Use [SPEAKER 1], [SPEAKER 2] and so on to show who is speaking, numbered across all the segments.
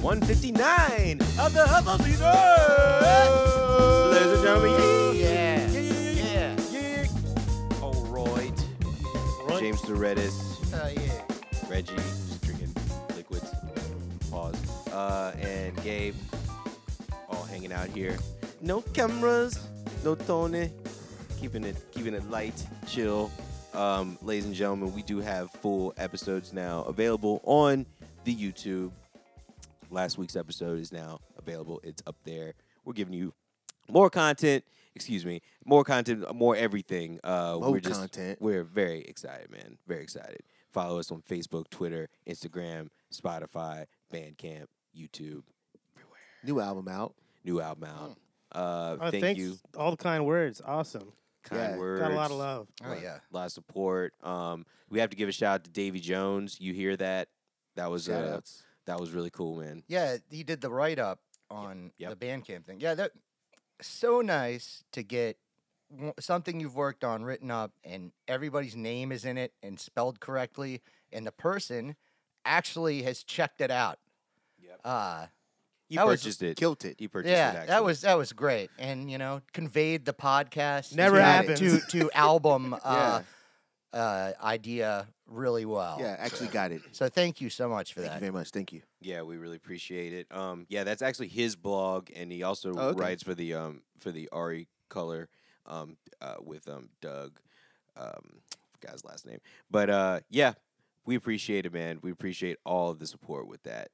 [SPEAKER 1] 159 of the Huffle Season! Ladies and gentlemen, yeah.
[SPEAKER 2] Yeah.
[SPEAKER 1] yeah, yeah, yeah. All right.
[SPEAKER 2] Right.
[SPEAKER 1] James the Reddest,
[SPEAKER 2] Uh, yeah.
[SPEAKER 1] Reggie, just drinking liquids. Pause. Uh, and Gabe, all hanging out here. No cameras, no Tony. Keeping it, keeping it light, chill. Um, ladies and gentlemen, we do have full episodes now available on the YouTube last week's episode is now available. It's up there. We're giving you more content. Excuse me, more content, more everything. Uh,
[SPEAKER 2] More
[SPEAKER 1] we're just,
[SPEAKER 2] content.
[SPEAKER 1] We're very excited, man. Very excited. Follow us on Facebook, Twitter, Instagram, Spotify, Bandcamp, YouTube.
[SPEAKER 2] New album out.
[SPEAKER 1] New album out. Uh,
[SPEAKER 3] Uh,
[SPEAKER 1] thank
[SPEAKER 3] thanks.
[SPEAKER 1] you.
[SPEAKER 3] All the kind words. Awesome.
[SPEAKER 1] Kind
[SPEAKER 2] Yeah,
[SPEAKER 1] words.
[SPEAKER 3] Got a lot of love.
[SPEAKER 2] Oh,
[SPEAKER 1] lot-
[SPEAKER 2] yeah.
[SPEAKER 1] A lot of support. Um, we have to give a shout out to Davy Jones. You hear that? That was
[SPEAKER 2] Shout
[SPEAKER 1] uh,
[SPEAKER 2] outs.
[SPEAKER 1] that was really cool, man.
[SPEAKER 4] Yeah, he did the write up on
[SPEAKER 1] yep.
[SPEAKER 4] the Bandcamp thing. Yeah, that so nice to get w- something you've worked on written up and everybody's name is in it and spelled correctly and the person actually has checked it out.
[SPEAKER 1] Yep.
[SPEAKER 4] Uh,
[SPEAKER 1] He
[SPEAKER 4] That was-
[SPEAKER 1] purchased it.
[SPEAKER 2] Killed it.
[SPEAKER 1] He purchased it.
[SPEAKER 4] yeah, that
[SPEAKER 1] actually.
[SPEAKER 4] was that was great and you know conveyed the podcast
[SPEAKER 3] Never
[SPEAKER 4] to-
[SPEAKER 3] happens.
[SPEAKER 4] to to album uh, uh, idea really well.
[SPEAKER 2] Yeah, actually got it.
[SPEAKER 4] So thank you so much for
[SPEAKER 2] Thank you
[SPEAKER 4] that.
[SPEAKER 2] very much. Thank you.
[SPEAKER 1] Yeah, we really appreciate it. Um, yeah, that's actually his blog, and he also
[SPEAKER 2] Oh, okay.
[SPEAKER 1] writes for the um for the Ari Color, um, uh, with um Doug, um, forgot his last name. But uh, yeah, we appreciate it, man. We appreciate all of the support with that.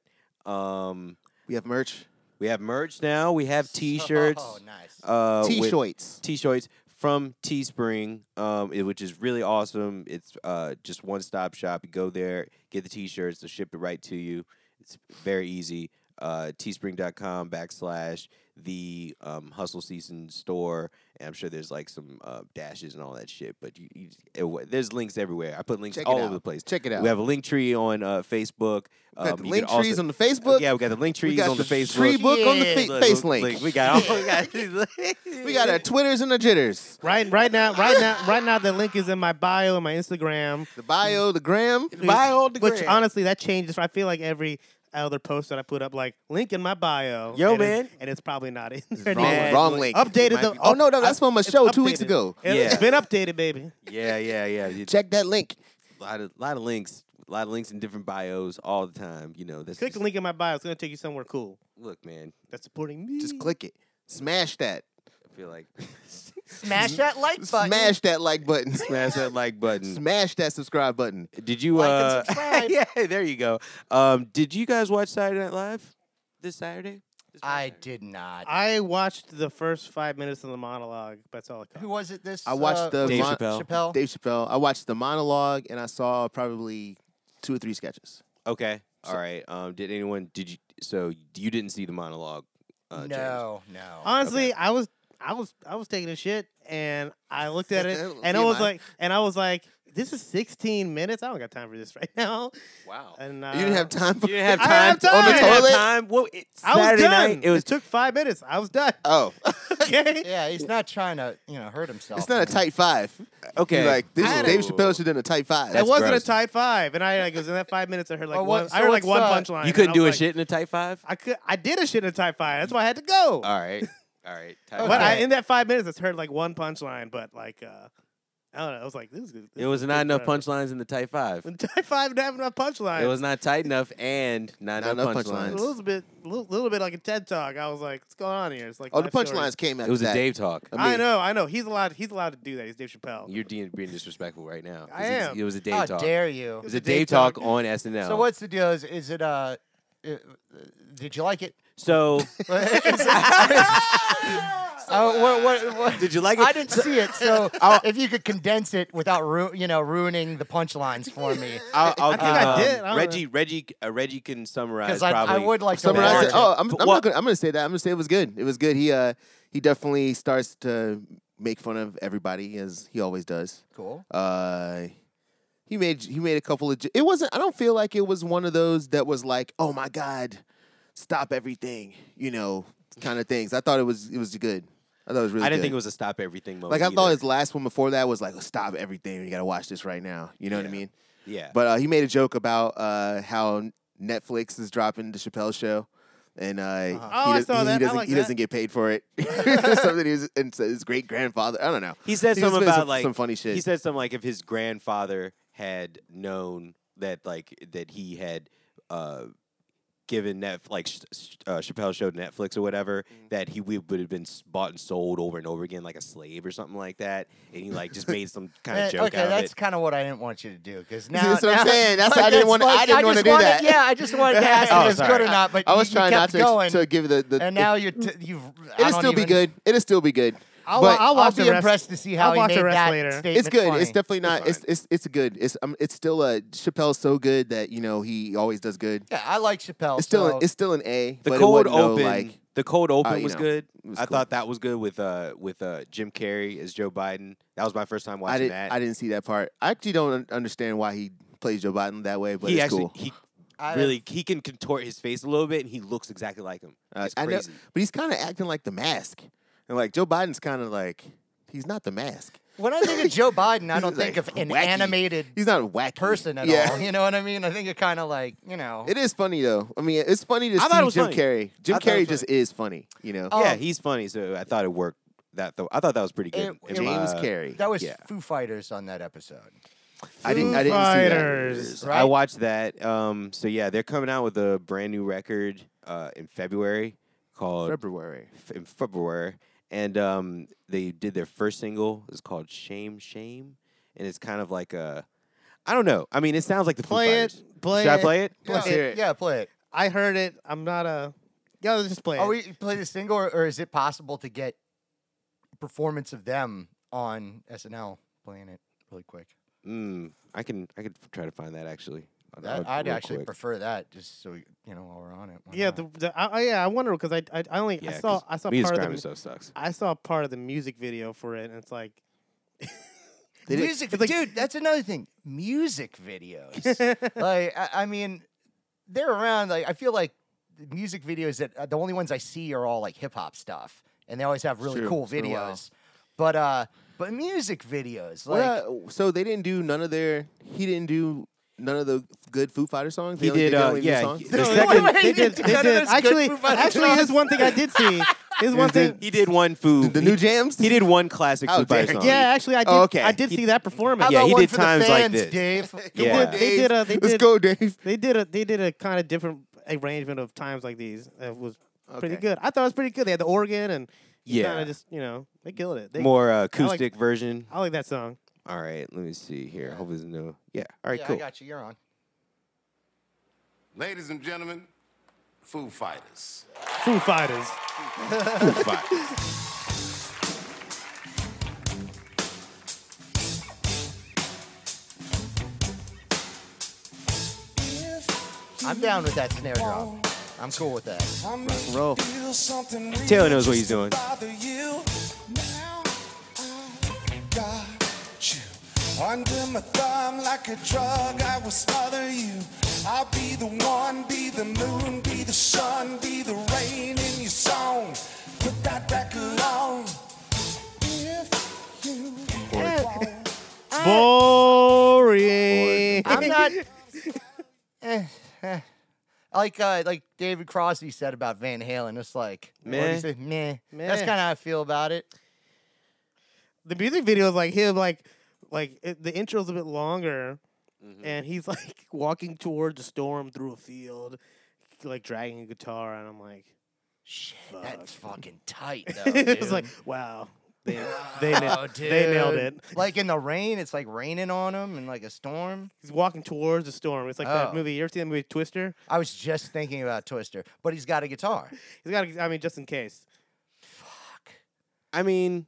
[SPEAKER 1] Um,
[SPEAKER 2] We have merch.
[SPEAKER 1] we have merch now. We have T-shirts.
[SPEAKER 4] Oh, nice.
[SPEAKER 1] uh, with-
[SPEAKER 2] T-shirts.
[SPEAKER 1] t-shirts from Teespring, um, it- which is really awesome. It's uh, just one stop shop. You go there, get the t-shirts, they'll ship it right to you. It's very easy. Uh, teespring.com backslash the um, hustle season store. And I'm sure there's like some uh, dashes and all that shit, but you, you it, wa- there's links everywhere. I put links
[SPEAKER 2] Check it
[SPEAKER 1] all over
[SPEAKER 2] out.
[SPEAKER 1] the place.
[SPEAKER 2] Check it out.
[SPEAKER 1] We have a link tree on uh, Facebook.
[SPEAKER 2] Got
[SPEAKER 1] Um,
[SPEAKER 2] the
[SPEAKER 1] you can
[SPEAKER 2] link
[SPEAKER 1] also-
[SPEAKER 2] trees on the Facebook.
[SPEAKER 1] Yeah, we got the link
[SPEAKER 2] we
[SPEAKER 1] trees
[SPEAKER 2] got
[SPEAKER 1] on the Facebook.
[SPEAKER 2] Tree book on the
[SPEAKER 4] Yeah.
[SPEAKER 2] fa-
[SPEAKER 1] Look,
[SPEAKER 2] face
[SPEAKER 1] look,
[SPEAKER 2] link.
[SPEAKER 1] look, We got all. We got,
[SPEAKER 2] We got our twitters and our jitters.
[SPEAKER 3] Right, right now, right now, right now, the link is in my bio and my Instagram.
[SPEAKER 2] The bio, the gram.
[SPEAKER 1] Bio the
[SPEAKER 3] Which
[SPEAKER 1] gram.
[SPEAKER 3] honestly, that changes. I feel like every other post that I put up, like link in my bio.
[SPEAKER 1] Yo,
[SPEAKER 3] and it's-
[SPEAKER 1] man.
[SPEAKER 3] and it's probably not in there.
[SPEAKER 2] Wrong,
[SPEAKER 3] now.
[SPEAKER 1] Mad
[SPEAKER 2] wrong
[SPEAKER 1] link.
[SPEAKER 2] link.
[SPEAKER 3] Updated
[SPEAKER 1] Might
[SPEAKER 3] the.
[SPEAKER 1] be-
[SPEAKER 2] Oh no, no, that's from a
[SPEAKER 3] it's
[SPEAKER 2] show two weeks
[SPEAKER 3] updated.
[SPEAKER 2] ago.
[SPEAKER 3] It-
[SPEAKER 1] Yeah.
[SPEAKER 3] It's been updated, baby.
[SPEAKER 1] Yeah, yeah, yeah. You-
[SPEAKER 2] Check that link.
[SPEAKER 1] lot of lot of links, a lot of links in different bios all the time. You know, that's
[SPEAKER 3] Click
[SPEAKER 1] just-
[SPEAKER 3] the link in my bio. It's gonna take you somewhere cool.
[SPEAKER 1] Look, man,
[SPEAKER 3] That's supporting me.
[SPEAKER 2] Just click it. Smash that.
[SPEAKER 1] I feel like
[SPEAKER 4] Smash that like button.
[SPEAKER 2] Smash that like button.
[SPEAKER 1] smash that like button.
[SPEAKER 2] Smash that subscribe button.
[SPEAKER 1] Did you?
[SPEAKER 4] Like and
[SPEAKER 1] uh,
[SPEAKER 4] subscribe.
[SPEAKER 1] yeah, there you go. Um, did you guys watch Saturday Night Live this Saturday? This past
[SPEAKER 4] I
[SPEAKER 1] Saturday?
[SPEAKER 4] did not.
[SPEAKER 3] I watched the first five minutes of the monologue. but That's all I
[SPEAKER 4] Who
[SPEAKER 3] caught.
[SPEAKER 4] was it? This
[SPEAKER 2] I watched
[SPEAKER 4] uh,
[SPEAKER 2] the
[SPEAKER 1] Dave
[SPEAKER 2] Von-
[SPEAKER 1] Chappelle.
[SPEAKER 4] Chappelle.
[SPEAKER 2] Dave Chappelle. I watched the monologue and I saw probably two or three sketches.
[SPEAKER 1] Okay,
[SPEAKER 2] So-
[SPEAKER 1] all right. Um, did anyone? Did you? So you didn't see the monologue? Uh, James.
[SPEAKER 4] no, no.
[SPEAKER 3] Honestly, I was, I was, I was taking a shit, and I looked at it, and I
[SPEAKER 2] TMI.
[SPEAKER 3] was like, and I was like, this is 16 minutes. I don't got time for this right now.
[SPEAKER 1] Wow.
[SPEAKER 3] And uh,
[SPEAKER 2] you didn't have time. For
[SPEAKER 1] You didn't have
[SPEAKER 3] I
[SPEAKER 1] time,
[SPEAKER 3] didn't
[SPEAKER 1] on the
[SPEAKER 3] have time.
[SPEAKER 2] I didn't have
[SPEAKER 1] toilet. Time. Well, it's
[SPEAKER 3] I was
[SPEAKER 1] Saturday
[SPEAKER 3] done.
[SPEAKER 1] night. It was
[SPEAKER 3] took five minutes. I was done.
[SPEAKER 2] Oh,
[SPEAKER 3] Okay.
[SPEAKER 4] yeah, he's not trying to, you know, hurt himself.
[SPEAKER 2] Oh. it's not a tight five.
[SPEAKER 1] okay.
[SPEAKER 2] You're like this
[SPEAKER 3] I
[SPEAKER 2] is
[SPEAKER 3] had
[SPEAKER 2] Dave
[SPEAKER 1] a-
[SPEAKER 2] Chappelle should have done a tight five.
[SPEAKER 3] It
[SPEAKER 1] That's
[SPEAKER 3] wasn't
[SPEAKER 1] gross.
[SPEAKER 3] a tied five, and I like was in that five minutes. I heard like
[SPEAKER 4] Oh, what-
[SPEAKER 3] one. I
[SPEAKER 4] so
[SPEAKER 3] heard like
[SPEAKER 4] what's
[SPEAKER 3] one
[SPEAKER 4] up?
[SPEAKER 3] punchline.
[SPEAKER 1] you
[SPEAKER 3] and I
[SPEAKER 1] couldn't do a
[SPEAKER 3] was like,
[SPEAKER 1] shit in a tight five.
[SPEAKER 3] I could. I did a shit in a tied five. That's why I had to go.
[SPEAKER 1] All right. All right. Tight
[SPEAKER 3] But I,
[SPEAKER 4] Okay.
[SPEAKER 3] in that five minutes, I heard like one punchline. But like, uh, I don't know. I was like, this is good.
[SPEAKER 1] It was not enough punchlines in the tight five.
[SPEAKER 3] When tied five didn't have enough punchlines.
[SPEAKER 1] It was not tight enough and not,
[SPEAKER 2] Not
[SPEAKER 1] enough
[SPEAKER 2] enough
[SPEAKER 3] a
[SPEAKER 1] punchlines.
[SPEAKER 2] punchlines.
[SPEAKER 3] little bit, little, little bit like a TED talk. I was like, what's going on here? It's like
[SPEAKER 2] oh, the
[SPEAKER 3] life stories.
[SPEAKER 2] punchlines came after
[SPEAKER 1] It was
[SPEAKER 2] that.
[SPEAKER 1] a Dave talk.
[SPEAKER 2] I
[SPEAKER 3] I,
[SPEAKER 2] mean-
[SPEAKER 3] know, I know. He's allowed. He's allowed to do that. He's Dave Chappelle.
[SPEAKER 1] You're being, being disrespectful right now. 'cause
[SPEAKER 3] I
[SPEAKER 1] it's-
[SPEAKER 3] am.
[SPEAKER 1] It was a Dave
[SPEAKER 4] How
[SPEAKER 1] talk. Oh, It
[SPEAKER 4] dare you?
[SPEAKER 1] was a Dave talk on SNL.
[SPEAKER 4] So what's the deal? Is is it uh, uh, uh, did you like it?
[SPEAKER 1] So
[SPEAKER 4] Uh, what, what, what-
[SPEAKER 1] did you like
[SPEAKER 4] I
[SPEAKER 1] it?
[SPEAKER 4] didn't see it, so if you could condense it without ru- you know ruining the punchlines for me,
[SPEAKER 1] I'll, I'll
[SPEAKER 3] think
[SPEAKER 1] give,
[SPEAKER 3] I
[SPEAKER 1] um,
[SPEAKER 3] did. I don't
[SPEAKER 1] Reggie, Reggie, uh, Reggie can summarize
[SPEAKER 4] because I,
[SPEAKER 1] probably.
[SPEAKER 4] I would like to
[SPEAKER 2] Summarize
[SPEAKER 1] Better.
[SPEAKER 4] watch
[SPEAKER 2] it. Oh, I'm, I'm
[SPEAKER 1] Well-
[SPEAKER 2] not gonna. I'm gonna say that. I'm gonna say it was good. It was good. He uh he definitely starts to make fun of everybody as he always does.
[SPEAKER 4] cool.
[SPEAKER 2] Uh, he made he made a couple of. j- It wasn't. I don't feel like it was one of those that was like, oh my god, stop everything, you know, kind of things. I thought it was it was good. I thought it was really.
[SPEAKER 1] I didn't
[SPEAKER 2] good.
[SPEAKER 1] think it was a stop everything moment.
[SPEAKER 2] Like I thought
[SPEAKER 1] either.
[SPEAKER 2] his last one before that was like, stop everything. You gotta watch this right now. You know what I
[SPEAKER 1] Yeah.
[SPEAKER 2] mean?
[SPEAKER 1] Yeah.
[SPEAKER 2] But uh, he made a joke about uh, how Netflix is dropping the Chappelle show. and uh,
[SPEAKER 4] Uh-huh.
[SPEAKER 2] he,
[SPEAKER 3] Oh, I
[SPEAKER 2] does,
[SPEAKER 3] saw
[SPEAKER 2] he,
[SPEAKER 3] that. I
[SPEAKER 2] doesn't
[SPEAKER 3] like
[SPEAKER 2] he
[SPEAKER 3] that.
[SPEAKER 2] doesn't get paid for it. Something he was, and so his great grandfather. I don't know.
[SPEAKER 1] He said
[SPEAKER 2] He was
[SPEAKER 1] something
[SPEAKER 2] doing
[SPEAKER 1] about
[SPEAKER 2] some-
[SPEAKER 1] like
[SPEAKER 2] some funny shit.
[SPEAKER 1] He said something like if his grandfather had known that like that he had uh, given Net like sh- sh- uh, Chappelle showed Netflix or whatever
[SPEAKER 2] Mm.
[SPEAKER 1] that he would would have been s- bought and sold over and over again like a slave or something like that, and he like just made some kind
[SPEAKER 4] Eh,
[SPEAKER 1] of joke
[SPEAKER 4] okay,
[SPEAKER 1] out of
[SPEAKER 4] that's
[SPEAKER 1] it.
[SPEAKER 4] kind of what I didn't want you to do because now
[SPEAKER 2] that's what I'm
[SPEAKER 4] now-
[SPEAKER 2] saying. That's why I didn't
[SPEAKER 4] that's
[SPEAKER 2] wanna- I
[SPEAKER 4] what-
[SPEAKER 2] didn't wanna
[SPEAKER 4] just
[SPEAKER 2] do
[SPEAKER 4] wanted-
[SPEAKER 2] that.
[SPEAKER 4] Yeah, I just wanted to ask
[SPEAKER 1] Oh,
[SPEAKER 4] if it's good
[SPEAKER 1] sorry.
[SPEAKER 4] or not, but
[SPEAKER 2] I
[SPEAKER 4] you-
[SPEAKER 2] was
[SPEAKER 4] you
[SPEAKER 2] trying not
[SPEAKER 4] kept
[SPEAKER 2] to,
[SPEAKER 4] going,
[SPEAKER 2] to give the, the
[SPEAKER 4] and now you're t- you've. I
[SPEAKER 2] it'll
[SPEAKER 4] don't
[SPEAKER 2] still be
[SPEAKER 4] even-
[SPEAKER 2] good. It'll still be good.
[SPEAKER 4] I'll,
[SPEAKER 2] But
[SPEAKER 4] I'll,
[SPEAKER 3] I'll
[SPEAKER 4] be
[SPEAKER 3] watch the rest-
[SPEAKER 4] impressed to see how
[SPEAKER 3] I'll
[SPEAKER 4] he
[SPEAKER 3] watch the
[SPEAKER 4] made
[SPEAKER 3] rest
[SPEAKER 4] that
[SPEAKER 3] later. It's
[SPEAKER 4] statement.
[SPEAKER 2] It's good.
[SPEAKER 4] funny.
[SPEAKER 2] It's definitely not. It's,
[SPEAKER 1] fine.
[SPEAKER 2] it's it's good. It's um. It's still a Chappelle's so good that you know he always does good.
[SPEAKER 4] yeah, I like Chappelle.
[SPEAKER 2] It's still
[SPEAKER 4] so-
[SPEAKER 2] an, it's still an A.
[SPEAKER 1] The
[SPEAKER 2] but
[SPEAKER 1] cold
[SPEAKER 2] it wasn't no,
[SPEAKER 1] open,
[SPEAKER 2] like uh,
[SPEAKER 1] the cold open
[SPEAKER 2] you
[SPEAKER 1] was
[SPEAKER 2] know,
[SPEAKER 1] good.
[SPEAKER 2] it was
[SPEAKER 1] I
[SPEAKER 2] cool.
[SPEAKER 1] thought that was good with uh with uh Jim Carrey as Joe Biden. That was my first time watching
[SPEAKER 2] I didn't
[SPEAKER 1] that.
[SPEAKER 2] I didn't see that part. I actually don't un- understand why he plays Joe Biden that way, but
[SPEAKER 1] he
[SPEAKER 2] it's
[SPEAKER 1] actually
[SPEAKER 2] cool.
[SPEAKER 1] he
[SPEAKER 4] I don't-
[SPEAKER 1] really he can contort his face a little bit and he looks exactly like him.
[SPEAKER 2] Uh,
[SPEAKER 1] It's
[SPEAKER 2] I know-
[SPEAKER 1] crazy.
[SPEAKER 2] but he's kind of acting like the mask, and like Joe Biden's kind of like he's not the mask.
[SPEAKER 4] When I think of Joe Biden, I
[SPEAKER 2] He's
[SPEAKER 4] don't think
[SPEAKER 2] like
[SPEAKER 4] of an
[SPEAKER 2] wacky.
[SPEAKER 4] animated
[SPEAKER 2] He's not a wacky
[SPEAKER 4] person at
[SPEAKER 2] yeah.
[SPEAKER 4] all. You know what I mean? I think it kind of like you know.
[SPEAKER 2] It is funny though. I mean, it's funny to
[SPEAKER 1] I thought
[SPEAKER 2] see
[SPEAKER 1] it was
[SPEAKER 2] Jim
[SPEAKER 1] funny.
[SPEAKER 2] Carrey. Jim
[SPEAKER 1] I thought it
[SPEAKER 2] Carrey
[SPEAKER 1] was
[SPEAKER 2] just is funny, you know.
[SPEAKER 4] Oh,
[SPEAKER 1] yeah, he's funny, so I thought it worked. That though, I thought that was pretty good. uh,
[SPEAKER 4] It- it
[SPEAKER 1] in my-
[SPEAKER 2] James Carrey.
[SPEAKER 4] that was
[SPEAKER 1] yeah.
[SPEAKER 4] Foo Fighters on that episode.
[SPEAKER 2] I didn't.
[SPEAKER 3] Foo
[SPEAKER 2] I didn't see
[SPEAKER 3] Fighters,
[SPEAKER 2] that.
[SPEAKER 1] I
[SPEAKER 4] right?
[SPEAKER 1] watched that. Um, so yeah, they're coming out with a brand new record uh, in February called
[SPEAKER 2] February.
[SPEAKER 1] f- in February, and um, they did their first single. It's called "Shame, Shame," and it's kind of like a, I don't know. I mean, it sounds like the Foo
[SPEAKER 3] Play it.
[SPEAKER 1] Fighters.
[SPEAKER 3] Play
[SPEAKER 1] Should
[SPEAKER 3] it.
[SPEAKER 1] I play it?
[SPEAKER 2] Let's
[SPEAKER 4] yeah,
[SPEAKER 2] hear it.
[SPEAKER 4] yeah, play it.
[SPEAKER 3] I heard it. I'm not a. Yeah, let's just play it.
[SPEAKER 4] Are we play the single, or, or is it possible to get performance of them on SNL playing it really quick?
[SPEAKER 1] Mm, I can. I could try to find that actually. I'll- I'll-
[SPEAKER 4] That, I'd
[SPEAKER 1] real
[SPEAKER 4] actually
[SPEAKER 1] quick.
[SPEAKER 4] prefer that, just so we, you know while we're on it. why
[SPEAKER 3] yeah,
[SPEAKER 4] not?
[SPEAKER 3] the, the, I, I- yeah. I wonder because I, I I only I
[SPEAKER 1] Yeah,
[SPEAKER 3] saw
[SPEAKER 1] 'cause
[SPEAKER 3] I saw
[SPEAKER 1] Music
[SPEAKER 3] part of
[SPEAKER 1] Grind
[SPEAKER 3] the,
[SPEAKER 1] stuff sucks.
[SPEAKER 3] I saw part of the music video for it, and it's like
[SPEAKER 2] Did it-
[SPEAKER 4] music,
[SPEAKER 3] it's like-
[SPEAKER 4] dude. That's another thing. Music videos. like I, I mean, they're around. Like I feel like the music videos that uh, the only ones I see are all like hip hop stuff, and they always have really
[SPEAKER 2] Sure,
[SPEAKER 4] cool
[SPEAKER 2] it's been a while.
[SPEAKER 4] videos. But uh, but music videos like.
[SPEAKER 2] Well, uh, so they didn't do none of their. He didn't do none of the good Foo Fighter songs.
[SPEAKER 1] He
[SPEAKER 2] They only
[SPEAKER 1] did,
[SPEAKER 2] they
[SPEAKER 1] uh,
[SPEAKER 2] only do
[SPEAKER 1] yeah,
[SPEAKER 2] songs?
[SPEAKER 1] he-
[SPEAKER 3] No,
[SPEAKER 1] The
[SPEAKER 3] no,
[SPEAKER 1] second-
[SPEAKER 3] wait,
[SPEAKER 4] They
[SPEAKER 3] they did.
[SPEAKER 4] did-
[SPEAKER 3] They
[SPEAKER 4] none of
[SPEAKER 3] did.
[SPEAKER 4] those good
[SPEAKER 3] Actually,
[SPEAKER 4] Foo Fighters
[SPEAKER 3] actually, here's
[SPEAKER 4] songs.
[SPEAKER 3] one thing I did see. Here's one thing.
[SPEAKER 1] He did one Foo.
[SPEAKER 2] the
[SPEAKER 1] he-
[SPEAKER 2] new jams.
[SPEAKER 1] He did one classic
[SPEAKER 2] How
[SPEAKER 1] Foo Fighters
[SPEAKER 2] dare
[SPEAKER 1] song.
[SPEAKER 2] you.
[SPEAKER 3] Yeah, actually, I did.
[SPEAKER 2] Oh, okay.
[SPEAKER 3] I did see that performance.
[SPEAKER 4] How
[SPEAKER 1] Yeah,
[SPEAKER 4] about
[SPEAKER 1] he
[SPEAKER 4] one
[SPEAKER 1] did
[SPEAKER 4] for
[SPEAKER 1] times
[SPEAKER 4] the
[SPEAKER 1] like
[SPEAKER 4] fans,
[SPEAKER 1] this.
[SPEAKER 4] Dave.
[SPEAKER 2] Come
[SPEAKER 1] Yeah.
[SPEAKER 2] on,
[SPEAKER 1] They
[SPEAKER 2] Dave.
[SPEAKER 3] did a- they
[SPEAKER 2] Let's
[SPEAKER 3] did-
[SPEAKER 2] go, Dave.
[SPEAKER 3] They did a they did a kind of different arrangement of times like these. It was pretty
[SPEAKER 2] Okay.
[SPEAKER 3] good. I thought it was pretty good. They had the organ and kind
[SPEAKER 1] Yeah.
[SPEAKER 3] of just you know they killed it. They,
[SPEAKER 1] More uh, acoustic version.
[SPEAKER 3] I like that song.
[SPEAKER 1] All right, let me see here.
[SPEAKER 4] Yeah.
[SPEAKER 1] Hopefully, there's no. Yeah. All right,
[SPEAKER 4] yeah,
[SPEAKER 1] cool.
[SPEAKER 4] I got you. You're on.
[SPEAKER 5] Ladies and gentlemen, Foo Fighters.
[SPEAKER 3] Foo Fighters.
[SPEAKER 5] Foo Fighters.
[SPEAKER 4] I'm down with that snare drum. I'm cool with that.
[SPEAKER 2] Roll.
[SPEAKER 1] Taylor knows what he's doing.
[SPEAKER 6] Under my thumb like a drug, I will smother you. I'll be the one, be the moon, be the sun, be the rain in your song. Put that record on. If you want.
[SPEAKER 3] Boring.
[SPEAKER 4] I'm not. Eh, eh. Like uh, like David Crosby said about Van Halen, it's like what
[SPEAKER 1] Meh.
[SPEAKER 4] he say? Meh.
[SPEAKER 3] Meh.
[SPEAKER 4] That's kind of how I feel about it.
[SPEAKER 3] the music video is like him like like it, the intro's a bit longer and he's like walking towards the storm through a field like dragging a guitar and i'm like
[SPEAKER 4] Shit, that's fucking tight. Though,
[SPEAKER 3] it's
[SPEAKER 4] Oh, dude.
[SPEAKER 3] like wow they, they, na- they nailed
[SPEAKER 4] dude.
[SPEAKER 3] it
[SPEAKER 4] Like in the rain, it's like raining on him and like a storm.
[SPEAKER 3] he's walking towards the storm it's like
[SPEAKER 4] Oh.
[SPEAKER 3] that movie you ever seen that movie twister
[SPEAKER 4] I was just thinking about Twister, but he's got a guitar.
[SPEAKER 3] he's got a, i mean just in case
[SPEAKER 1] I mean,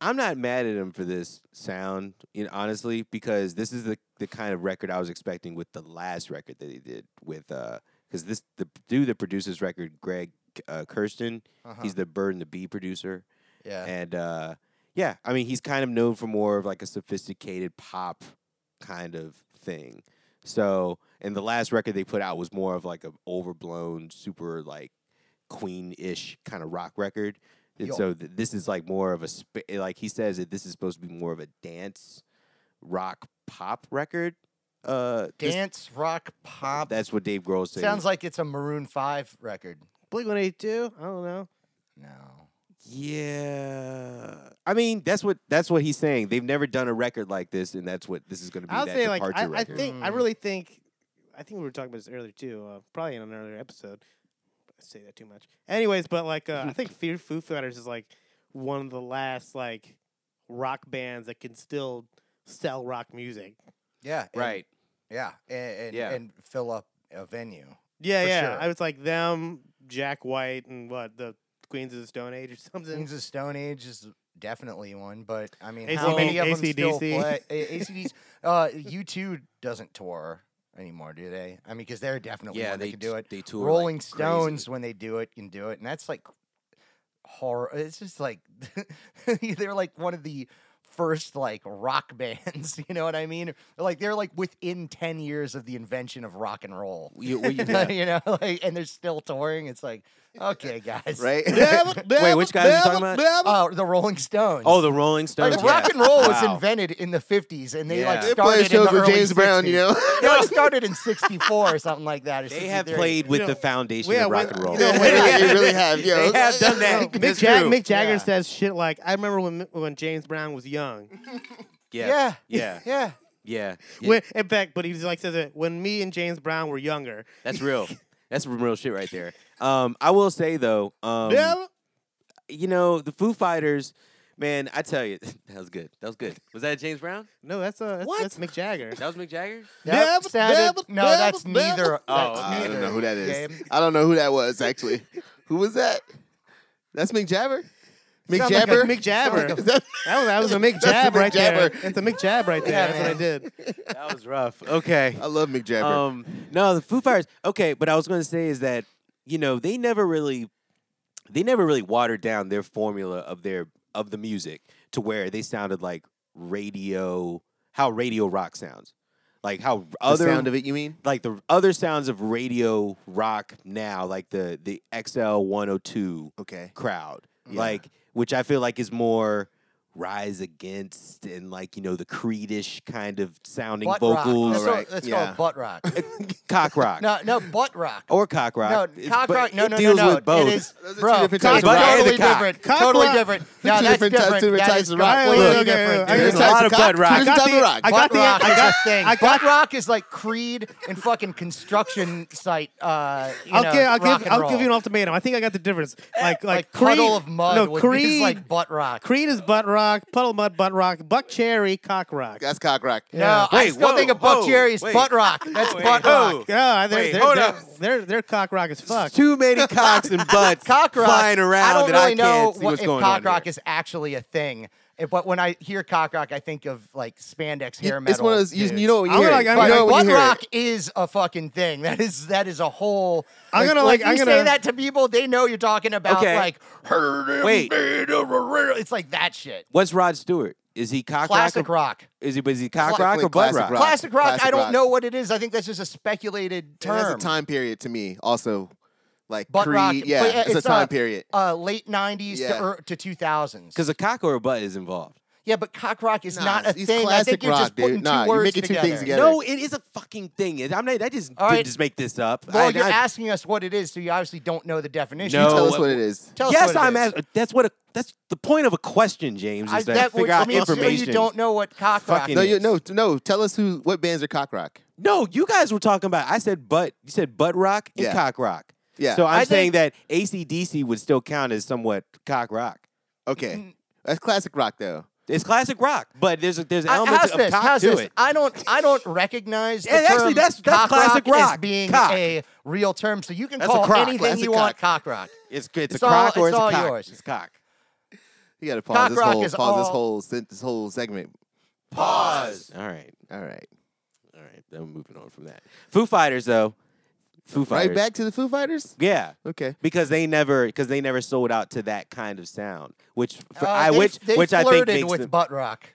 [SPEAKER 1] I'm not mad at him for this sound, you know, honestly, because this is the, the kind of record I was expecting with the last record that he did with uh because this the dude that produces record Greg uh, Kirsten,
[SPEAKER 4] Uh-huh.
[SPEAKER 1] he's the Bird and the Bee producer,
[SPEAKER 4] yeah.
[SPEAKER 1] and uh yeah, I mean he's kind of known for more of like a sophisticated pop kind of thing. So, and the last record they put out was more of like a overblown, super like Queen-ish kind of rock record. And
[SPEAKER 4] Yo.
[SPEAKER 1] so th- this is like more of a sp- eh, like he says that this is supposed to be more of a dance rock pop record. Uh this-
[SPEAKER 4] Dance, rock, pop.
[SPEAKER 1] That's what Dave Grohl said.
[SPEAKER 4] Sounds like it's a Maroon Five record.
[SPEAKER 3] Blink 182? I don't know.
[SPEAKER 4] No.
[SPEAKER 1] Yeah. I mean, that's what that's what he's saying. They've never done a record like this, and that's what this is going to be.
[SPEAKER 3] I'll
[SPEAKER 1] that
[SPEAKER 3] say like
[SPEAKER 1] departure
[SPEAKER 3] I, I
[SPEAKER 1] record.
[SPEAKER 3] think I really think I think we were talking about this earlier too, uh, probably in an earlier episode. I say that too much. Anyways, but like uh, I think Fear Foo Fighters is like one of the last like rock bands that can still sell rock music.
[SPEAKER 4] Yeah. and-
[SPEAKER 1] right.
[SPEAKER 4] Yeah. And and,
[SPEAKER 1] Yeah.
[SPEAKER 4] and fill up a venue.
[SPEAKER 3] Yeah,
[SPEAKER 4] For
[SPEAKER 3] yeah.
[SPEAKER 4] sure.
[SPEAKER 3] I was like them, Jack White, and what the Queens of the Stone Age or something.
[SPEAKER 4] Queens of Stone Age is definitely one, but I mean,
[SPEAKER 3] AC/DC.
[SPEAKER 4] how many of them still
[SPEAKER 3] AC/DC.
[SPEAKER 4] play? ACDC. Uh, U2 doesn't tour anymore, do they? I mean, because they're definitely
[SPEAKER 1] Yeah,
[SPEAKER 4] one that
[SPEAKER 1] they
[SPEAKER 4] can do
[SPEAKER 1] t-
[SPEAKER 4] it.
[SPEAKER 1] they tour like
[SPEAKER 4] Rolling
[SPEAKER 1] crazy.
[SPEAKER 4] Stones, when they do it, can do it, and that's like horror. It's just like they're like one of the first like rock bands. You know what I mean? Like they're like within ten years of the invention of rock and roll.
[SPEAKER 1] You- well, you-
[SPEAKER 4] you know, like, and they're still touring. It's like, okay, guys,
[SPEAKER 2] right?
[SPEAKER 1] Wait, which guys are you talking about?
[SPEAKER 4] Oh, the Rolling Stones.
[SPEAKER 1] Oh, the Rolling Stones.
[SPEAKER 4] like, rock
[SPEAKER 1] yeah.
[SPEAKER 4] and roll was
[SPEAKER 1] Wow.
[SPEAKER 4] invented in the fifties, and they
[SPEAKER 1] Yeah.
[SPEAKER 4] like
[SPEAKER 1] They
[SPEAKER 2] They
[SPEAKER 4] started
[SPEAKER 2] play
[SPEAKER 4] in
[SPEAKER 2] shows
[SPEAKER 4] the
[SPEAKER 2] with
[SPEAKER 4] early
[SPEAKER 2] James Brown, you
[SPEAKER 4] 60s.
[SPEAKER 2] know.
[SPEAKER 4] they like started in '64 or something like that. or
[SPEAKER 1] They have
[SPEAKER 4] 63.
[SPEAKER 1] played with
[SPEAKER 3] know,
[SPEAKER 1] the foundation
[SPEAKER 3] yeah,
[SPEAKER 1] of rock
[SPEAKER 3] when-
[SPEAKER 1] and roll.
[SPEAKER 3] you know, when-
[SPEAKER 2] they, really, they really have, yo.
[SPEAKER 1] they have done
[SPEAKER 3] No,
[SPEAKER 2] Oh,
[SPEAKER 1] that.
[SPEAKER 3] Mick,
[SPEAKER 1] That's
[SPEAKER 3] Jag-
[SPEAKER 1] true.
[SPEAKER 3] Mick Jagger
[SPEAKER 4] Yeah.
[SPEAKER 3] says shit like, "I remember when when James Brown was young."
[SPEAKER 1] Yeah.
[SPEAKER 4] Yeah,
[SPEAKER 1] Yeah.
[SPEAKER 4] yeah.
[SPEAKER 1] Yeah. yeah.
[SPEAKER 3] When, in fact, but he's like says it when me and James Brown were younger.
[SPEAKER 1] That's real. That's real shit right there. Um, I will say though, um,
[SPEAKER 3] Them-
[SPEAKER 1] you know, the Foo Fighters, man, I tell you, that was good. That was good. Was that James Brown?
[SPEAKER 3] No, that's uh, that's,
[SPEAKER 1] What?
[SPEAKER 3] that's Mick Jagger.
[SPEAKER 1] That was Mick Jagger?
[SPEAKER 4] That
[SPEAKER 3] Never,
[SPEAKER 4] sounded-
[SPEAKER 3] never,
[SPEAKER 4] no,
[SPEAKER 3] never,
[SPEAKER 4] that's
[SPEAKER 3] never.
[SPEAKER 4] neither.
[SPEAKER 1] Oh,
[SPEAKER 4] that's
[SPEAKER 1] I
[SPEAKER 2] I
[SPEAKER 4] neither.
[SPEAKER 2] don't know who that is.
[SPEAKER 4] Gabe.
[SPEAKER 2] I don't know who that was actually. who was that? That's Mick Jagger. Mick
[SPEAKER 3] Sounds like a
[SPEAKER 2] Jagger.
[SPEAKER 3] Mick Jabber.
[SPEAKER 2] Is that-
[SPEAKER 3] That was, that was a Mick
[SPEAKER 2] That's a
[SPEAKER 3] Jab
[SPEAKER 2] Mick
[SPEAKER 3] right there.
[SPEAKER 2] Jabber.
[SPEAKER 3] It's a Mick Jab right there.
[SPEAKER 4] Yeah,
[SPEAKER 3] That's what I did.
[SPEAKER 1] That was rough. Okay.
[SPEAKER 2] I love Mick Jagger.
[SPEAKER 1] Um, no, the Foo Fighters. Okay, but I was going to say is that you know they never really, they never really watered down their formula of their of the music to where they sounded like radio, how radio rock sounds, like how other
[SPEAKER 2] the sound of it, you mean?
[SPEAKER 1] like the other sounds of radio rock now, like the the XL one hundred two
[SPEAKER 2] Okay.
[SPEAKER 1] crowd, like which I feel like is more rise against and like you know the creedish kind of sounding
[SPEAKER 4] Butt rock.
[SPEAKER 1] vocals,
[SPEAKER 4] That's,
[SPEAKER 2] Alright,
[SPEAKER 4] what, that's
[SPEAKER 2] yeah.
[SPEAKER 4] called butt rock.
[SPEAKER 1] cock rock.
[SPEAKER 4] no, no, butt rock.
[SPEAKER 1] or cock rock.
[SPEAKER 4] No,
[SPEAKER 1] It's-
[SPEAKER 4] cock
[SPEAKER 1] but
[SPEAKER 4] rock. No,
[SPEAKER 1] it
[SPEAKER 4] no,
[SPEAKER 1] deals
[SPEAKER 4] no, no.
[SPEAKER 1] with both.
[SPEAKER 4] It is,
[SPEAKER 2] Those are two
[SPEAKER 4] bro.
[SPEAKER 2] different
[SPEAKER 1] types
[SPEAKER 4] cock's
[SPEAKER 1] of rock.
[SPEAKER 4] totally
[SPEAKER 1] And the cock.
[SPEAKER 4] different.
[SPEAKER 3] Cock
[SPEAKER 4] totally
[SPEAKER 3] rock.
[SPEAKER 4] different. No,
[SPEAKER 2] two
[SPEAKER 4] that's
[SPEAKER 2] different types-
[SPEAKER 4] different.
[SPEAKER 2] two different
[SPEAKER 4] That
[SPEAKER 2] types
[SPEAKER 4] is
[SPEAKER 2] of rock.
[SPEAKER 4] totally
[SPEAKER 3] Look, okay,
[SPEAKER 4] different.
[SPEAKER 3] I
[SPEAKER 4] dude.
[SPEAKER 2] There's
[SPEAKER 1] There's
[SPEAKER 2] a
[SPEAKER 1] a
[SPEAKER 2] types
[SPEAKER 1] lot of
[SPEAKER 2] of cock.
[SPEAKER 1] butt rock.
[SPEAKER 2] Two different
[SPEAKER 3] got
[SPEAKER 2] types of
[SPEAKER 3] the-
[SPEAKER 2] rock.
[SPEAKER 3] I got-
[SPEAKER 4] Butt rock
[SPEAKER 3] I
[SPEAKER 4] is
[SPEAKER 3] got-
[SPEAKER 4] a thing.
[SPEAKER 3] I got-
[SPEAKER 4] butt rock is like Creed and fucking construction site. Uh, you
[SPEAKER 3] I'll
[SPEAKER 4] know,
[SPEAKER 3] give I'll
[SPEAKER 4] rock
[SPEAKER 3] give
[SPEAKER 4] and
[SPEAKER 3] I'll
[SPEAKER 4] roll.
[SPEAKER 3] give you an ultimatum. I think I got the difference. Like
[SPEAKER 4] like
[SPEAKER 3] like,
[SPEAKER 4] puddle
[SPEAKER 3] Creed-
[SPEAKER 4] of mud.
[SPEAKER 3] No,
[SPEAKER 4] would
[SPEAKER 3] Creed
[SPEAKER 4] be, is like butt rock.
[SPEAKER 3] Creed is butt rock. Puddle of mud butt rock. Buck cherry cock rock.
[SPEAKER 2] That's cock rock.
[SPEAKER 4] No, I
[SPEAKER 1] Wait,
[SPEAKER 4] still
[SPEAKER 1] whoa,
[SPEAKER 4] think of Buck
[SPEAKER 1] whoa,
[SPEAKER 4] Cherry as
[SPEAKER 1] wait.
[SPEAKER 4] butt rock. That's
[SPEAKER 1] Wait,
[SPEAKER 4] butt
[SPEAKER 1] whoa.
[SPEAKER 4] rock.
[SPEAKER 3] Yeah, they're,
[SPEAKER 1] Wait,
[SPEAKER 3] they're,
[SPEAKER 1] hold
[SPEAKER 3] they're,
[SPEAKER 1] up.
[SPEAKER 3] They're, they're cock rock as fuck.
[SPEAKER 1] Too many cocks and butts
[SPEAKER 4] Cock rock.
[SPEAKER 1] flying
[SPEAKER 4] I
[SPEAKER 1] around
[SPEAKER 4] don't
[SPEAKER 1] that
[SPEAKER 4] really
[SPEAKER 1] I
[SPEAKER 4] know
[SPEAKER 1] can't see
[SPEAKER 4] what-
[SPEAKER 1] what's
[SPEAKER 4] if
[SPEAKER 1] going
[SPEAKER 4] cock
[SPEAKER 1] on.
[SPEAKER 4] rock
[SPEAKER 1] here.
[SPEAKER 4] is actually a thing. Eh, But when I hear cock rock, I think of like spandex hair metal.
[SPEAKER 2] It's one of those. You,
[SPEAKER 4] dudes.
[SPEAKER 2] you know what you
[SPEAKER 3] I'm
[SPEAKER 2] hear.
[SPEAKER 3] like- I'm
[SPEAKER 2] you
[SPEAKER 3] like,
[SPEAKER 2] know
[SPEAKER 4] Butt
[SPEAKER 2] when you hear it.
[SPEAKER 4] rock is a fucking thing. That is that is a whole.
[SPEAKER 3] I'm gonna,
[SPEAKER 4] when
[SPEAKER 3] like- I'm
[SPEAKER 4] you
[SPEAKER 3] gonna-
[SPEAKER 4] say that to people. They know you're talking about
[SPEAKER 1] Okay.
[SPEAKER 4] like. "Heard him
[SPEAKER 1] Wait.
[SPEAKER 4] beat a rrrr." It's like that shit.
[SPEAKER 1] What's Rod Stewart? Is he cock
[SPEAKER 4] Classic
[SPEAKER 1] rock? or-
[SPEAKER 4] rock.
[SPEAKER 1] Is he? Is he cock
[SPEAKER 2] Cla-
[SPEAKER 1] rock or butt
[SPEAKER 2] classic
[SPEAKER 1] rock?
[SPEAKER 2] rock.
[SPEAKER 4] Classic rock.
[SPEAKER 2] Classic
[SPEAKER 4] I don't
[SPEAKER 2] rock.
[SPEAKER 4] know what it is. I think that's just a speculated
[SPEAKER 2] It has
[SPEAKER 4] term.
[SPEAKER 2] a time period to me. Also, like
[SPEAKER 4] Butt
[SPEAKER 2] Creed.
[SPEAKER 4] rock.
[SPEAKER 2] Yeah,
[SPEAKER 4] but, uh,
[SPEAKER 2] it's, a time
[SPEAKER 4] uh,
[SPEAKER 2] period.
[SPEAKER 4] Uh, late '90s to
[SPEAKER 2] Yeah.
[SPEAKER 4] er, to 2000s.
[SPEAKER 1] Because a cock or a butt is involved.
[SPEAKER 4] Yeah, but cock rock is
[SPEAKER 2] Nah,
[SPEAKER 4] not a
[SPEAKER 2] it's
[SPEAKER 4] thing. I
[SPEAKER 2] classic
[SPEAKER 4] think you're
[SPEAKER 2] rock,
[SPEAKER 4] just
[SPEAKER 2] dude.
[SPEAKER 4] putting
[SPEAKER 2] Nah,
[SPEAKER 4] two
[SPEAKER 2] you're
[SPEAKER 4] words
[SPEAKER 2] making two
[SPEAKER 4] together.
[SPEAKER 2] things together. Yeah,
[SPEAKER 1] No, it is a fucking thing. It- I'm not. I just
[SPEAKER 4] All
[SPEAKER 1] didn't
[SPEAKER 4] right.
[SPEAKER 1] just make this up.
[SPEAKER 4] Well,
[SPEAKER 1] I-
[SPEAKER 4] you're
[SPEAKER 1] I-
[SPEAKER 4] asking us what it is, so you obviously don't know the definition.
[SPEAKER 1] No,
[SPEAKER 2] Tell us
[SPEAKER 1] what-
[SPEAKER 2] what it is.
[SPEAKER 4] Tell us
[SPEAKER 1] yes,
[SPEAKER 4] what it
[SPEAKER 1] I'm.
[SPEAKER 4] is.
[SPEAKER 1] At, that's what. A, that's the point of a question, James. Is
[SPEAKER 4] I,
[SPEAKER 1] to
[SPEAKER 4] that would,
[SPEAKER 1] figure out
[SPEAKER 4] I mean, so
[SPEAKER 1] information.
[SPEAKER 4] you don't know what cock rock
[SPEAKER 1] Fucking
[SPEAKER 4] is.
[SPEAKER 2] No, you no no. Tell us who what bands are cock rock.
[SPEAKER 1] No, you guys were talking about. I said butt. You said butt rock and
[SPEAKER 2] Yeah.
[SPEAKER 1] cock rock.
[SPEAKER 2] Yeah.
[SPEAKER 1] So I'm
[SPEAKER 4] I
[SPEAKER 1] saying that ACDC would still count as somewhat cock rock.
[SPEAKER 2] Okay, that's classic rock though.
[SPEAKER 1] It's classic rock, but there's a, there's
[SPEAKER 4] I-
[SPEAKER 1] elements
[SPEAKER 4] how's
[SPEAKER 1] of
[SPEAKER 4] this?
[SPEAKER 1] cock
[SPEAKER 4] how's
[SPEAKER 1] to
[SPEAKER 4] this?
[SPEAKER 1] it.
[SPEAKER 4] I don't. I don't recognize. The
[SPEAKER 1] Yeah, actually,
[SPEAKER 4] term
[SPEAKER 1] that's- that's
[SPEAKER 4] cock
[SPEAKER 1] classic
[SPEAKER 4] as
[SPEAKER 1] rock.
[SPEAKER 4] being
[SPEAKER 1] Cock.
[SPEAKER 4] a real term. So you can
[SPEAKER 1] That's a
[SPEAKER 4] call
[SPEAKER 1] crock.
[SPEAKER 4] anything
[SPEAKER 2] That's
[SPEAKER 4] you
[SPEAKER 2] a
[SPEAKER 4] want cock rock.
[SPEAKER 1] It's it's,
[SPEAKER 4] It's
[SPEAKER 1] a
[SPEAKER 4] all-
[SPEAKER 1] crock or
[SPEAKER 4] it's
[SPEAKER 1] it's,
[SPEAKER 4] all
[SPEAKER 1] a cock.
[SPEAKER 4] yours.
[SPEAKER 1] It's cock.
[SPEAKER 2] You got to pause
[SPEAKER 4] Cock
[SPEAKER 2] this
[SPEAKER 4] rock
[SPEAKER 2] whole
[SPEAKER 4] is
[SPEAKER 2] pause this
[SPEAKER 4] all-
[SPEAKER 2] whole sen- this whole segment.
[SPEAKER 1] Pause. All right,
[SPEAKER 2] All right,
[SPEAKER 1] all right. Then I'm moving on from that. Foo Fighters though. Foo Fighters.
[SPEAKER 2] right back to the Foo Fighters.
[SPEAKER 1] Yeah.
[SPEAKER 2] Okay,
[SPEAKER 1] Because they never, because they never sold out to that kind of sound, which for,
[SPEAKER 4] Uh,
[SPEAKER 1] I
[SPEAKER 4] they,
[SPEAKER 1] which
[SPEAKER 4] they
[SPEAKER 1] which I think
[SPEAKER 4] flirted
[SPEAKER 1] makes
[SPEAKER 4] with
[SPEAKER 1] them-
[SPEAKER 4] butt rock.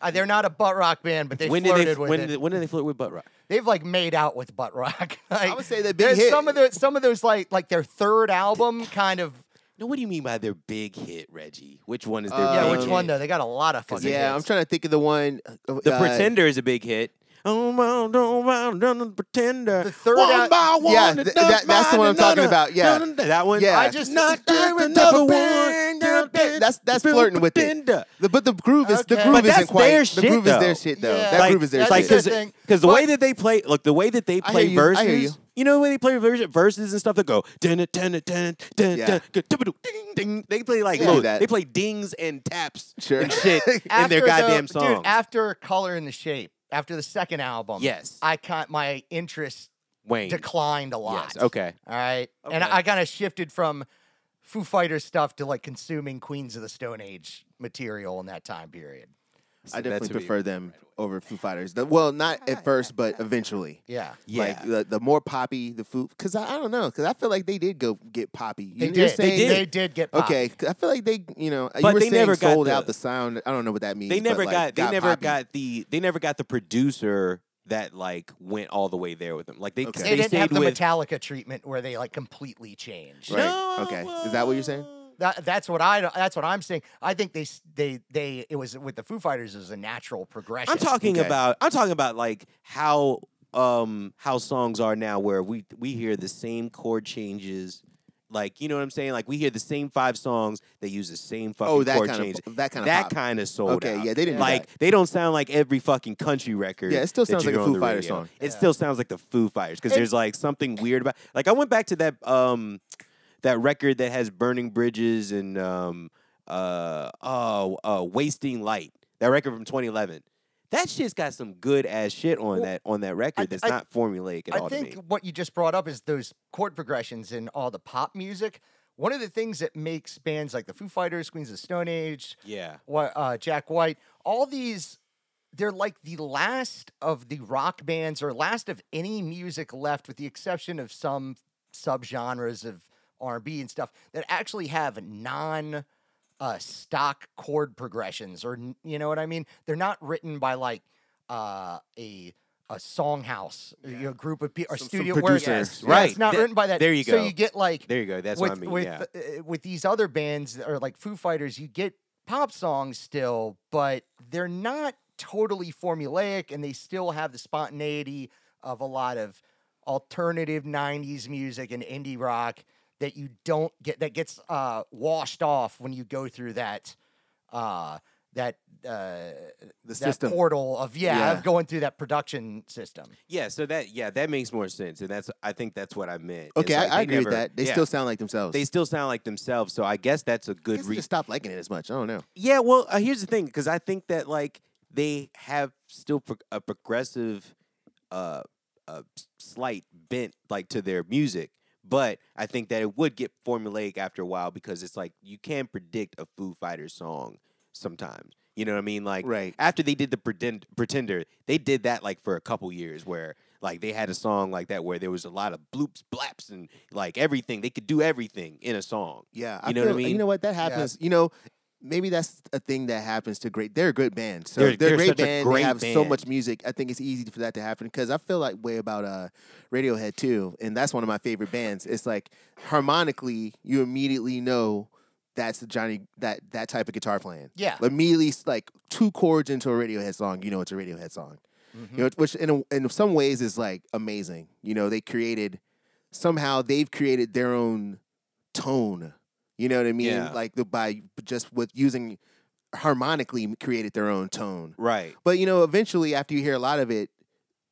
[SPEAKER 4] Uh, they're not a butt rock band, but they
[SPEAKER 1] when did
[SPEAKER 4] flirted
[SPEAKER 1] they
[SPEAKER 4] with
[SPEAKER 1] when
[SPEAKER 4] it.
[SPEAKER 1] did, when did they flirt with butt rock?
[SPEAKER 4] they've like made out with butt rock. Like,
[SPEAKER 2] would say that Big
[SPEAKER 4] there's
[SPEAKER 2] Hit-
[SPEAKER 4] some of the some of those like like their third album kind of
[SPEAKER 1] No, what do you mean by their big hit, Reggie? Which one is their
[SPEAKER 2] Uh,
[SPEAKER 4] yeah.
[SPEAKER 1] big
[SPEAKER 4] Which
[SPEAKER 1] hit?
[SPEAKER 4] one though? They got a lot of fucking.
[SPEAKER 2] yeah, I'm
[SPEAKER 4] hits.
[SPEAKER 2] trying to think of the one. uh,
[SPEAKER 1] The Pretender is a big hit. Oh, well, don't well, don't well, pretender.
[SPEAKER 4] The third
[SPEAKER 1] one
[SPEAKER 4] out-
[SPEAKER 1] by one,
[SPEAKER 2] yeah,
[SPEAKER 1] it
[SPEAKER 2] th-
[SPEAKER 1] does
[SPEAKER 2] that- that's the
[SPEAKER 1] by
[SPEAKER 2] one I'm talking
[SPEAKER 1] another.
[SPEAKER 2] about, yeah.
[SPEAKER 1] Dun- dun- that one.
[SPEAKER 2] Yeah. I
[SPEAKER 4] just-
[SPEAKER 1] not just another one. Dun- dun-
[SPEAKER 2] That's that's flirting with it.
[SPEAKER 1] pretender.
[SPEAKER 2] The, but the groove is the
[SPEAKER 4] Okay.
[SPEAKER 2] groove
[SPEAKER 4] But
[SPEAKER 2] isn't
[SPEAKER 1] that's
[SPEAKER 2] quite.
[SPEAKER 1] their
[SPEAKER 2] the
[SPEAKER 1] shit,
[SPEAKER 2] groove is
[SPEAKER 1] though.
[SPEAKER 2] their shit though.
[SPEAKER 4] Yeah.
[SPEAKER 2] That
[SPEAKER 4] Like,
[SPEAKER 2] groove is their
[SPEAKER 4] that's the
[SPEAKER 2] shit.
[SPEAKER 1] because
[SPEAKER 4] just- thing.
[SPEAKER 1] because the way
[SPEAKER 4] But-
[SPEAKER 1] that they play, look, the way that they play
[SPEAKER 2] hear you, I
[SPEAKER 1] verses,
[SPEAKER 2] hear you.
[SPEAKER 1] know when they play verses, verses and stuff that go dun dun dun dun
[SPEAKER 2] Yeah.
[SPEAKER 1] dun ding ding. They play like
[SPEAKER 2] Yeah.
[SPEAKER 1] little-
[SPEAKER 2] That-
[SPEAKER 1] they play dings and taps
[SPEAKER 2] Sure.
[SPEAKER 1] and shit in
[SPEAKER 4] After
[SPEAKER 1] their
[SPEAKER 4] the-
[SPEAKER 1] goddamn
[SPEAKER 4] dude,
[SPEAKER 1] songs.
[SPEAKER 4] after Color in the Shape, after the second album,
[SPEAKER 1] Yes.
[SPEAKER 4] I kind my interest
[SPEAKER 1] Wayne.
[SPEAKER 4] declined a lot.
[SPEAKER 1] Yes. Okay.
[SPEAKER 4] All right. And
[SPEAKER 1] Okay.
[SPEAKER 4] I, kind of shifted from Foo Fighters stuff to like consuming Queens of the Stone Age material in that time period.
[SPEAKER 2] I
[SPEAKER 1] That
[SPEAKER 2] definitely
[SPEAKER 1] to me-
[SPEAKER 2] prefer them over Foo Fighters. The- well, not at first, but eventually.
[SPEAKER 4] Yeah.
[SPEAKER 1] Yeah.
[SPEAKER 2] Like the, the more poppy the food, because I, I don't know, because I feel like they did go get poppy. You-
[SPEAKER 4] They
[SPEAKER 2] you're
[SPEAKER 4] did.
[SPEAKER 2] saying-
[SPEAKER 4] They did get popped.
[SPEAKER 2] Okay, 'cause I feel like they, you know, you
[SPEAKER 1] But
[SPEAKER 2] were
[SPEAKER 1] they
[SPEAKER 2] saying
[SPEAKER 1] never got
[SPEAKER 2] sold
[SPEAKER 1] the-
[SPEAKER 2] out the sound. I don't know what that means.
[SPEAKER 1] They
[SPEAKER 2] but,
[SPEAKER 1] never got,
[SPEAKER 2] like,
[SPEAKER 1] they never
[SPEAKER 2] poppy.
[SPEAKER 1] got the they never got the producer that like went all the way there with them. Like they
[SPEAKER 2] Okay.
[SPEAKER 4] They, didn't
[SPEAKER 1] stayed
[SPEAKER 4] have the
[SPEAKER 1] with
[SPEAKER 4] Metallica treatment where they like completely changed.
[SPEAKER 2] Right. Okay. Is that what you're saying?
[SPEAKER 4] That, that's what I. That's what I'm saying. I think they s- they they. It was with the Foo Fighters. It was a natural progression.
[SPEAKER 1] I'm talking
[SPEAKER 2] Okay.
[SPEAKER 1] about I'm talking about like how um how songs are now where we we hear the same chord changes like you know what I'm saying like we hear the same five songs they use the same fucking
[SPEAKER 2] Oh, that
[SPEAKER 1] chord
[SPEAKER 2] kind
[SPEAKER 1] changes
[SPEAKER 2] of that kind of
[SPEAKER 1] that kind of sold
[SPEAKER 2] Okay,
[SPEAKER 1] out.
[SPEAKER 2] yeah, they didn't do
[SPEAKER 1] like they don't sound like every fucking country record.
[SPEAKER 2] Yeah, it still
[SPEAKER 1] that
[SPEAKER 2] sounds
[SPEAKER 1] you
[SPEAKER 2] like a
[SPEAKER 1] hear on the
[SPEAKER 2] Foo Fighters
[SPEAKER 1] radio.
[SPEAKER 2] song.
[SPEAKER 1] It still sounds like the Foo Fighters because there's like something weird about. Like I went back to that um that record that has burning bridges and um uh oh uh, wasting light. That record from 2011. That shit's got some good ass shit on that on that record that's
[SPEAKER 4] I-
[SPEAKER 1] not formulaic at
[SPEAKER 4] I
[SPEAKER 1] all
[SPEAKER 4] think
[SPEAKER 1] to me.
[SPEAKER 4] what you just brought up is those chord progressions in all the pop music. One of the things that makes bands like the Foo Fighters, Queens of the Stone Age,
[SPEAKER 1] Yeah.
[SPEAKER 4] wha- uh, Jack White, all these, they're like the last of the rock bands or last of any music left, with the exception of some subgenres of R&B and stuff that actually have non. Uh, stock chord progressions, or n- you know what I mean? They're not written by like uh, a a songhouse, you know, group of people, or studio where-
[SPEAKER 2] producers.
[SPEAKER 4] yeah,
[SPEAKER 1] Right.
[SPEAKER 4] it's not
[SPEAKER 1] Th-
[SPEAKER 4] written by that.
[SPEAKER 1] there you
[SPEAKER 4] So
[SPEAKER 1] go.
[SPEAKER 4] you get like
[SPEAKER 1] There you go. That's
[SPEAKER 4] with
[SPEAKER 1] what I mean.
[SPEAKER 4] with
[SPEAKER 1] yeah.
[SPEAKER 4] uh, with these other bands that are like Foo Fighters, you get pop songs still, but they're not totally formulaic, and they still have the spontaneity of a lot of alternative '90s music and indie rock that you don't get that gets uh, washed off when you go through that uh, that uh,
[SPEAKER 2] the
[SPEAKER 4] that
[SPEAKER 2] system.
[SPEAKER 4] portal of yeah,
[SPEAKER 2] Yeah.
[SPEAKER 4] of going through that production system.
[SPEAKER 1] yeah. So that yeah that makes more sense, and that's I think that's what I meant. It's
[SPEAKER 2] Okay,
[SPEAKER 1] like
[SPEAKER 2] I, I
[SPEAKER 1] they
[SPEAKER 2] agree
[SPEAKER 1] never-
[SPEAKER 2] with that. They
[SPEAKER 1] yeah.
[SPEAKER 2] still sound like themselves.
[SPEAKER 1] they still sound like themselves. So I guess that's a
[SPEAKER 2] I
[SPEAKER 1] good
[SPEAKER 2] guess I
[SPEAKER 1] reason.
[SPEAKER 2] just stopped liking it as much. I don't know.
[SPEAKER 1] Yeah, well, uh, here's the thing, because I think that like they have still pro- a progressive, uh, uh, s- slight bent like to their music, but I think that it would get formulaic after a while because it's like you can predict a Foo Fighters song sometimes. You know what I mean? Like
[SPEAKER 2] Right.
[SPEAKER 1] after they did the pretend- Pretender, they did that like for a couple years where like they had a song like that where there was a lot of bloops, blaps, and like everything. They could do everything in a song.
[SPEAKER 2] Yeah,
[SPEAKER 1] You know what I
[SPEAKER 2] feel-
[SPEAKER 1] mean?
[SPEAKER 2] You know what that happens. You know, maybe that's a thing that happens to great. They're a good band, so
[SPEAKER 1] They're-
[SPEAKER 2] they're,
[SPEAKER 1] they're
[SPEAKER 2] a great
[SPEAKER 1] such a
[SPEAKER 2] band.
[SPEAKER 1] great
[SPEAKER 2] they have so
[SPEAKER 1] band.
[SPEAKER 2] much music. I think it's easy for that to happen because I feel like way about uh, Radiohead too, and that's one of my favorite bands. It's like harmonically, you immediately know that's the Johnny that that type of guitar playing.
[SPEAKER 4] Yeah.
[SPEAKER 2] immediately s- like two chords into a Radiohead song, you know it's a Radiohead song.
[SPEAKER 1] Mm-hmm.
[SPEAKER 2] You know, which in a, in some ways is like amazing. You know, they created somehow they've created their own tone. You know what I mean?
[SPEAKER 1] Yeah.
[SPEAKER 2] Like the by just with using harmonically created their own tone.
[SPEAKER 1] Right.
[SPEAKER 2] But you know, eventually after you hear a lot of it,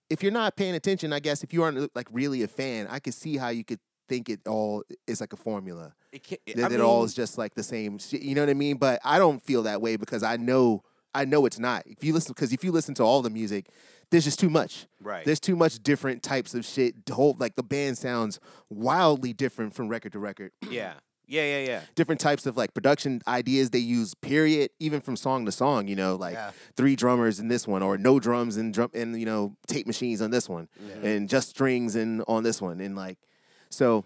[SPEAKER 2] if you're not paying attention, I guess if you aren't like really a fan, I could see how you could think it all is like a formula.
[SPEAKER 1] It can,
[SPEAKER 2] That it all is just like the same shit. You know what I mean? But I don't feel that way because I know I know it's not. If you listen because if you listen to all the music, there's just too much.
[SPEAKER 1] Right.
[SPEAKER 2] There's too much different types of shit. The Whole like the band sounds wildly different from record to record.
[SPEAKER 1] Yeah. Yeah, yeah, yeah.
[SPEAKER 2] different types of like production ideas they use period even from song to song you know like
[SPEAKER 4] Yeah.
[SPEAKER 2] three drummers in this one or no drums and drum and you know tape machines on this one
[SPEAKER 1] Mm-hmm.
[SPEAKER 2] and just strings and on this one and like so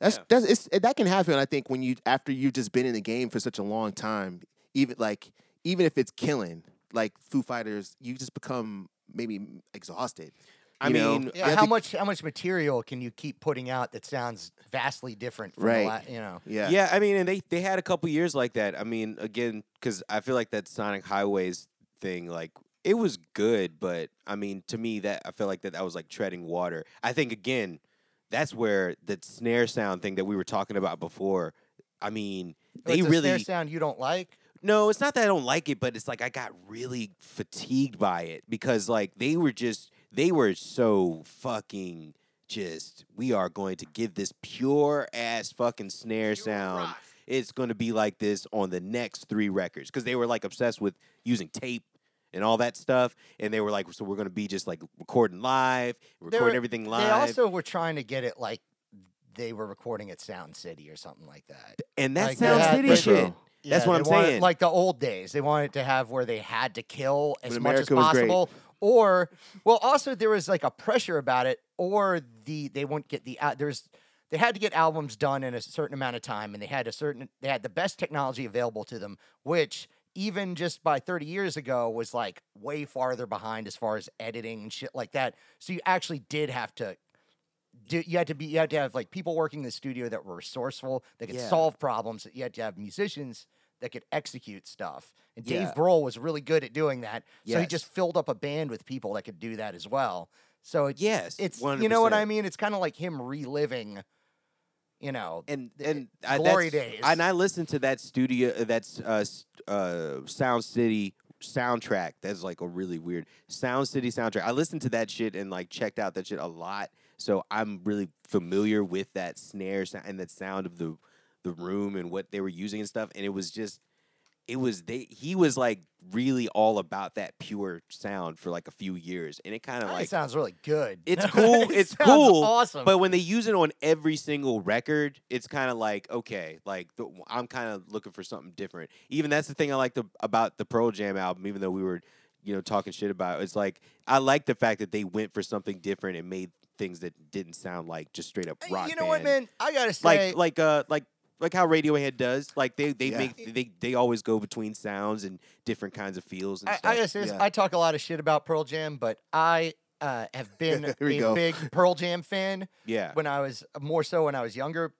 [SPEAKER 2] that's
[SPEAKER 1] Yeah.
[SPEAKER 2] that's it's, that can happen i think when you after you've just been in the game for such a long time even like even if it's killing like foo fighters you just become maybe exhausted
[SPEAKER 1] I
[SPEAKER 2] you know?
[SPEAKER 1] mean,
[SPEAKER 2] You
[SPEAKER 4] Yeah,
[SPEAKER 2] have
[SPEAKER 4] how
[SPEAKER 2] to-
[SPEAKER 4] much how much material can you keep putting out that sounds vastly different from the
[SPEAKER 2] Right.
[SPEAKER 4] la- you know?
[SPEAKER 2] yeah
[SPEAKER 1] Yeah, I mean, and they they had a couple years like that. I mean, again, because I feel like that Sonic Highways thing, like it was good, but I mean, to me, that I felt like that that was like treading water. I think again, that's where the snare sound thing that we were talking about before. I mean,
[SPEAKER 4] It's
[SPEAKER 1] they
[SPEAKER 4] a snare
[SPEAKER 1] really
[SPEAKER 4] sound you don't like.
[SPEAKER 1] no, it's not that I don't like it, but it's like I got really fatigued by it because like they were just they were so fucking just we are going to give this pure ass fucking snare sound. It's going to be like this on the next 3 records cuz they were like obsessed with using tape and all that stuff and they were like so we're going to be just like recording live, recording
[SPEAKER 4] were-
[SPEAKER 1] everything live.
[SPEAKER 4] They also were trying to get it like they were recording at Sound City or something like that.
[SPEAKER 1] and that
[SPEAKER 4] like,
[SPEAKER 1] sound
[SPEAKER 4] yeah,
[SPEAKER 1] city
[SPEAKER 4] retro.
[SPEAKER 1] shit. That's
[SPEAKER 4] Yeah,
[SPEAKER 1] what
[SPEAKER 4] they
[SPEAKER 1] I'm
[SPEAKER 4] wanted-
[SPEAKER 1] saying.
[SPEAKER 4] Like the old days, they wanted to have where they had to kill as much as
[SPEAKER 2] America was great.
[SPEAKER 4] possible, or well, also there was like a pressure about it, or the they wouldn't get the out. There's they had to get albums done in a certain amount of time, and they had a certain they had the best technology available to them, which even just by 30 years ago was like way farther behind as far as editing and shit like that. So you actually did have to do, you had to be you had to have like people working in the studio that were resourceful that could
[SPEAKER 1] Yeah.
[SPEAKER 4] solve problems you had to have musicians that could execute stuff and dave
[SPEAKER 1] Yeah.
[SPEAKER 4] grohl was really good at doing that so he
[SPEAKER 1] Yes.
[SPEAKER 4] just filled up a band with people that could do that as well so it,
[SPEAKER 1] yes.
[SPEAKER 4] it's you know what
[SPEAKER 1] 100%.
[SPEAKER 4] i mean it's kind of like him reliving you know
[SPEAKER 1] and
[SPEAKER 4] the-
[SPEAKER 1] and I,
[SPEAKER 4] glory
[SPEAKER 1] that's-
[SPEAKER 4] days.
[SPEAKER 1] And I listened to that studio, uh, that's uh, s- uh, Sound City soundtrack. That's like a really weird Sound City soundtrack. I listened to that shit and like checked out that shit a lot, so I'm really familiar with that snare sound and that sound of the the room and what they were using and stuff. And it was just, it was they. He was like really all about that pure sound for like a few years, and it kind of
[SPEAKER 4] that
[SPEAKER 1] like
[SPEAKER 4] sounds really good
[SPEAKER 1] it's
[SPEAKER 4] It
[SPEAKER 1] cool. it's
[SPEAKER 4] sounds
[SPEAKER 1] cool.
[SPEAKER 4] awesome
[SPEAKER 1] But when they use it on every single record, it's kind of like okay, like the, I'm kind of looking for something different. Even that's the thing I liked the, about the Pearl Jam album, even though we were, you know, talking shit about. It, it's like I like the fact that they went for something different and made things that didn't sound like just straight up
[SPEAKER 4] Hey,
[SPEAKER 1] rock.
[SPEAKER 4] you know what
[SPEAKER 1] band.
[SPEAKER 4] man i gotta say
[SPEAKER 1] Like like uh like. Like how Radiohead does, like they they
[SPEAKER 2] Yeah.
[SPEAKER 1] make they they always go between sounds and different kinds of feels and
[SPEAKER 4] I,
[SPEAKER 1] stuff.
[SPEAKER 4] I gotta say this.
[SPEAKER 1] Yeah.
[SPEAKER 4] I talk a lot of shit about Pearl Jam, but I uh, have been a
[SPEAKER 2] Here we go.
[SPEAKER 4] big Pearl Jam fan
[SPEAKER 1] yeah,
[SPEAKER 4] when I was more so when I was younger.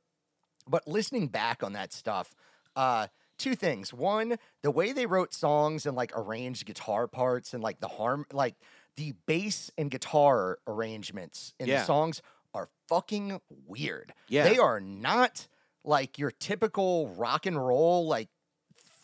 [SPEAKER 4] But listening back on that stuff, uh, two things. One, the way they wrote songs and like arranged guitar parts and like the harm, like the bass and guitar arrangements in the
[SPEAKER 1] Yeah.
[SPEAKER 4] songs are fucking weird.
[SPEAKER 1] Yeah.
[SPEAKER 4] They are not like your typical rock and roll, like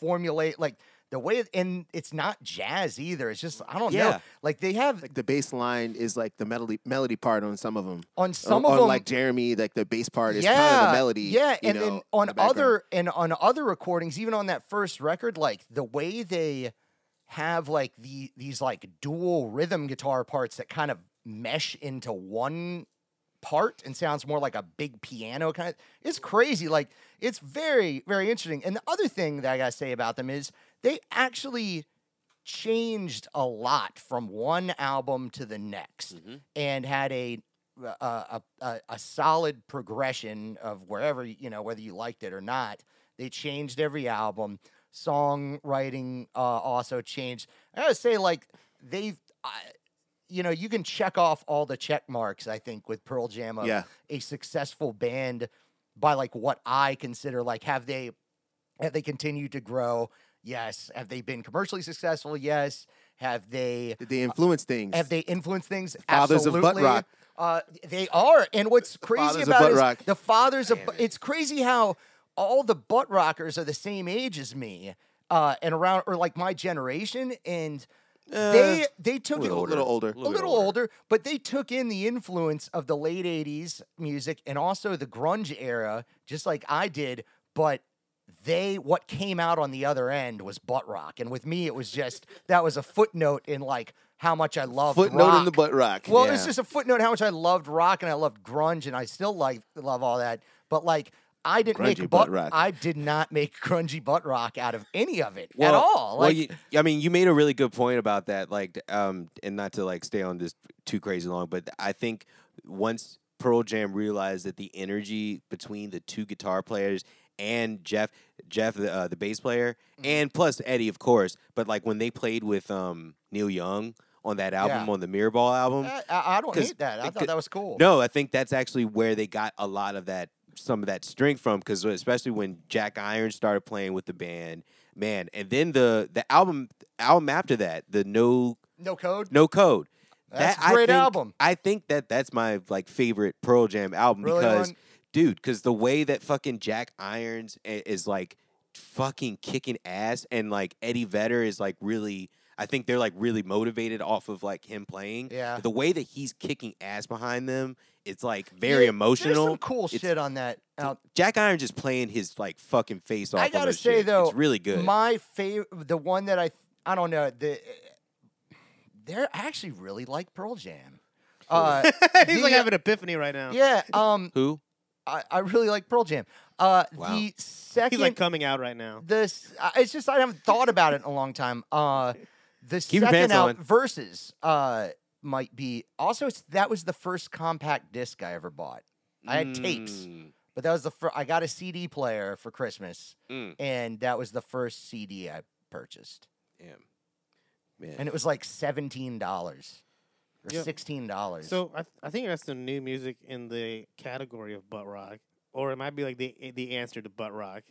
[SPEAKER 4] formulate, like the way, and it's not jazz either. It's just, I don't know.
[SPEAKER 1] Yeah.
[SPEAKER 4] Like they have
[SPEAKER 2] Like the bass line is like the melody melody part on some of them.
[SPEAKER 1] oh,
[SPEAKER 4] on some
[SPEAKER 2] on,
[SPEAKER 4] of them,
[SPEAKER 2] like Jeremy, like the bass part is kind of the melody.
[SPEAKER 4] Yeah,
[SPEAKER 2] you
[SPEAKER 4] and
[SPEAKER 2] know,
[SPEAKER 4] then
[SPEAKER 2] in
[SPEAKER 4] on
[SPEAKER 2] the background.
[SPEAKER 4] other and on other recordings, even on that first record, like the way they have like the these like dual rhythm guitar parts that kind of mesh into one part and sounds more like a big piano kind of it's crazy like it's very very interesting and the other thing that i gotta say about them is they actually changed a lot from one album to the next and had a a, a, a, a solid progression of wherever you know whether you liked it or not they changed every album songwriting uh, also changed i gotta say like they've I you know you can check off all the check marks i think with pearl jam of
[SPEAKER 2] Yeah.
[SPEAKER 4] a successful band by like what i consider like have they have they continued to grow yes have they been commercially successful yes have they
[SPEAKER 2] Did they influence things?
[SPEAKER 4] have they influenced things?
[SPEAKER 2] fathers of
[SPEAKER 4] Absolutely.
[SPEAKER 2] butt rock.
[SPEAKER 4] Uh, they are, and what's crazy
[SPEAKER 2] fathers of
[SPEAKER 4] about
[SPEAKER 2] butt
[SPEAKER 4] it is
[SPEAKER 2] rock.
[SPEAKER 4] the fathers of. bu- It's crazy how all the butt rockers are the same age as me, uh, and around or like my generation, and they they took it
[SPEAKER 2] Eh, a little older.
[SPEAKER 1] A
[SPEAKER 4] a little older. but they took in the influence of the late 80s music and also the grunge era, just like I did. But they, what came out on the other end was butt rock. And with me, it was just that was a footnote in like how much I loved
[SPEAKER 2] footnote
[SPEAKER 4] rock.
[SPEAKER 2] in the butt rock.
[SPEAKER 4] Well,
[SPEAKER 2] yeah.
[SPEAKER 4] it's just a footnote how much I loved rock and I loved grunge and I still like love all that. But like, I didn't
[SPEAKER 2] Grungy
[SPEAKER 4] make
[SPEAKER 2] butt
[SPEAKER 4] butt.
[SPEAKER 2] rock.
[SPEAKER 4] I did not make grungy butt rock out of any of it at
[SPEAKER 1] Well-
[SPEAKER 4] all. Like,
[SPEAKER 1] well, you, I mean, you made a really good point about that. Like, d- um, and not to like stay on this too crazy long, but I think once Pearl Jam realized that the energy between the two guitar players and Jeff, Jeff, the, uh, the bass player,
[SPEAKER 4] Mm-hmm.
[SPEAKER 1] and plus Eddie, of course, but like when they played with um, Neil Young on that album,
[SPEAKER 4] Yeah. Uh,
[SPEAKER 1] on the Mirror Ball album,
[SPEAKER 4] I, eh, I I don't
[SPEAKER 1] 'cause
[SPEAKER 4] hate that. I
[SPEAKER 1] it
[SPEAKER 4] thought
[SPEAKER 1] could-
[SPEAKER 4] that was cool.
[SPEAKER 1] no, I think that's actually where they got a lot of that some of that strength from because especially when Jack Iron started playing with the band, man, and then the the album album after that, the No
[SPEAKER 4] No code.
[SPEAKER 1] No Code.
[SPEAKER 4] That's
[SPEAKER 1] that,
[SPEAKER 4] a great
[SPEAKER 1] I think,
[SPEAKER 4] album.
[SPEAKER 1] I think that that's my like favorite Pearl Jam album
[SPEAKER 4] Really,
[SPEAKER 1] because,
[SPEAKER 4] Lon?
[SPEAKER 1] dude, because the way that fucking Jack Irons i- is like fucking kicking ass, and like Eddie Vedder is like really. I think they're like really motivated off of like him playing.
[SPEAKER 4] Yeah.
[SPEAKER 1] The way that he's kicking ass behind them, it's like very
[SPEAKER 4] Yeah,
[SPEAKER 1] emotional.
[SPEAKER 4] There's some cool
[SPEAKER 1] It's-
[SPEAKER 4] shit on that. um, Out.
[SPEAKER 1] Jack Irons is playing his like fucking face off.
[SPEAKER 4] I
[SPEAKER 1] on
[SPEAKER 4] gotta
[SPEAKER 1] this
[SPEAKER 4] say
[SPEAKER 1] shit.
[SPEAKER 4] though,
[SPEAKER 1] it's really good.
[SPEAKER 4] My favorite, the one that I, I don't know. The they're I actually really like Pearl Jam. Uh,
[SPEAKER 3] He's
[SPEAKER 4] the,
[SPEAKER 3] like
[SPEAKER 4] uh,
[SPEAKER 3] having an epiphany right now.
[SPEAKER 4] yeah. Um,
[SPEAKER 1] Who?
[SPEAKER 4] I, I really like Pearl Jam. Uh,
[SPEAKER 1] Wow.
[SPEAKER 4] the
[SPEAKER 3] He's
[SPEAKER 4] second
[SPEAKER 3] like coming out right now.
[SPEAKER 4] this uh, it's just I haven't thought about it in a long time. Uh the
[SPEAKER 1] Keep your
[SPEAKER 4] second
[SPEAKER 1] pants
[SPEAKER 4] out
[SPEAKER 1] on.
[SPEAKER 4] versus uh might be also it's, that was the first compact disc I ever bought. I had tapes,
[SPEAKER 1] Mm,
[SPEAKER 4] but that was the first I got a CD player for Christmas
[SPEAKER 1] Mm.
[SPEAKER 4] and that was the first CD I purchased.
[SPEAKER 1] damn. Man.
[SPEAKER 4] And it was like $17 or
[SPEAKER 3] Yep.
[SPEAKER 4] $16.
[SPEAKER 3] So I, I think that's the new music in the category of butt rock, or it might be like the the answer to butt rock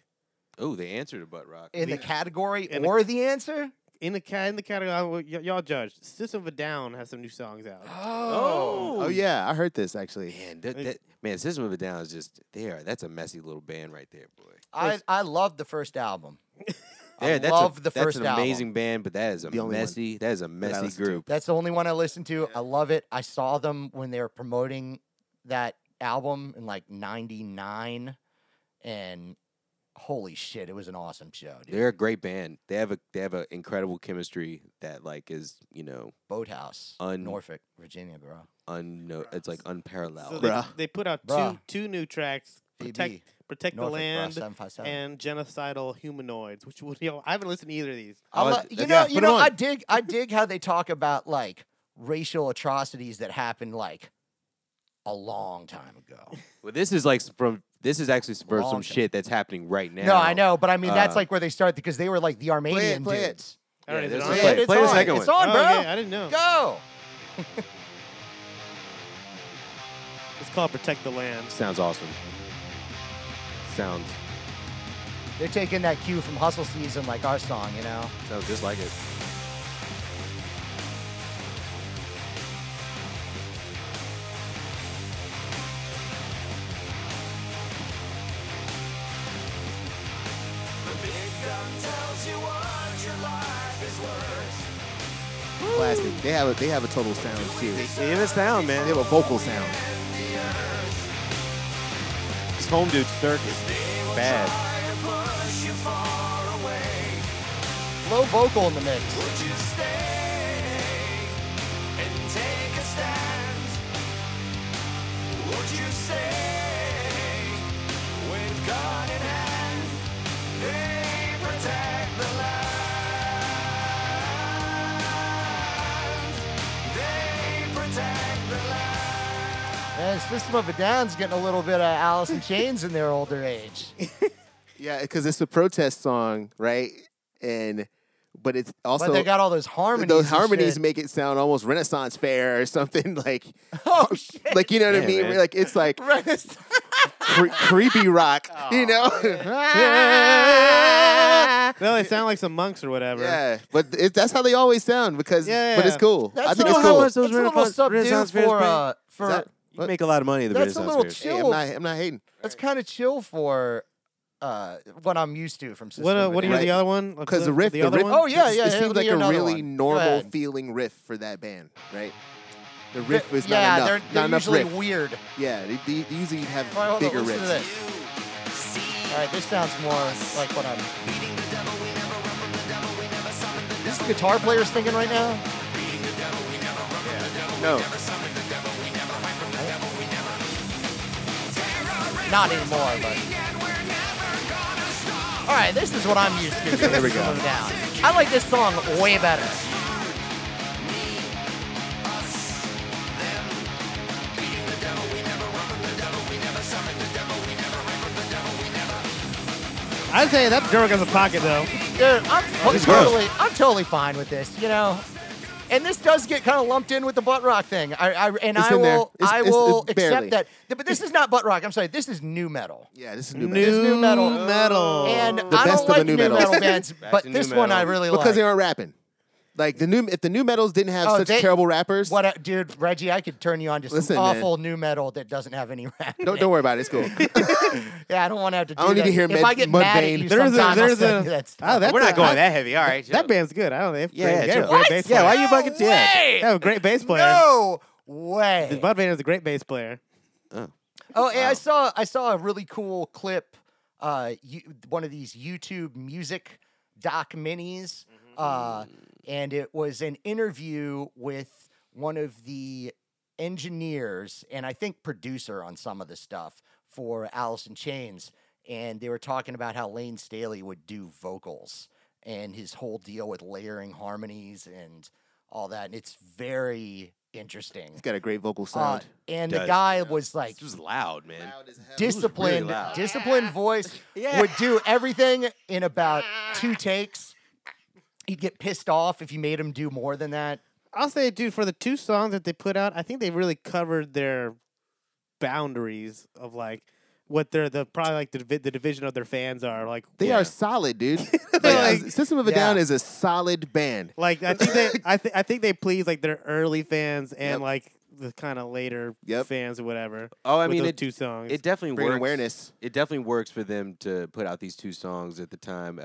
[SPEAKER 1] oh, they answered a butt rock.
[SPEAKER 4] in the,
[SPEAKER 3] the-
[SPEAKER 4] category
[SPEAKER 3] in the-
[SPEAKER 4] or the answer?
[SPEAKER 3] in the ca- in the category. Y- y'all judge. System of a Down has some new songs out.
[SPEAKER 2] Oh yeah, I heard this actually.
[SPEAKER 1] Man, that,
[SPEAKER 3] It's-
[SPEAKER 1] that, man, System of a Down is just there. That's a messy little band right there, boy.
[SPEAKER 4] I I loved the first album.
[SPEAKER 1] There,
[SPEAKER 4] I
[SPEAKER 1] that's
[SPEAKER 4] love
[SPEAKER 1] a,
[SPEAKER 4] the
[SPEAKER 1] that's
[SPEAKER 4] first
[SPEAKER 1] an
[SPEAKER 4] album.
[SPEAKER 1] amazing band, but that is a
[SPEAKER 2] The only one
[SPEAKER 1] messy. That is a messy
[SPEAKER 2] listen to.
[SPEAKER 1] group.
[SPEAKER 4] That's the only one I listen to. I love it. I saw them when they were promoting that album in like 99 and holy shit, it was an awesome show, dude.
[SPEAKER 1] They're a great band. They have a they have an incredible chemistry that like is you know
[SPEAKER 4] Boathouse,
[SPEAKER 1] Un-
[SPEAKER 4] Norfolk, Virginia, bro.
[SPEAKER 1] un it's like
[SPEAKER 3] So
[SPEAKER 1] unparalleled.
[SPEAKER 3] they,
[SPEAKER 2] Bruh.
[SPEAKER 3] they put out two
[SPEAKER 4] Bruh.
[SPEAKER 3] two new tracks. Protect
[SPEAKER 4] BB,
[SPEAKER 3] protect the
[SPEAKER 4] Norfolk, bro,
[SPEAKER 3] land
[SPEAKER 4] 757.
[SPEAKER 3] and genocidal humanoids. Which would you know, I haven't listened to either of these.
[SPEAKER 4] I
[SPEAKER 1] Oh,
[SPEAKER 4] lo-
[SPEAKER 1] th-
[SPEAKER 4] you know,
[SPEAKER 2] yeah,
[SPEAKER 4] you
[SPEAKER 2] put 'em
[SPEAKER 4] know, I
[SPEAKER 2] on.
[SPEAKER 4] dig, I dig how they talk about like racial atrocities that happened like a long time ago.
[SPEAKER 1] well, this is like s- from this is actually from
[SPEAKER 4] Long
[SPEAKER 1] some
[SPEAKER 4] time.
[SPEAKER 1] shit that's happening right now.
[SPEAKER 4] no, I know, but I mean
[SPEAKER 1] uh,
[SPEAKER 4] that's like where they start because they were like the Armenian
[SPEAKER 2] play it.
[SPEAKER 4] dudes.
[SPEAKER 3] All right, is it
[SPEAKER 1] there's
[SPEAKER 3] on?
[SPEAKER 1] a Play it,
[SPEAKER 4] it's
[SPEAKER 1] play the
[SPEAKER 4] on.
[SPEAKER 1] second
[SPEAKER 4] it's
[SPEAKER 1] one.
[SPEAKER 4] on,
[SPEAKER 3] Oh,
[SPEAKER 4] bro.
[SPEAKER 3] yeah, I didn't know.
[SPEAKER 4] Go.
[SPEAKER 3] It's called Protect the Land.
[SPEAKER 1] Sounds awesome. Sounds
[SPEAKER 4] They're taking that cue from Hustle Season, like our song, you know.
[SPEAKER 1] sounds just like it.
[SPEAKER 2] Classic. They have a they have a total sound too. They
[SPEAKER 1] Even sound, man.
[SPEAKER 2] have a vocal sound.
[SPEAKER 1] This home dude circus. Bad.
[SPEAKER 4] Low vocal in the mix. And System of a Down's getting a little bit of Alice in Chains in their older age.
[SPEAKER 2] Yeah, because it's a protest song, right? And but it's also
[SPEAKER 4] but they got all those harmonies.
[SPEAKER 2] those
[SPEAKER 4] and
[SPEAKER 2] harmonies
[SPEAKER 4] shit.
[SPEAKER 2] make it sound almost Renaissance fair or something like
[SPEAKER 4] oh shit!
[SPEAKER 2] like you know what
[SPEAKER 1] Yeah,
[SPEAKER 2] I mean?
[SPEAKER 1] man.
[SPEAKER 2] Like it's like
[SPEAKER 4] Renaissance.
[SPEAKER 2] cre- creepy rock, you know?
[SPEAKER 3] No, they sound like some monks or whatever.
[SPEAKER 2] yeah, but it, that's how they always sound because
[SPEAKER 3] Yeah,
[SPEAKER 2] but it's
[SPEAKER 3] yeah.
[SPEAKER 2] cool. I
[SPEAKER 4] That's
[SPEAKER 2] think
[SPEAKER 4] a
[SPEAKER 2] it's
[SPEAKER 4] little-
[SPEAKER 2] cool.
[SPEAKER 1] much those
[SPEAKER 4] That's a little
[SPEAKER 1] Renaissance-
[SPEAKER 4] subdued
[SPEAKER 1] Renaissance fairs
[SPEAKER 4] for
[SPEAKER 1] bring?
[SPEAKER 4] uh, for
[SPEAKER 2] Is that-
[SPEAKER 1] You make a lot of money in the
[SPEAKER 4] That's a
[SPEAKER 1] Renaissance fair.
[SPEAKER 4] little
[SPEAKER 2] Hey, I'm
[SPEAKER 4] chill.
[SPEAKER 2] not I'm not hating.
[SPEAKER 4] that's kind of chill for uh, what I'm used to from System
[SPEAKER 3] What uh,
[SPEAKER 4] of a
[SPEAKER 3] what
[SPEAKER 4] Down.
[SPEAKER 3] are
[SPEAKER 2] Right.
[SPEAKER 3] the other one? Like
[SPEAKER 2] Because the riff,
[SPEAKER 3] the
[SPEAKER 2] the,
[SPEAKER 3] other
[SPEAKER 2] riff,
[SPEAKER 3] one.
[SPEAKER 4] Oh, yeah, yeah,
[SPEAKER 2] It
[SPEAKER 4] yeah,
[SPEAKER 2] seems like
[SPEAKER 4] you're
[SPEAKER 2] a
[SPEAKER 4] another
[SPEAKER 2] really
[SPEAKER 4] one. Go
[SPEAKER 2] normal
[SPEAKER 4] ahead.
[SPEAKER 2] feeling riff for that band, right? The riff is
[SPEAKER 4] yeah,
[SPEAKER 2] not
[SPEAKER 4] they're,
[SPEAKER 2] enough.
[SPEAKER 4] they're
[SPEAKER 2] not enough
[SPEAKER 4] usually
[SPEAKER 2] riff.
[SPEAKER 4] weird.
[SPEAKER 2] Yeah, they, they they usually have
[SPEAKER 4] All right, hold on,
[SPEAKER 2] bigger
[SPEAKER 4] listen to
[SPEAKER 2] riffs.
[SPEAKER 4] this. All right, this sounds more like what I'm. This is the guitar player singing right now.
[SPEAKER 2] No,
[SPEAKER 4] Not anymore, but. All right, this is what I'm used to.
[SPEAKER 2] There we go.
[SPEAKER 4] Slow down. I like this song way better.
[SPEAKER 3] I'd say that drug has a pocket though.
[SPEAKER 4] Dude, I'm fu-
[SPEAKER 1] It's gross.
[SPEAKER 4] totally, I'm totally fine with this. You know. And this does get kind of lumped in with the butt rock thing. I, I and
[SPEAKER 2] It's
[SPEAKER 4] I
[SPEAKER 2] in there.
[SPEAKER 4] will,
[SPEAKER 2] It's-
[SPEAKER 4] I
[SPEAKER 2] it's-
[SPEAKER 4] will
[SPEAKER 2] it's barely.
[SPEAKER 4] accept that. But this is not butt rock. I'm sorry. This is new metal.
[SPEAKER 2] yeah, this is new.
[SPEAKER 3] New,
[SPEAKER 2] band.
[SPEAKER 4] new metal.
[SPEAKER 3] metal.
[SPEAKER 4] And
[SPEAKER 2] The
[SPEAKER 4] I
[SPEAKER 2] best
[SPEAKER 4] don't
[SPEAKER 2] of Oh. the
[SPEAKER 4] like
[SPEAKER 2] new
[SPEAKER 4] new metal,
[SPEAKER 2] metal.
[SPEAKER 4] bands,
[SPEAKER 1] Back
[SPEAKER 4] but
[SPEAKER 1] to new
[SPEAKER 4] this one I
[SPEAKER 1] metal.
[SPEAKER 4] really
[SPEAKER 2] because they
[SPEAKER 4] like.
[SPEAKER 2] aren't rapping. Like the new, if the new metals didn't have
[SPEAKER 4] Oh,
[SPEAKER 2] such
[SPEAKER 4] they-
[SPEAKER 2] terrible rappers,
[SPEAKER 4] What, a, dude, Reggie? I could turn you on to some
[SPEAKER 2] Listen, man.
[SPEAKER 4] awful new metal that doesn't have any rap. in
[SPEAKER 2] don't
[SPEAKER 4] it.
[SPEAKER 2] don't worry about it. It's cool.
[SPEAKER 4] Yeah, I don't want to have to. Do
[SPEAKER 2] I don't need
[SPEAKER 4] that.
[SPEAKER 2] to hear
[SPEAKER 4] If
[SPEAKER 2] Med-
[SPEAKER 4] I get mad at
[SPEAKER 2] Mudvayne.
[SPEAKER 4] you,
[SPEAKER 3] There's a-
[SPEAKER 4] sometime, I'll
[SPEAKER 3] there's
[SPEAKER 4] send
[SPEAKER 3] a-
[SPEAKER 4] you that stuff.
[SPEAKER 3] Oh, that's
[SPEAKER 1] We're not
[SPEAKER 3] a-
[SPEAKER 1] going
[SPEAKER 3] I-
[SPEAKER 1] that heavy. All right.
[SPEAKER 3] That band's good. I don't know. They have
[SPEAKER 1] Yeah, yeah,
[SPEAKER 3] great, they have
[SPEAKER 1] chill.
[SPEAKER 3] a great
[SPEAKER 1] What?
[SPEAKER 3] bass
[SPEAKER 1] Yeah,
[SPEAKER 3] player.
[SPEAKER 1] why you fucking dead?
[SPEAKER 3] They have a great bass player.
[SPEAKER 4] No way.
[SPEAKER 3] The Mudvayne is a great bass player.
[SPEAKER 4] Oh, and I saw I saw a really cool clip. Uh, you, one of these YouTube music doc minis, uh,
[SPEAKER 2] Mm-hmm.
[SPEAKER 4] and it was an interview with one of the engineers and I think producer on some of the stuff for Alice in Chains, and they were talking about how Lane Staley would do vocals and his whole deal with layering harmonies and all that, and it's very interesting.
[SPEAKER 2] It's got a great vocal
[SPEAKER 4] Uh,
[SPEAKER 2] sound.
[SPEAKER 4] and
[SPEAKER 1] Does,
[SPEAKER 4] the guy was like
[SPEAKER 1] This was loud, man.
[SPEAKER 4] disciplined,
[SPEAKER 1] loud.
[SPEAKER 4] disciplined voice would do everything in about two takes. He'd get pissed off if you made him do more than that.
[SPEAKER 3] I'll say, dude, for the two songs that they put out, I think they really covered their boundaries of like what they're the probably like the, divi- the division of their fans are like.
[SPEAKER 2] they
[SPEAKER 1] yeah.
[SPEAKER 2] are solid, dude.
[SPEAKER 3] Like-
[SPEAKER 2] Like, System of a
[SPEAKER 4] Yeah.
[SPEAKER 2] Down is a solid band.
[SPEAKER 3] Like I think they, I, th- I think they please like their early fans and
[SPEAKER 2] Yep.
[SPEAKER 3] like the kind of later
[SPEAKER 2] Yep.
[SPEAKER 3] fans or whatever.
[SPEAKER 1] Oh, I
[SPEAKER 3] with
[SPEAKER 1] mean,
[SPEAKER 3] those
[SPEAKER 1] it-
[SPEAKER 3] two songs.
[SPEAKER 1] It definitely
[SPEAKER 2] Bringing
[SPEAKER 1] works.
[SPEAKER 2] awareness.
[SPEAKER 1] It definitely works for them to put out these two songs at the time,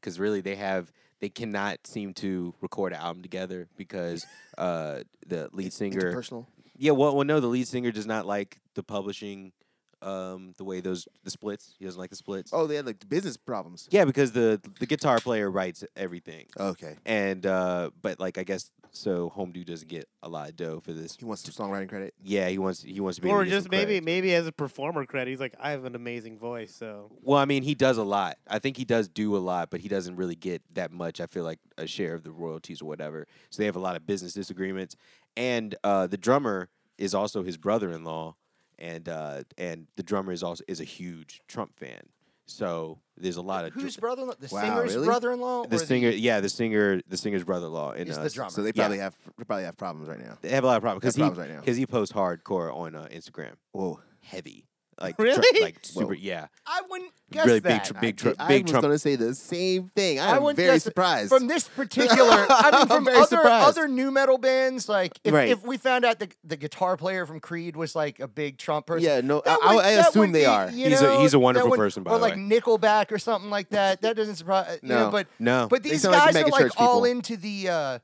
[SPEAKER 1] because really they have they cannot seem to record an album together because uh, the lead singer
[SPEAKER 2] Interpersonal.
[SPEAKER 1] Yeah, well, well, no, the lead singer does not like the publishing, um, the way those the splits. He doesn't like the splits.
[SPEAKER 2] Oh, they had like business problems.
[SPEAKER 1] Yeah, because the the guitar player writes everything,
[SPEAKER 2] Okay.
[SPEAKER 1] and uh, but like I guess so, Home Dude doesn't get a lot of dough for this.
[SPEAKER 2] He wants some songwriting credit.
[SPEAKER 1] Yeah, he wants he wants to be able
[SPEAKER 3] or
[SPEAKER 1] to get some
[SPEAKER 3] just maybe
[SPEAKER 1] credit.
[SPEAKER 3] maybe as a performer credit, he's like, I have an amazing voice, so
[SPEAKER 1] Well, I mean, he does a lot. I think he does do a lot, but he doesn't really get that much. I feel like a share of the royalties or whatever. So they have a lot of business disagreements, and uh, the drummer is also his brother-in-law, and uh, and the drummer is also is a huge Trump fan. So there's a lot of dr-
[SPEAKER 4] Whose brother in law? The
[SPEAKER 2] Wow,
[SPEAKER 4] singer's
[SPEAKER 2] really?
[SPEAKER 4] brother in law?
[SPEAKER 1] the singer, yeah, the singer, the singer's brother-in-law, and
[SPEAKER 4] is
[SPEAKER 1] uh,
[SPEAKER 4] the drummer.
[SPEAKER 2] So they
[SPEAKER 1] Yeah.
[SPEAKER 2] probably have they probably have problems right now.
[SPEAKER 1] They have a lot of problems because
[SPEAKER 2] Got
[SPEAKER 1] he
[SPEAKER 2] problems right now.
[SPEAKER 1] because he posts hardcore on uh, Instagram,
[SPEAKER 2] Whoa.
[SPEAKER 1] heavy, like
[SPEAKER 3] Really?
[SPEAKER 1] Trump- like super, yeah,
[SPEAKER 4] I wouldn't guess
[SPEAKER 1] really big,
[SPEAKER 4] that.
[SPEAKER 1] tr- big,
[SPEAKER 2] I
[SPEAKER 1] tr-
[SPEAKER 2] did- I
[SPEAKER 1] big
[SPEAKER 2] was
[SPEAKER 1] Trump
[SPEAKER 2] going to say the same thing.
[SPEAKER 4] I
[SPEAKER 2] I am
[SPEAKER 4] wouldn't
[SPEAKER 2] very
[SPEAKER 4] guess-
[SPEAKER 2] surprised.
[SPEAKER 4] From this particular, I mean,
[SPEAKER 2] I'm
[SPEAKER 4] from
[SPEAKER 2] very
[SPEAKER 4] other
[SPEAKER 2] surprised.
[SPEAKER 4] other new metal bands, like if,
[SPEAKER 2] Right.
[SPEAKER 4] if we found out the the guitar player from Creed was like a big Trump person,
[SPEAKER 2] Yeah, no,
[SPEAKER 4] that
[SPEAKER 2] I- I-
[SPEAKER 4] would-
[SPEAKER 2] I
[SPEAKER 4] that
[SPEAKER 2] assume
[SPEAKER 4] would
[SPEAKER 2] they
[SPEAKER 4] be,
[SPEAKER 2] are.
[SPEAKER 4] you
[SPEAKER 1] He's a-
[SPEAKER 4] know,
[SPEAKER 1] he's a
[SPEAKER 4] that
[SPEAKER 1] wonderful
[SPEAKER 4] would-
[SPEAKER 1] person, by
[SPEAKER 4] or
[SPEAKER 1] the
[SPEAKER 4] like
[SPEAKER 1] way.
[SPEAKER 4] Nickelback or something like that. That doesn't surprise. you know,
[SPEAKER 2] No.
[SPEAKER 4] but
[SPEAKER 1] No.
[SPEAKER 4] but
[SPEAKER 2] They
[SPEAKER 4] these
[SPEAKER 2] sound like
[SPEAKER 4] guys are
[SPEAKER 2] megachurch
[SPEAKER 4] like all
[SPEAKER 2] people.
[SPEAKER 4] into the. uh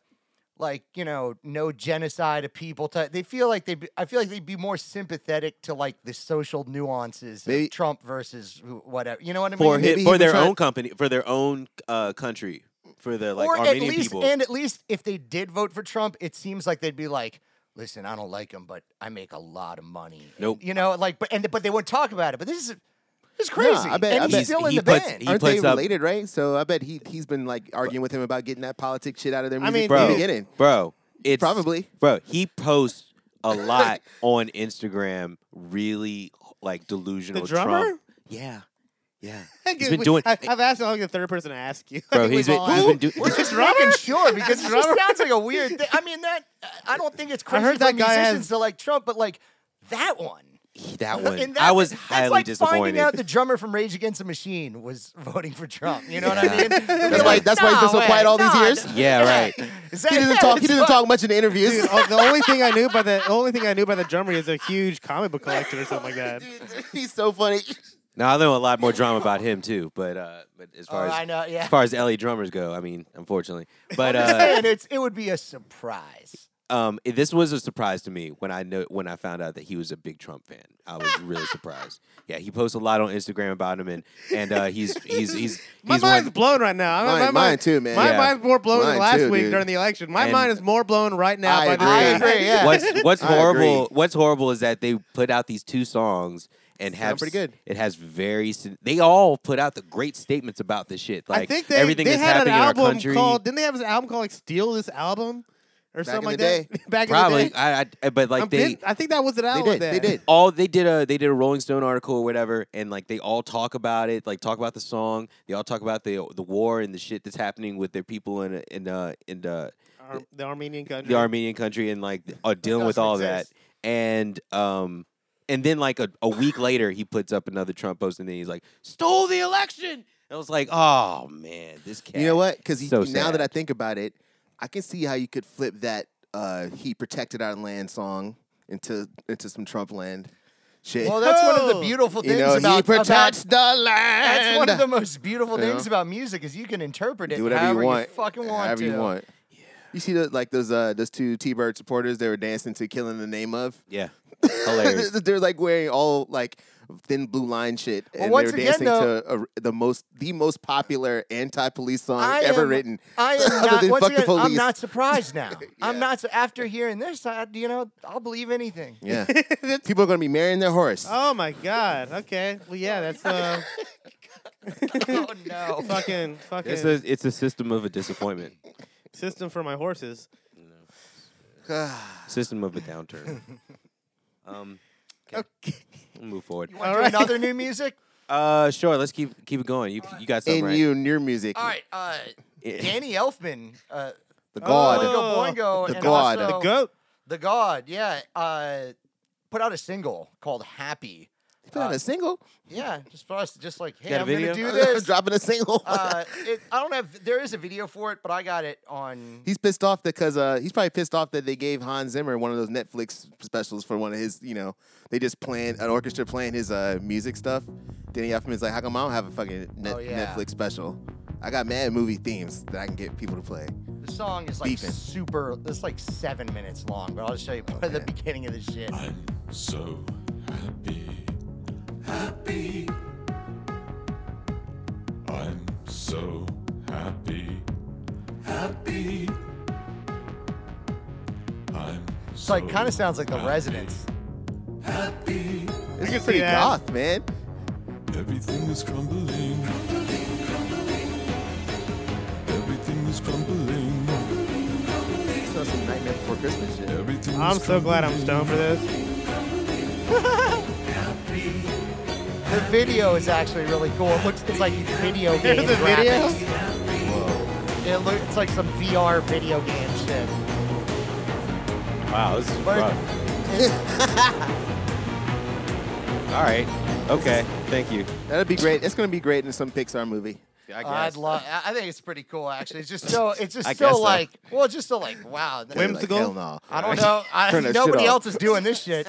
[SPEAKER 4] like you know, no genocide of people. Type. They feel like they. would I feel like they'd be more sympathetic to like the social nuances
[SPEAKER 2] Maybe-
[SPEAKER 4] of Trump versus who- whatever. You know what I mean?
[SPEAKER 1] for
[SPEAKER 2] Maybe
[SPEAKER 1] hit,
[SPEAKER 2] he
[SPEAKER 1] for
[SPEAKER 2] can
[SPEAKER 1] their
[SPEAKER 2] try-
[SPEAKER 1] own company, for their own uh, country, for the like
[SPEAKER 4] or
[SPEAKER 1] Armenian
[SPEAKER 4] at least,
[SPEAKER 1] people.
[SPEAKER 4] And at least if they did vote for Trump, it seems like they'd be like, "Listen, I don't like him, but I make a lot of money." And,
[SPEAKER 1] Nope.
[SPEAKER 4] you know, like, but and but they wouldn't talk about it. But this is this is crazy.
[SPEAKER 2] I bet-
[SPEAKER 4] and
[SPEAKER 2] I
[SPEAKER 4] he's
[SPEAKER 2] bet
[SPEAKER 4] still in
[SPEAKER 1] he
[SPEAKER 4] the
[SPEAKER 1] puts-
[SPEAKER 4] band.
[SPEAKER 1] he-
[SPEAKER 2] Aren't they
[SPEAKER 1] puts up-
[SPEAKER 2] related, right? So I bet he he's been like arguing with him about getting that politics shit out of their
[SPEAKER 3] I
[SPEAKER 2] music
[SPEAKER 3] mean,
[SPEAKER 2] from
[SPEAKER 1] bro,
[SPEAKER 2] the beginning.
[SPEAKER 1] bro, it's
[SPEAKER 2] Probably.
[SPEAKER 1] bro. He posts a lot on Instagram, really like delusional.
[SPEAKER 3] drummer?
[SPEAKER 1] Trump. Yeah, yeah.
[SPEAKER 3] I
[SPEAKER 1] He's
[SPEAKER 3] get-
[SPEAKER 1] been
[SPEAKER 3] we-
[SPEAKER 1] doing.
[SPEAKER 3] I, I've asked like the third person to ask you,
[SPEAKER 1] Bro,
[SPEAKER 3] I think
[SPEAKER 1] he's
[SPEAKER 3] we've
[SPEAKER 1] been,
[SPEAKER 3] all
[SPEAKER 1] he's
[SPEAKER 3] asked.
[SPEAKER 1] been doing.
[SPEAKER 4] We're just fucking sure because it just sounds like a weird thing. I mean, that I don't think it's crazy
[SPEAKER 3] heard
[SPEAKER 4] for
[SPEAKER 3] that guy has-
[SPEAKER 4] musicians to like Trump, but like that one.
[SPEAKER 1] That one,
[SPEAKER 4] And
[SPEAKER 1] I was
[SPEAKER 4] that's
[SPEAKER 1] highly
[SPEAKER 4] like Finding
[SPEAKER 1] disappointed.
[SPEAKER 4] out the drummer from Rage Against the Machine was voting for Trump. You know
[SPEAKER 1] Yeah.
[SPEAKER 4] what I mean? They'd be
[SPEAKER 2] That's why- that's why he's been so
[SPEAKER 4] "No
[SPEAKER 2] quiet all these
[SPEAKER 4] no,
[SPEAKER 2] years?
[SPEAKER 1] yeah, right.
[SPEAKER 4] Is that-
[SPEAKER 2] He doesn't talk.
[SPEAKER 4] that's
[SPEAKER 2] He doesn't
[SPEAKER 4] why-
[SPEAKER 2] talk much in the interviews.
[SPEAKER 3] Dude, oh, the only thing I knew about the only thing I knew about the drummer is a huge comic book collector or something like that.
[SPEAKER 2] Dude, he's so funny.
[SPEAKER 1] Now I know a lot more drama about him too, but uh, but as far
[SPEAKER 4] Oh,
[SPEAKER 1] as
[SPEAKER 4] I know, yeah.
[SPEAKER 1] as far as LA drummers go, I mean, unfortunately, but
[SPEAKER 4] I'm just
[SPEAKER 1] uh,
[SPEAKER 4] saying, it's it would be a surprise.
[SPEAKER 1] um, it- this was a surprise to me when I know when I found out that he was a big Trump fan. I was really surprised. Yeah, he posts a lot on Instagram about him, and and uh, he's he's he's
[SPEAKER 3] My
[SPEAKER 1] he's
[SPEAKER 3] mind's
[SPEAKER 1] one,
[SPEAKER 3] blown right now. I mean,
[SPEAKER 2] Mine-
[SPEAKER 3] my
[SPEAKER 2] mine
[SPEAKER 3] mind,
[SPEAKER 2] too, man.
[SPEAKER 3] My
[SPEAKER 1] Yeah.
[SPEAKER 3] mind's more blown than
[SPEAKER 2] Mine
[SPEAKER 3] last
[SPEAKER 2] too,
[SPEAKER 3] week
[SPEAKER 2] dude.
[SPEAKER 3] during the election. My
[SPEAKER 1] And-
[SPEAKER 3] mind is more blown right now
[SPEAKER 2] I
[SPEAKER 3] by
[SPEAKER 2] agree.
[SPEAKER 4] I
[SPEAKER 3] this. guy.
[SPEAKER 4] agree. Yeah.
[SPEAKER 1] what's what's
[SPEAKER 2] I agree.
[SPEAKER 1] horrible. What's horrible is that they put out these two songs and have
[SPEAKER 2] pretty
[SPEAKER 1] s-
[SPEAKER 2] good.
[SPEAKER 1] It has very. sin- They all put out the great statements about this shit. Like
[SPEAKER 3] I think they,
[SPEAKER 1] everything
[SPEAKER 3] they
[SPEAKER 1] that's
[SPEAKER 3] had an
[SPEAKER 1] happening
[SPEAKER 3] album
[SPEAKER 1] in our country.
[SPEAKER 3] called. Didn't they have an album called like "Steal This Album" or something
[SPEAKER 2] in
[SPEAKER 3] like
[SPEAKER 2] the
[SPEAKER 3] that?
[SPEAKER 2] day.
[SPEAKER 3] Back in
[SPEAKER 1] probably,
[SPEAKER 3] the day,
[SPEAKER 1] I, I but like
[SPEAKER 3] I'm
[SPEAKER 1] they.
[SPEAKER 3] bit- I think that was an album.
[SPEAKER 2] did, they
[SPEAKER 3] then.
[SPEAKER 2] did.
[SPEAKER 1] all they did a they did a Rolling Stone article or whatever, and like they all talk about it, like talk about the song. They all talk about the the war and the shit that's happening with their people in in uh, in uh,
[SPEAKER 3] Ar- the Armenian country.
[SPEAKER 1] the Armenian country and like are dealing with
[SPEAKER 4] doesn't
[SPEAKER 1] all
[SPEAKER 4] exist.
[SPEAKER 1] that. And um and then like a, a week later he puts up another Trump post and then he's like stole the election. And I was like, oh man, this cat.
[SPEAKER 2] You know what? Because
[SPEAKER 1] So
[SPEAKER 2] now
[SPEAKER 1] sad.
[SPEAKER 2] that I think about it, I can see how you could flip that uh, "He Protected Our Land" song into into some Trump land shit.
[SPEAKER 4] Well, that's one of the beautiful
[SPEAKER 2] you
[SPEAKER 4] things
[SPEAKER 2] know,
[SPEAKER 4] about,
[SPEAKER 2] he protects
[SPEAKER 4] about-
[SPEAKER 2] the land.
[SPEAKER 4] That's one of the most beautiful
[SPEAKER 2] You know?
[SPEAKER 4] things about music is you can interpret it
[SPEAKER 2] do whatever
[SPEAKER 4] however
[SPEAKER 2] you want,
[SPEAKER 4] fucking want
[SPEAKER 2] however
[SPEAKER 4] to.
[SPEAKER 2] you want. You see, the, like those uh, those two T-Bird supporters, they were dancing to "Killing the Name of."
[SPEAKER 1] Yeah. Hilarious.
[SPEAKER 2] they're like wearing all like thin blue line shit, and
[SPEAKER 4] once
[SPEAKER 2] they're
[SPEAKER 4] again,
[SPEAKER 2] dancing
[SPEAKER 4] though-
[SPEAKER 2] to a, the most the most popular anti-police song
[SPEAKER 4] I
[SPEAKER 2] ever
[SPEAKER 4] am-
[SPEAKER 2] written.
[SPEAKER 4] I am
[SPEAKER 2] Other
[SPEAKER 4] not.
[SPEAKER 2] than
[SPEAKER 4] Once
[SPEAKER 2] fuck the
[SPEAKER 4] again, I'm
[SPEAKER 2] police.
[SPEAKER 4] not surprised now. I'm not. su- After hearing this, I, you know, I'll believe anything.
[SPEAKER 2] Yeah, people are gonna be marrying their horse.
[SPEAKER 3] Oh my god. Okay. Well, yeah, that's uh,
[SPEAKER 4] oh no!
[SPEAKER 3] fucking fucking
[SPEAKER 1] It's a it's a system of a disappointment.
[SPEAKER 3] system for my horses.
[SPEAKER 1] System of a downturn. Um,
[SPEAKER 3] Okay.
[SPEAKER 1] we'll move forward.
[SPEAKER 4] Want to do
[SPEAKER 3] Alright.
[SPEAKER 4] another new music?
[SPEAKER 1] Uh, sure. Let's keep keep it going. You you got something
[SPEAKER 2] In
[SPEAKER 1] right.
[SPEAKER 2] you and your music,
[SPEAKER 4] All right, uh,
[SPEAKER 1] Yeah.
[SPEAKER 4] Danny Elfman, uh,
[SPEAKER 2] the god.
[SPEAKER 3] Oh.
[SPEAKER 4] Boingo Boingo,
[SPEAKER 2] The
[SPEAKER 4] and
[SPEAKER 2] God.
[SPEAKER 4] also-
[SPEAKER 3] Goat.
[SPEAKER 4] the God, yeah, uh, put out a single called "Happy."
[SPEAKER 2] He put out a single.
[SPEAKER 4] Yeah, just for us, just like, hey,
[SPEAKER 1] Got a
[SPEAKER 4] I'm gonna
[SPEAKER 1] video?
[SPEAKER 4] do this.
[SPEAKER 2] dropping a single.
[SPEAKER 4] uh, it, I don't have. There is a video for it, but I got it on.
[SPEAKER 2] He's pissed off because uh, he's probably pissed off that they gave Hans Zimmer one of those Netflix specials for one of his, you know, they just playing an orchestra playing his uh, music stuff. Danny Elfman's like, how come I don't have a fucking net-
[SPEAKER 4] Oh, yeah.
[SPEAKER 2] Netflix special? I got mad movie themes that I can get people to play.
[SPEAKER 4] The song is like
[SPEAKER 2] Beefing.
[SPEAKER 4] super. It's like seven minutes long, but I'll just show you part of the beginning of the shit.
[SPEAKER 5] I'm so happy. Happy. I'm so happy. Happy. I'm
[SPEAKER 4] It's like kind of sounds like the Residents.
[SPEAKER 5] happy.
[SPEAKER 2] This is pretty
[SPEAKER 3] that.
[SPEAKER 2] goth, man.
[SPEAKER 5] Everything is crumbling. Everything is crumbling.
[SPEAKER 2] So some Nightmare Before Christmas shit.
[SPEAKER 5] Everything is
[SPEAKER 3] I'm so glad I'm
[SPEAKER 5] crumbling.
[SPEAKER 3] stoned for this.
[SPEAKER 4] The video is actually really cool. It looks it's like video game.
[SPEAKER 3] Here's the video.
[SPEAKER 4] graphics. It looks it's like some VR video game shit.
[SPEAKER 1] Wow, this is
[SPEAKER 4] But uh,
[SPEAKER 1] rough. All right. Okay. Thank you.
[SPEAKER 2] That'd be great. It's gonna be great in some Pixar movie.
[SPEAKER 1] I
[SPEAKER 4] I'd
[SPEAKER 1] guess.
[SPEAKER 4] love. I I think it's pretty cool actually. It's just so. It's just
[SPEAKER 1] I
[SPEAKER 4] so
[SPEAKER 1] guess so.
[SPEAKER 4] like. Well, it's just so like wow. that-
[SPEAKER 2] They're like,
[SPEAKER 3] Whimsical?
[SPEAKER 2] Hell no.
[SPEAKER 4] I don't know. I,
[SPEAKER 2] Turn that shit
[SPEAKER 4] nobody
[SPEAKER 2] off.
[SPEAKER 4] else is doing this shit.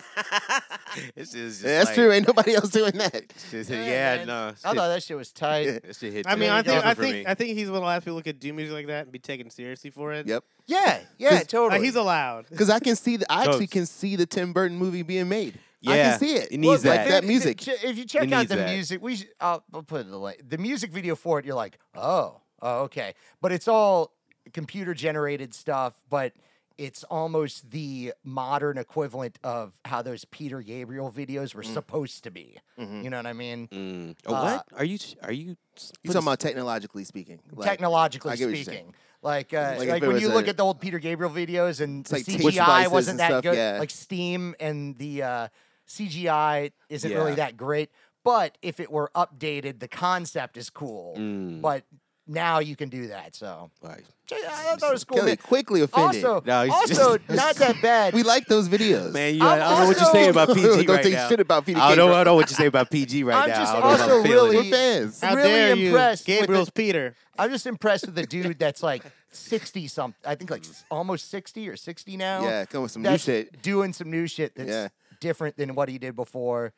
[SPEAKER 1] This is just
[SPEAKER 2] Yeah, that's
[SPEAKER 1] like-
[SPEAKER 2] true. Ain't nobody else doing that.
[SPEAKER 1] Just, yeah,
[SPEAKER 4] man.
[SPEAKER 1] no.
[SPEAKER 4] I thought that shit was tight.
[SPEAKER 1] This shit hit
[SPEAKER 3] I mean, I
[SPEAKER 1] different
[SPEAKER 3] think I
[SPEAKER 1] for me.
[SPEAKER 3] think I think he's one of the last people who could do music like that and be taken seriously for it.
[SPEAKER 2] Yep.
[SPEAKER 4] Yeah, yeah,
[SPEAKER 1] uh,
[SPEAKER 4] totally.
[SPEAKER 3] Like, he's allowed.
[SPEAKER 2] Because I can see, the, I actually
[SPEAKER 1] Totes.
[SPEAKER 2] can see the Tim Burton movie being made. I
[SPEAKER 1] Yeah,
[SPEAKER 2] can see it.
[SPEAKER 1] it needs
[SPEAKER 2] like
[SPEAKER 1] that.
[SPEAKER 2] that
[SPEAKER 4] the-
[SPEAKER 2] music.
[SPEAKER 4] the- if you check
[SPEAKER 1] It
[SPEAKER 4] out
[SPEAKER 1] needs
[SPEAKER 4] the
[SPEAKER 1] that.
[SPEAKER 4] music, we should, I'll, I'll put the link. The music video for it, you're like, oh, oh, okay, but it's all computer generated stuff, but it's almost the modern equivalent of how those Peter Gabriel videos were supposed to be.
[SPEAKER 1] Mm-hmm.
[SPEAKER 4] You know what I mean?
[SPEAKER 1] Mm. Oh,
[SPEAKER 4] Uh,
[SPEAKER 1] what are you? Are you?
[SPEAKER 2] You're talking about technologically speaking. Like,
[SPEAKER 4] Technologically
[SPEAKER 2] I get what you're saying.
[SPEAKER 4] speaking. Like, uh,
[SPEAKER 2] Like
[SPEAKER 4] like,
[SPEAKER 2] if it
[SPEAKER 4] when
[SPEAKER 2] was
[SPEAKER 4] you look
[SPEAKER 2] a-
[SPEAKER 4] at the old Peter Gabriel videos and the
[SPEAKER 2] like Twitch
[SPEAKER 4] CGI
[SPEAKER 2] devices
[SPEAKER 4] wasn't
[SPEAKER 2] and
[SPEAKER 4] that
[SPEAKER 2] stuff,
[SPEAKER 4] good,
[SPEAKER 2] yeah.
[SPEAKER 4] like Steam and the uh, CGI isn't really
[SPEAKER 1] Yeah.
[SPEAKER 4] that great. But if it were updated, the concept is cool.
[SPEAKER 1] Mm.
[SPEAKER 4] But now you can do that. So
[SPEAKER 1] Like,
[SPEAKER 4] Ch- I thought it was cool.
[SPEAKER 2] Kelly
[SPEAKER 4] man.
[SPEAKER 2] quickly offended.
[SPEAKER 4] Also,
[SPEAKER 1] No, he's
[SPEAKER 4] also
[SPEAKER 1] just-
[SPEAKER 4] not that bad.
[SPEAKER 2] we like those videos.
[SPEAKER 1] man, you,
[SPEAKER 4] I'm
[SPEAKER 1] I don't know what you're
[SPEAKER 4] also-
[SPEAKER 1] saying about PG
[SPEAKER 2] Don't
[SPEAKER 1] right
[SPEAKER 2] think
[SPEAKER 1] now.
[SPEAKER 2] shit about PG
[SPEAKER 1] I don't,
[SPEAKER 2] right-
[SPEAKER 1] I don't know what you say about PG right
[SPEAKER 4] I'm
[SPEAKER 1] now. I
[SPEAKER 4] just
[SPEAKER 1] don't know
[SPEAKER 4] also
[SPEAKER 1] how I'm feeling.
[SPEAKER 4] really-
[SPEAKER 2] We're fans.
[SPEAKER 3] How
[SPEAKER 4] really
[SPEAKER 3] dare you?
[SPEAKER 4] impressed with the-
[SPEAKER 3] Gabriel's Peter.
[SPEAKER 4] I'm just impressed with the dude that's like 60 something. I think like s- almost 60 or 60 now.
[SPEAKER 2] Yeah, come with some new
[SPEAKER 4] that's
[SPEAKER 2] shit.
[SPEAKER 4] doing some new shit that's
[SPEAKER 2] Yeah.
[SPEAKER 4] different than what he did before,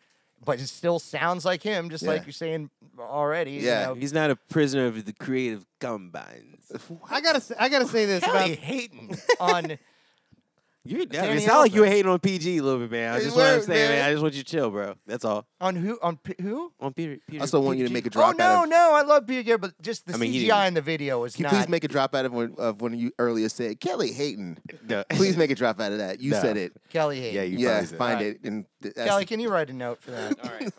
[SPEAKER 4] but it still sounds like him, just
[SPEAKER 2] Yeah.
[SPEAKER 4] like you're saying already. you
[SPEAKER 2] Yeah.
[SPEAKER 4] know.
[SPEAKER 1] He's not a prisoner of the creative combines.
[SPEAKER 3] I gotta say, I gotta say this
[SPEAKER 4] Kelly
[SPEAKER 3] about
[SPEAKER 4] hating on
[SPEAKER 1] You're down.
[SPEAKER 4] Danny
[SPEAKER 1] It's not like you were
[SPEAKER 4] Elfman.
[SPEAKER 1] hating on PG a little bit, man. That's
[SPEAKER 2] Hey,
[SPEAKER 1] just what I'm
[SPEAKER 2] word,
[SPEAKER 1] saying, man.
[SPEAKER 2] man.
[SPEAKER 1] I just want you to chill, bro. That's all.
[SPEAKER 4] on who on P- who.
[SPEAKER 1] On Peter. Peter
[SPEAKER 2] I also want you to
[SPEAKER 1] PG.
[SPEAKER 2] make a drop
[SPEAKER 4] oh no,
[SPEAKER 2] out of.
[SPEAKER 4] no, I love Peter Gabriel, but just the
[SPEAKER 1] I mean, he
[SPEAKER 4] CGI
[SPEAKER 1] didn't-
[SPEAKER 4] in the video was
[SPEAKER 2] Can you
[SPEAKER 4] not.
[SPEAKER 2] please make a drop out of when, of when you earlier said Kelly Hayton?
[SPEAKER 1] No.
[SPEAKER 2] Please make a drop out of that. You
[SPEAKER 1] No.
[SPEAKER 2] said it.
[SPEAKER 4] Kelly hating.
[SPEAKER 1] Yeah, you
[SPEAKER 2] yeah,
[SPEAKER 1] probably said-
[SPEAKER 2] find
[SPEAKER 4] Alright.
[SPEAKER 2] it. And th- that's-
[SPEAKER 4] Kelly, can you write a note for that?
[SPEAKER 1] All right, fine.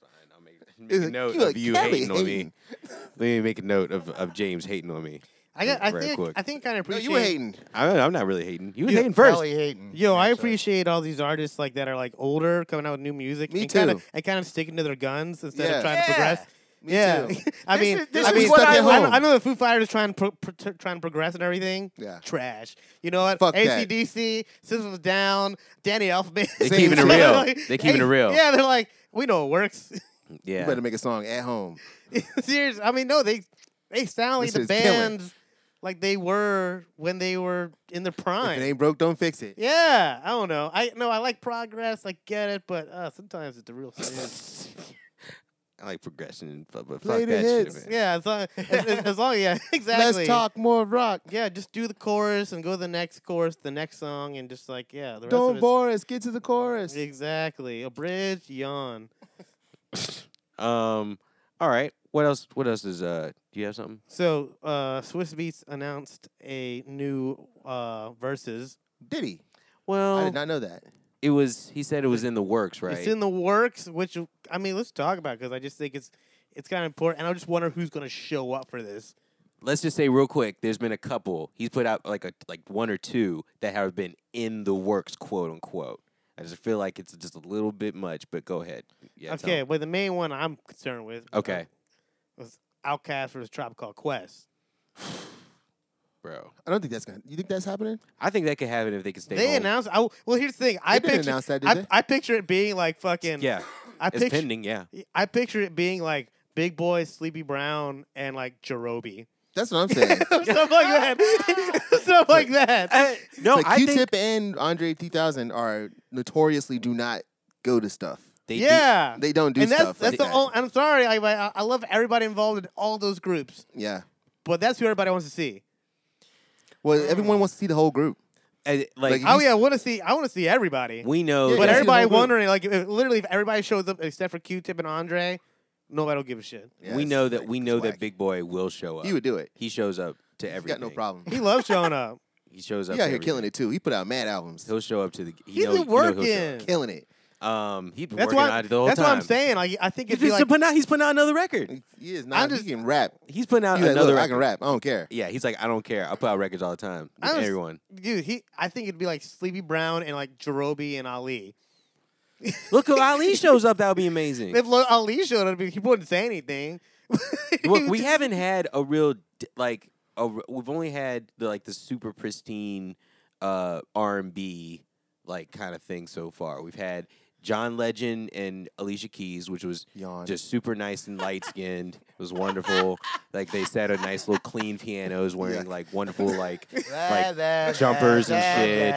[SPEAKER 1] Fine. I'll make,
[SPEAKER 2] It's
[SPEAKER 1] make a
[SPEAKER 2] like,
[SPEAKER 1] note
[SPEAKER 2] you
[SPEAKER 1] of
[SPEAKER 2] like
[SPEAKER 1] you
[SPEAKER 2] Kelly
[SPEAKER 1] hating on me.
[SPEAKER 2] hating.
[SPEAKER 1] Let me make a note of, of James hating on me.
[SPEAKER 3] I, got, I
[SPEAKER 1] Right
[SPEAKER 3] think
[SPEAKER 1] quick.
[SPEAKER 3] I think I kinda
[SPEAKER 2] No,
[SPEAKER 3] appreciate
[SPEAKER 2] you were hating.
[SPEAKER 1] I am not really hating. You were
[SPEAKER 3] You-
[SPEAKER 1] hating first.
[SPEAKER 4] Kelly hating.
[SPEAKER 3] Yo, I
[SPEAKER 4] actually.
[SPEAKER 3] appreciate all these artists like that are like older coming out with new music
[SPEAKER 2] Me
[SPEAKER 3] and kind
[SPEAKER 2] too.
[SPEAKER 3] of and kind of sticking to their guns instead
[SPEAKER 2] Yeah.
[SPEAKER 3] of trying to progress.
[SPEAKER 2] Me
[SPEAKER 3] yeah,
[SPEAKER 2] too.
[SPEAKER 3] I
[SPEAKER 4] This
[SPEAKER 3] mean,
[SPEAKER 4] is- this
[SPEAKER 3] I
[SPEAKER 2] is
[SPEAKER 3] mean,
[SPEAKER 2] what I
[SPEAKER 3] I, know-
[SPEAKER 2] want.
[SPEAKER 3] I know the Foo Fighters trying to pro, pro, trying to progress and everything.
[SPEAKER 2] Yeah.
[SPEAKER 3] trash. You know what?
[SPEAKER 2] Fuck that.
[SPEAKER 3] ACDC, System of a Down, Danny Elfman.
[SPEAKER 1] They
[SPEAKER 2] keeping it
[SPEAKER 3] They're
[SPEAKER 1] real.
[SPEAKER 3] like-
[SPEAKER 1] They keeping it
[SPEAKER 3] Hey,
[SPEAKER 1] real.
[SPEAKER 3] Yeah, they're like, we know it works.
[SPEAKER 2] You
[SPEAKER 1] Yeah.
[SPEAKER 2] better make a song at home.
[SPEAKER 3] Serious. I mean, no, they they sound like
[SPEAKER 2] This
[SPEAKER 3] the
[SPEAKER 2] is killing.
[SPEAKER 3] bands like they were when they were in their
[SPEAKER 2] If
[SPEAKER 3] prime.
[SPEAKER 2] it ain't broke, don't fix it.
[SPEAKER 3] yeah, I don't know. I no, I like progress. I get it, but uh, sometimes it's a real sin.
[SPEAKER 1] I like progression, but, but fuck
[SPEAKER 2] Play the
[SPEAKER 1] that
[SPEAKER 2] hits.
[SPEAKER 1] shit, man.
[SPEAKER 3] yeah, as long as, as- as long yeah, exactly.
[SPEAKER 2] Let's talk more rock.
[SPEAKER 3] Yeah, just do the chorus and go to the next chorus, the next song, and just like yeah, the rest
[SPEAKER 2] Don't
[SPEAKER 3] of it's-
[SPEAKER 2] bore us. Get to the chorus.
[SPEAKER 3] Exactly, a bridge yawn.
[SPEAKER 1] Um. All right. What else? What else is? Uh. Do you have something?
[SPEAKER 3] So, uh, Swiss Beats announced a new uh, verses.
[SPEAKER 2] Diddy.
[SPEAKER 1] Well,
[SPEAKER 2] I did not know that.
[SPEAKER 1] it was. He said it was in the works, right?
[SPEAKER 3] It's in the works, which I mean, let's talk about because I just think it's it's kind of important, and I just wonder who's going to show up for this.
[SPEAKER 1] Let's just say real quick. There's been a couple. He's put out like a like one or two that have been in the works, quote unquote. I just feel like it's just a little bit much, but go ahead. Yeah, tell
[SPEAKER 3] okay,
[SPEAKER 1] 'em.
[SPEAKER 3] but the main one I'm concerned with. uh,
[SPEAKER 1] Okay,
[SPEAKER 3] was Outcast versus Tribe Called Quest.
[SPEAKER 1] bro.
[SPEAKER 2] I don't think that's gonna. You think that's happening?
[SPEAKER 1] I think that could happen if they could stay.
[SPEAKER 3] They
[SPEAKER 1] home.
[SPEAKER 3] announced. I, well, here's the thing. I
[SPEAKER 2] didn't
[SPEAKER 3] picture
[SPEAKER 2] announce that, did
[SPEAKER 3] I,
[SPEAKER 2] they?
[SPEAKER 3] I picture it being like fucking.
[SPEAKER 1] Yeah,
[SPEAKER 3] I
[SPEAKER 1] it's
[SPEAKER 3] picture.
[SPEAKER 1] pending. Yeah.
[SPEAKER 3] I picture it being like Big Boy, Sleepy Brown, and like Jerobi.
[SPEAKER 2] That's what I'm saying.
[SPEAKER 3] Stuff like that. Stuff like that.
[SPEAKER 1] Uh, no,
[SPEAKER 2] like
[SPEAKER 1] I
[SPEAKER 2] Q-Tip
[SPEAKER 1] think
[SPEAKER 2] and Andre 3000 are notoriously do not go to stuff.
[SPEAKER 1] they do-
[SPEAKER 3] Yeah.
[SPEAKER 2] They don't do
[SPEAKER 3] and that's
[SPEAKER 2] stuff. like
[SPEAKER 3] that's the
[SPEAKER 2] that.
[SPEAKER 3] only. I'm sorry. I, I I love everybody involved in all those groups,
[SPEAKER 2] Yeah.
[SPEAKER 3] but that's who everybody wants to see.
[SPEAKER 2] Well, everyone wants to see the whole group.
[SPEAKER 1] uh, like,
[SPEAKER 2] Like,
[SPEAKER 3] Oh
[SPEAKER 2] You-
[SPEAKER 3] yeah, I want to see. I want to see everybody.
[SPEAKER 1] we know.
[SPEAKER 2] Yeah,
[SPEAKER 3] but
[SPEAKER 1] that-
[SPEAKER 2] see the
[SPEAKER 3] everybody
[SPEAKER 2] whole group.
[SPEAKER 3] wondering, like, if, literally, if everybody shows up except for Q-Tip and Andre, nobody will give a shit.
[SPEAKER 2] Yeah,
[SPEAKER 1] we
[SPEAKER 2] it's
[SPEAKER 1] know that
[SPEAKER 2] like-
[SPEAKER 1] we
[SPEAKER 2] it's
[SPEAKER 1] know that
[SPEAKER 2] whack.
[SPEAKER 1] Big Boy will show up.
[SPEAKER 2] He would do it.
[SPEAKER 1] He shows up to
[SPEAKER 2] He's
[SPEAKER 1] everything.
[SPEAKER 2] got no problem.
[SPEAKER 3] He loves showing up.
[SPEAKER 1] He shows up.
[SPEAKER 2] He out
[SPEAKER 1] to
[SPEAKER 2] here killing
[SPEAKER 1] everything.
[SPEAKER 2] it too. He put out mad albums.
[SPEAKER 1] He'll show up to the. He
[SPEAKER 3] He's
[SPEAKER 1] knows-
[SPEAKER 3] been
[SPEAKER 1] you know he'll show
[SPEAKER 3] working.
[SPEAKER 2] Killing it.
[SPEAKER 1] up. Um, he's been
[SPEAKER 3] That's
[SPEAKER 1] working
[SPEAKER 3] why.
[SPEAKER 1] on it the whole
[SPEAKER 3] That's
[SPEAKER 1] time.
[SPEAKER 3] what I'm saying. Like, I think
[SPEAKER 1] He's,
[SPEAKER 3] it'd be
[SPEAKER 1] been-
[SPEAKER 3] like,
[SPEAKER 1] putting out, he's putting out another record.
[SPEAKER 2] He is not.
[SPEAKER 3] just-
[SPEAKER 2] he can rap.
[SPEAKER 1] He's putting out
[SPEAKER 2] He's like,
[SPEAKER 1] another
[SPEAKER 2] "Look, I
[SPEAKER 1] record.
[SPEAKER 2] can rap. I don't care.
[SPEAKER 1] Yeah, he's like, I don't care. I put out records all the time. with
[SPEAKER 3] I was-
[SPEAKER 1] everyone.
[SPEAKER 3] dude. He. I think it'd be like Sleepy Brown and like Jerobi and Ali.
[SPEAKER 1] Look, if Ali shows up, that would be amazing.
[SPEAKER 3] If Lo- Ali showed up, he wouldn't say anything.
[SPEAKER 1] Look, we haven't had a real d- like a, r- we've only had the like the super pristine uh R&B like kind of thing so far. We've had John Legend and Alicia Keys, which was
[SPEAKER 2] Yawn.
[SPEAKER 1] just super nice and light skinned. It was wonderful. like they sat at nice little clean pianos, wearing like wonderful like like jumpers and shit.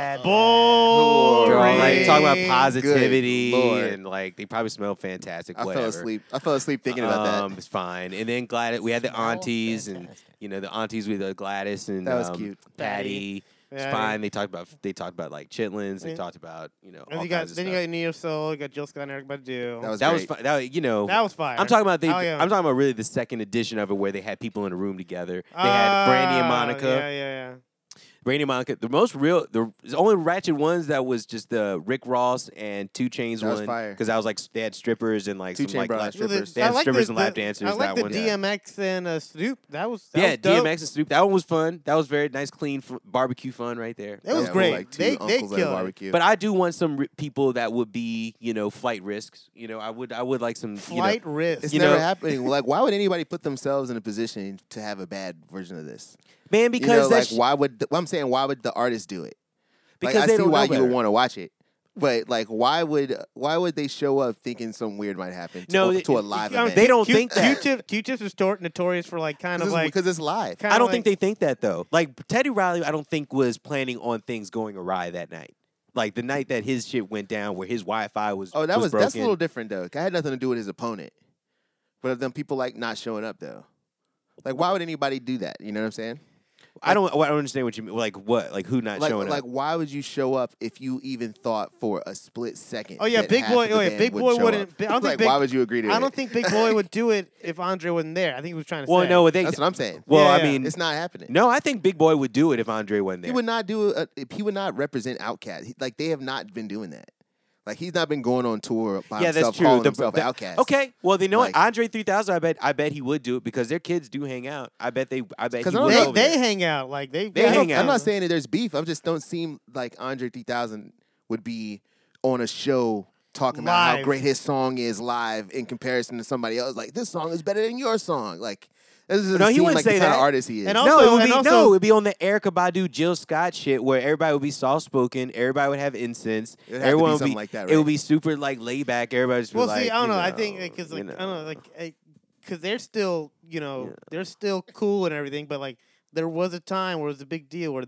[SPEAKER 3] Boring.
[SPEAKER 1] They're all, like talking about
[SPEAKER 3] Good
[SPEAKER 1] positivity
[SPEAKER 2] Lord.
[SPEAKER 1] and like they probably smell fantastic.
[SPEAKER 2] I
[SPEAKER 1] whatever.
[SPEAKER 2] fell asleep. I fell asleep thinking about
[SPEAKER 1] Um,
[SPEAKER 2] that.
[SPEAKER 1] It's fine. And then Gladys, we had the
[SPEAKER 4] Smell
[SPEAKER 1] aunties and
[SPEAKER 4] fantastic.
[SPEAKER 1] you know the aunties with uh, Gladys and
[SPEAKER 2] That was
[SPEAKER 1] um,
[SPEAKER 2] cute.
[SPEAKER 1] Patty. It's
[SPEAKER 3] Patty.
[SPEAKER 1] fine. They talked about they talked about like chitlins. They
[SPEAKER 3] Yeah.
[SPEAKER 1] talked about you know
[SPEAKER 3] And
[SPEAKER 1] all
[SPEAKER 3] you got,
[SPEAKER 1] kinds
[SPEAKER 3] then
[SPEAKER 1] of
[SPEAKER 3] you
[SPEAKER 1] stuff.
[SPEAKER 3] got Neo Soul. You got Jill Scott and Eric Badu.
[SPEAKER 2] That was
[SPEAKER 1] that was
[SPEAKER 2] great.
[SPEAKER 1] fun. That was- you know.
[SPEAKER 3] that was fire.
[SPEAKER 1] I'm talking about the.
[SPEAKER 3] Oh, yeah.
[SPEAKER 1] I'm talking about really the second edition of it where they had people in a room together. They had Brandy and
[SPEAKER 3] Ah,
[SPEAKER 1] Monica.
[SPEAKER 3] Yeah, yeah, yeah.
[SPEAKER 1] Brandy and Monica. The most real, the the only ratchet ones that was just the Rick Ross and Two Chains
[SPEAKER 2] That was
[SPEAKER 1] one.
[SPEAKER 2] fire.
[SPEAKER 1] Because I was like, they had strippers and like
[SPEAKER 2] Two
[SPEAKER 1] some
[SPEAKER 2] Chain
[SPEAKER 1] like
[SPEAKER 2] Brothers.
[SPEAKER 1] lap
[SPEAKER 2] Yeah, the-
[SPEAKER 1] strippers. They
[SPEAKER 3] I
[SPEAKER 1] had
[SPEAKER 3] like the-
[SPEAKER 1] strippers and
[SPEAKER 3] the-
[SPEAKER 1] lap dancers.
[SPEAKER 3] I like
[SPEAKER 1] that
[SPEAKER 3] the
[SPEAKER 1] one. uh,
[SPEAKER 3] DMX and uh, Snoop. That was that
[SPEAKER 1] yeah,
[SPEAKER 3] was dope.
[SPEAKER 1] DMX and Snoop. That one was fun. That was very nice, clean f- barbecue fun right there.
[SPEAKER 3] It was
[SPEAKER 2] Yeah, we're
[SPEAKER 3] great.
[SPEAKER 2] Like two
[SPEAKER 3] they
[SPEAKER 2] uncles
[SPEAKER 3] they
[SPEAKER 2] at a
[SPEAKER 3] killed. it.
[SPEAKER 2] barbecue.
[SPEAKER 1] But I do want some r- people that would be, you know, flight risks. You know, I would, I would like some
[SPEAKER 3] Flight
[SPEAKER 1] You know,
[SPEAKER 3] risk.
[SPEAKER 2] it's
[SPEAKER 1] you
[SPEAKER 2] never
[SPEAKER 1] know-
[SPEAKER 2] happening. Like, why would anybody put themselves in a position to have a bad version of this?
[SPEAKER 1] man,
[SPEAKER 2] You
[SPEAKER 1] because
[SPEAKER 2] know, like,
[SPEAKER 1] that's
[SPEAKER 2] why would the, well, I'm saying? Why would the artist do it?
[SPEAKER 1] because
[SPEAKER 2] like, I
[SPEAKER 1] they
[SPEAKER 2] see
[SPEAKER 1] don't
[SPEAKER 2] why
[SPEAKER 1] know
[SPEAKER 2] you would
[SPEAKER 1] better.
[SPEAKER 2] want to watch it, but like, why would why would they show up thinking something weird might happen? To,
[SPEAKER 1] No,
[SPEAKER 2] to,
[SPEAKER 1] it-
[SPEAKER 2] a live
[SPEAKER 1] you know,
[SPEAKER 2] event.
[SPEAKER 1] they don't
[SPEAKER 3] Q-
[SPEAKER 1] think that.
[SPEAKER 3] Q-tip, Q-tip's is stor- notorious for like kind
[SPEAKER 2] because
[SPEAKER 3] of
[SPEAKER 2] it's,
[SPEAKER 3] like.
[SPEAKER 2] because it's live.
[SPEAKER 3] kinda
[SPEAKER 1] I don't
[SPEAKER 3] like-
[SPEAKER 1] think they think that though. Like Teddy Riley, I don't think was planning on things going awry that night. Like the night that his shit went down, where his Wi-Fi was.
[SPEAKER 2] Oh, that was, that's a
[SPEAKER 1] broken.
[SPEAKER 2] little different though. 'cause I had nothing to do with his opponent, but of them people like not showing up though. Like, why would anybody do that? You know what I'm saying?
[SPEAKER 1] I don't. I don't understand what you mean. Like what? Like who not
[SPEAKER 2] Like,
[SPEAKER 1] showing
[SPEAKER 2] like,
[SPEAKER 1] up?
[SPEAKER 2] why would you show up if you even thought for a split second?
[SPEAKER 3] Oh, yeah,
[SPEAKER 2] that
[SPEAKER 3] Big
[SPEAKER 2] half
[SPEAKER 3] Boy-
[SPEAKER 2] of the
[SPEAKER 3] oh, yeah,
[SPEAKER 2] band
[SPEAKER 3] Big
[SPEAKER 2] would
[SPEAKER 3] Boy
[SPEAKER 2] show
[SPEAKER 3] wouldn't-
[SPEAKER 2] up?
[SPEAKER 3] I don't think
[SPEAKER 2] like,
[SPEAKER 3] Big-
[SPEAKER 2] why would you agree to
[SPEAKER 3] I
[SPEAKER 2] it?
[SPEAKER 3] don't think Big Boy would do it if Andre wasn't there. I think he was trying to
[SPEAKER 1] Well,
[SPEAKER 3] say.
[SPEAKER 1] no, they.
[SPEAKER 2] that's what I'm saying.
[SPEAKER 1] well,
[SPEAKER 3] Yeah,
[SPEAKER 1] I
[SPEAKER 3] yeah.
[SPEAKER 1] mean,
[SPEAKER 2] It's not happening.
[SPEAKER 1] no, I think Big Boy would do it if Andre wasn't there.
[SPEAKER 2] He would not do a, if he would not represent Outcast. like they have not been doing that. Like he's not been going on tour by
[SPEAKER 1] yeah,
[SPEAKER 2] himself
[SPEAKER 1] that's true.
[SPEAKER 2] calling
[SPEAKER 1] The-
[SPEAKER 2] himself
[SPEAKER 1] the-
[SPEAKER 2] Outcast.
[SPEAKER 1] Okay, well, they know what?
[SPEAKER 2] Like-
[SPEAKER 1] Andre 3000. I bet. I bet he would do it because their kids do hang out. I bet they. I bet
[SPEAKER 2] 'Cause
[SPEAKER 1] he
[SPEAKER 2] I don't
[SPEAKER 1] would
[SPEAKER 2] know-
[SPEAKER 1] go
[SPEAKER 3] they,
[SPEAKER 1] there.
[SPEAKER 3] they hang out. Like they,
[SPEAKER 1] They
[SPEAKER 2] I don't-
[SPEAKER 1] hang
[SPEAKER 2] I'm
[SPEAKER 1] out.
[SPEAKER 2] not saying that there's beef. I just don't seem like Andre 3000 would be on a show talking about how
[SPEAKER 3] Live.
[SPEAKER 2] great his song is live in comparison to somebody else. Like this song is better than your song. Like this doesn't
[SPEAKER 1] No, he
[SPEAKER 2] seem
[SPEAKER 1] wouldn't
[SPEAKER 2] like the
[SPEAKER 1] say
[SPEAKER 2] kind of
[SPEAKER 1] that.
[SPEAKER 2] artist he is.
[SPEAKER 3] And also-
[SPEAKER 1] no, it would
[SPEAKER 3] and
[SPEAKER 1] be, no,
[SPEAKER 3] also-
[SPEAKER 1] it would be on the Erica Badu, Jill Scott shit, where everybody would be soft spoken, everybody would have incense,
[SPEAKER 2] It would have to be
[SPEAKER 1] everyone would
[SPEAKER 2] something
[SPEAKER 1] be,
[SPEAKER 2] like that,
[SPEAKER 1] it would
[SPEAKER 2] right?
[SPEAKER 1] be super like laid back. Everybody just be
[SPEAKER 3] Well,
[SPEAKER 1] like,
[SPEAKER 3] see, I don't
[SPEAKER 1] you
[SPEAKER 3] know. I think because
[SPEAKER 1] you
[SPEAKER 3] like I don't know, like because they're still you know they're still cool and everything, but like there was a time where it was a big deal where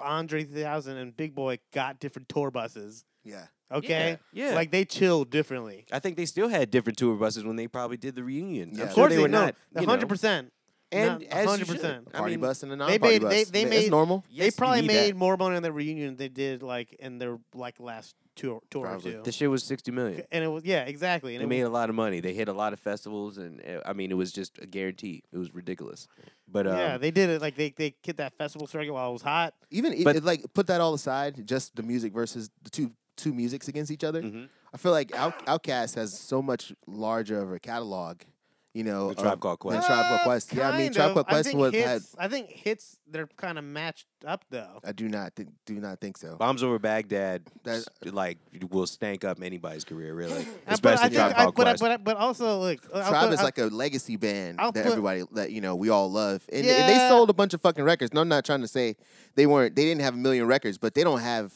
[SPEAKER 3] Andre 3000 and Big Boy got different tour buses.
[SPEAKER 2] Yeah.
[SPEAKER 3] Okay,
[SPEAKER 1] Yeah, yeah.
[SPEAKER 3] like they chilled differently.
[SPEAKER 1] I think they still had different tour buses when they probably did the reunion.
[SPEAKER 2] Yeah.
[SPEAKER 1] I'm
[SPEAKER 2] Of
[SPEAKER 1] sure they
[SPEAKER 3] they
[SPEAKER 1] were
[SPEAKER 3] no,
[SPEAKER 1] not. you know,
[SPEAKER 3] One hundred percent.
[SPEAKER 1] And as you
[SPEAKER 3] hundred
[SPEAKER 1] should.
[SPEAKER 3] percent.
[SPEAKER 1] I
[SPEAKER 2] Party
[SPEAKER 1] mean,
[SPEAKER 2] bus and a
[SPEAKER 3] they
[SPEAKER 2] non-party
[SPEAKER 3] made-
[SPEAKER 2] bus.
[SPEAKER 3] they- they
[SPEAKER 2] Ma-
[SPEAKER 3] made-
[SPEAKER 2] That's normal.
[SPEAKER 1] yes,
[SPEAKER 3] they
[SPEAKER 1] you
[SPEAKER 3] probably
[SPEAKER 1] need
[SPEAKER 3] made
[SPEAKER 1] that.
[SPEAKER 3] more money on that reunion than they did like in their like last tour tour
[SPEAKER 2] Probably.
[SPEAKER 3] or two.
[SPEAKER 1] The shit was sixty million.
[SPEAKER 3] And it was yeah, exactly. And
[SPEAKER 1] They
[SPEAKER 3] it
[SPEAKER 1] made
[SPEAKER 3] was,
[SPEAKER 1] a lot of money. They hit a lot of festivals, and uh, I mean, it was just a guarantee. It was ridiculous. But um,
[SPEAKER 3] yeah, they did it like they they hit that festival circuit while it was hot.
[SPEAKER 2] Even e-
[SPEAKER 1] But-
[SPEAKER 2] it, like put that all aside, just the music versus the two two musics against each other.
[SPEAKER 1] Mhm.
[SPEAKER 2] I feel like Out, Outcast has so much larger of a catalog. You know,
[SPEAKER 1] The Tribe
[SPEAKER 2] of-
[SPEAKER 1] Called
[SPEAKER 2] than
[SPEAKER 1] Quest.
[SPEAKER 2] Tribe Called
[SPEAKER 3] Uh,
[SPEAKER 2] Quest. Yeah, I mean,
[SPEAKER 3] kind
[SPEAKER 2] Tribe
[SPEAKER 3] of.
[SPEAKER 2] Called
[SPEAKER 3] I
[SPEAKER 2] Quest
[SPEAKER 3] think
[SPEAKER 2] was
[SPEAKER 3] hits,
[SPEAKER 2] had.
[SPEAKER 3] I think hits. They're kind of matched up though.
[SPEAKER 2] I do not think do not think so.
[SPEAKER 1] Bombs Over Baghdad,
[SPEAKER 2] That-
[SPEAKER 1] s- like, will stank up anybody's career, really.
[SPEAKER 3] Uh, but I
[SPEAKER 1] Especially
[SPEAKER 3] think,
[SPEAKER 1] Tribe
[SPEAKER 3] I,
[SPEAKER 1] Called
[SPEAKER 3] but, I-
[SPEAKER 1] Quest.
[SPEAKER 3] but I- but also like uh, I'll
[SPEAKER 2] Tribe
[SPEAKER 3] put-
[SPEAKER 2] is
[SPEAKER 3] I'll-
[SPEAKER 2] like a legacy band
[SPEAKER 3] I'll
[SPEAKER 2] that
[SPEAKER 3] put-
[SPEAKER 2] everybody that you know we all love, and, they- they
[SPEAKER 3] Yeah.
[SPEAKER 2] sold a bunch of fucking records. No, I'm not trying to say they weren't. They didn't have a million records, but they don't have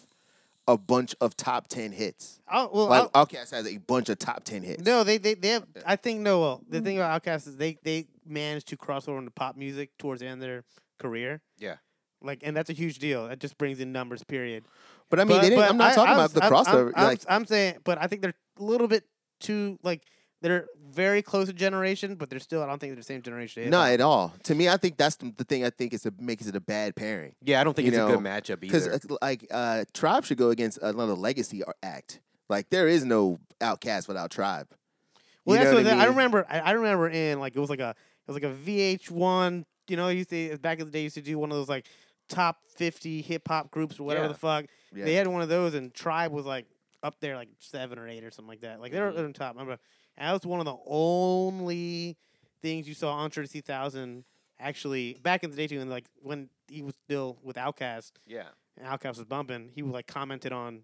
[SPEAKER 2] a bunch of top ten hits.
[SPEAKER 3] I'll- well,
[SPEAKER 2] Like
[SPEAKER 3] I'll-
[SPEAKER 2] Outcast has a bunch of top ten hits.
[SPEAKER 3] No, they, they they have. I think no. Well, the thing about Outkast is they they managed to cross over into pop music towards the end of their career.
[SPEAKER 1] Yeah.
[SPEAKER 3] Like, and that's a huge deal. That just brings in numbers. Period.
[SPEAKER 2] but I mean, they didn't, I'm not talking about the
[SPEAKER 3] I'm-
[SPEAKER 2] crossover.
[SPEAKER 3] I'm, I'm,
[SPEAKER 2] like
[SPEAKER 3] I'm saying, but I think they're a little bit too like they're very close to generation, but they're still. I don't think they're the same generation. they
[SPEAKER 2] no,
[SPEAKER 3] are.
[SPEAKER 2] at all. To me, I think that's the the thing. I think is a, makes it a bad pairing
[SPEAKER 1] yeah, I don't think
[SPEAKER 2] you
[SPEAKER 1] it's a good
[SPEAKER 2] know,
[SPEAKER 1] matchup
[SPEAKER 2] because
[SPEAKER 1] either.
[SPEAKER 2] like uh, Tribe should go against another legacy ar- act. Like there is no Outcast without Tribe.
[SPEAKER 3] Well,
[SPEAKER 2] You
[SPEAKER 3] that's
[SPEAKER 2] know
[SPEAKER 3] what,
[SPEAKER 2] what I
[SPEAKER 3] I,
[SPEAKER 2] mean?
[SPEAKER 3] remember. I, I remember in like it was like a it was like a VH1. You know, you used to back in the day used to do one of those like top fifty hip hop groups or whatever
[SPEAKER 1] Yeah.
[SPEAKER 3] the fuck.
[SPEAKER 2] Yeah.
[SPEAKER 3] They had one of those, and Tribe was like up there, like seven or eight or something like that. Like they were
[SPEAKER 1] Mhm.
[SPEAKER 2] Mm-hmm.
[SPEAKER 3] on top. I remember and that was one of the only things you saw on True Two Thousand actually back in the day too. And like when he was still with Outkast,
[SPEAKER 1] yeah.
[SPEAKER 3] and Outkast was bumping, he was like commented on.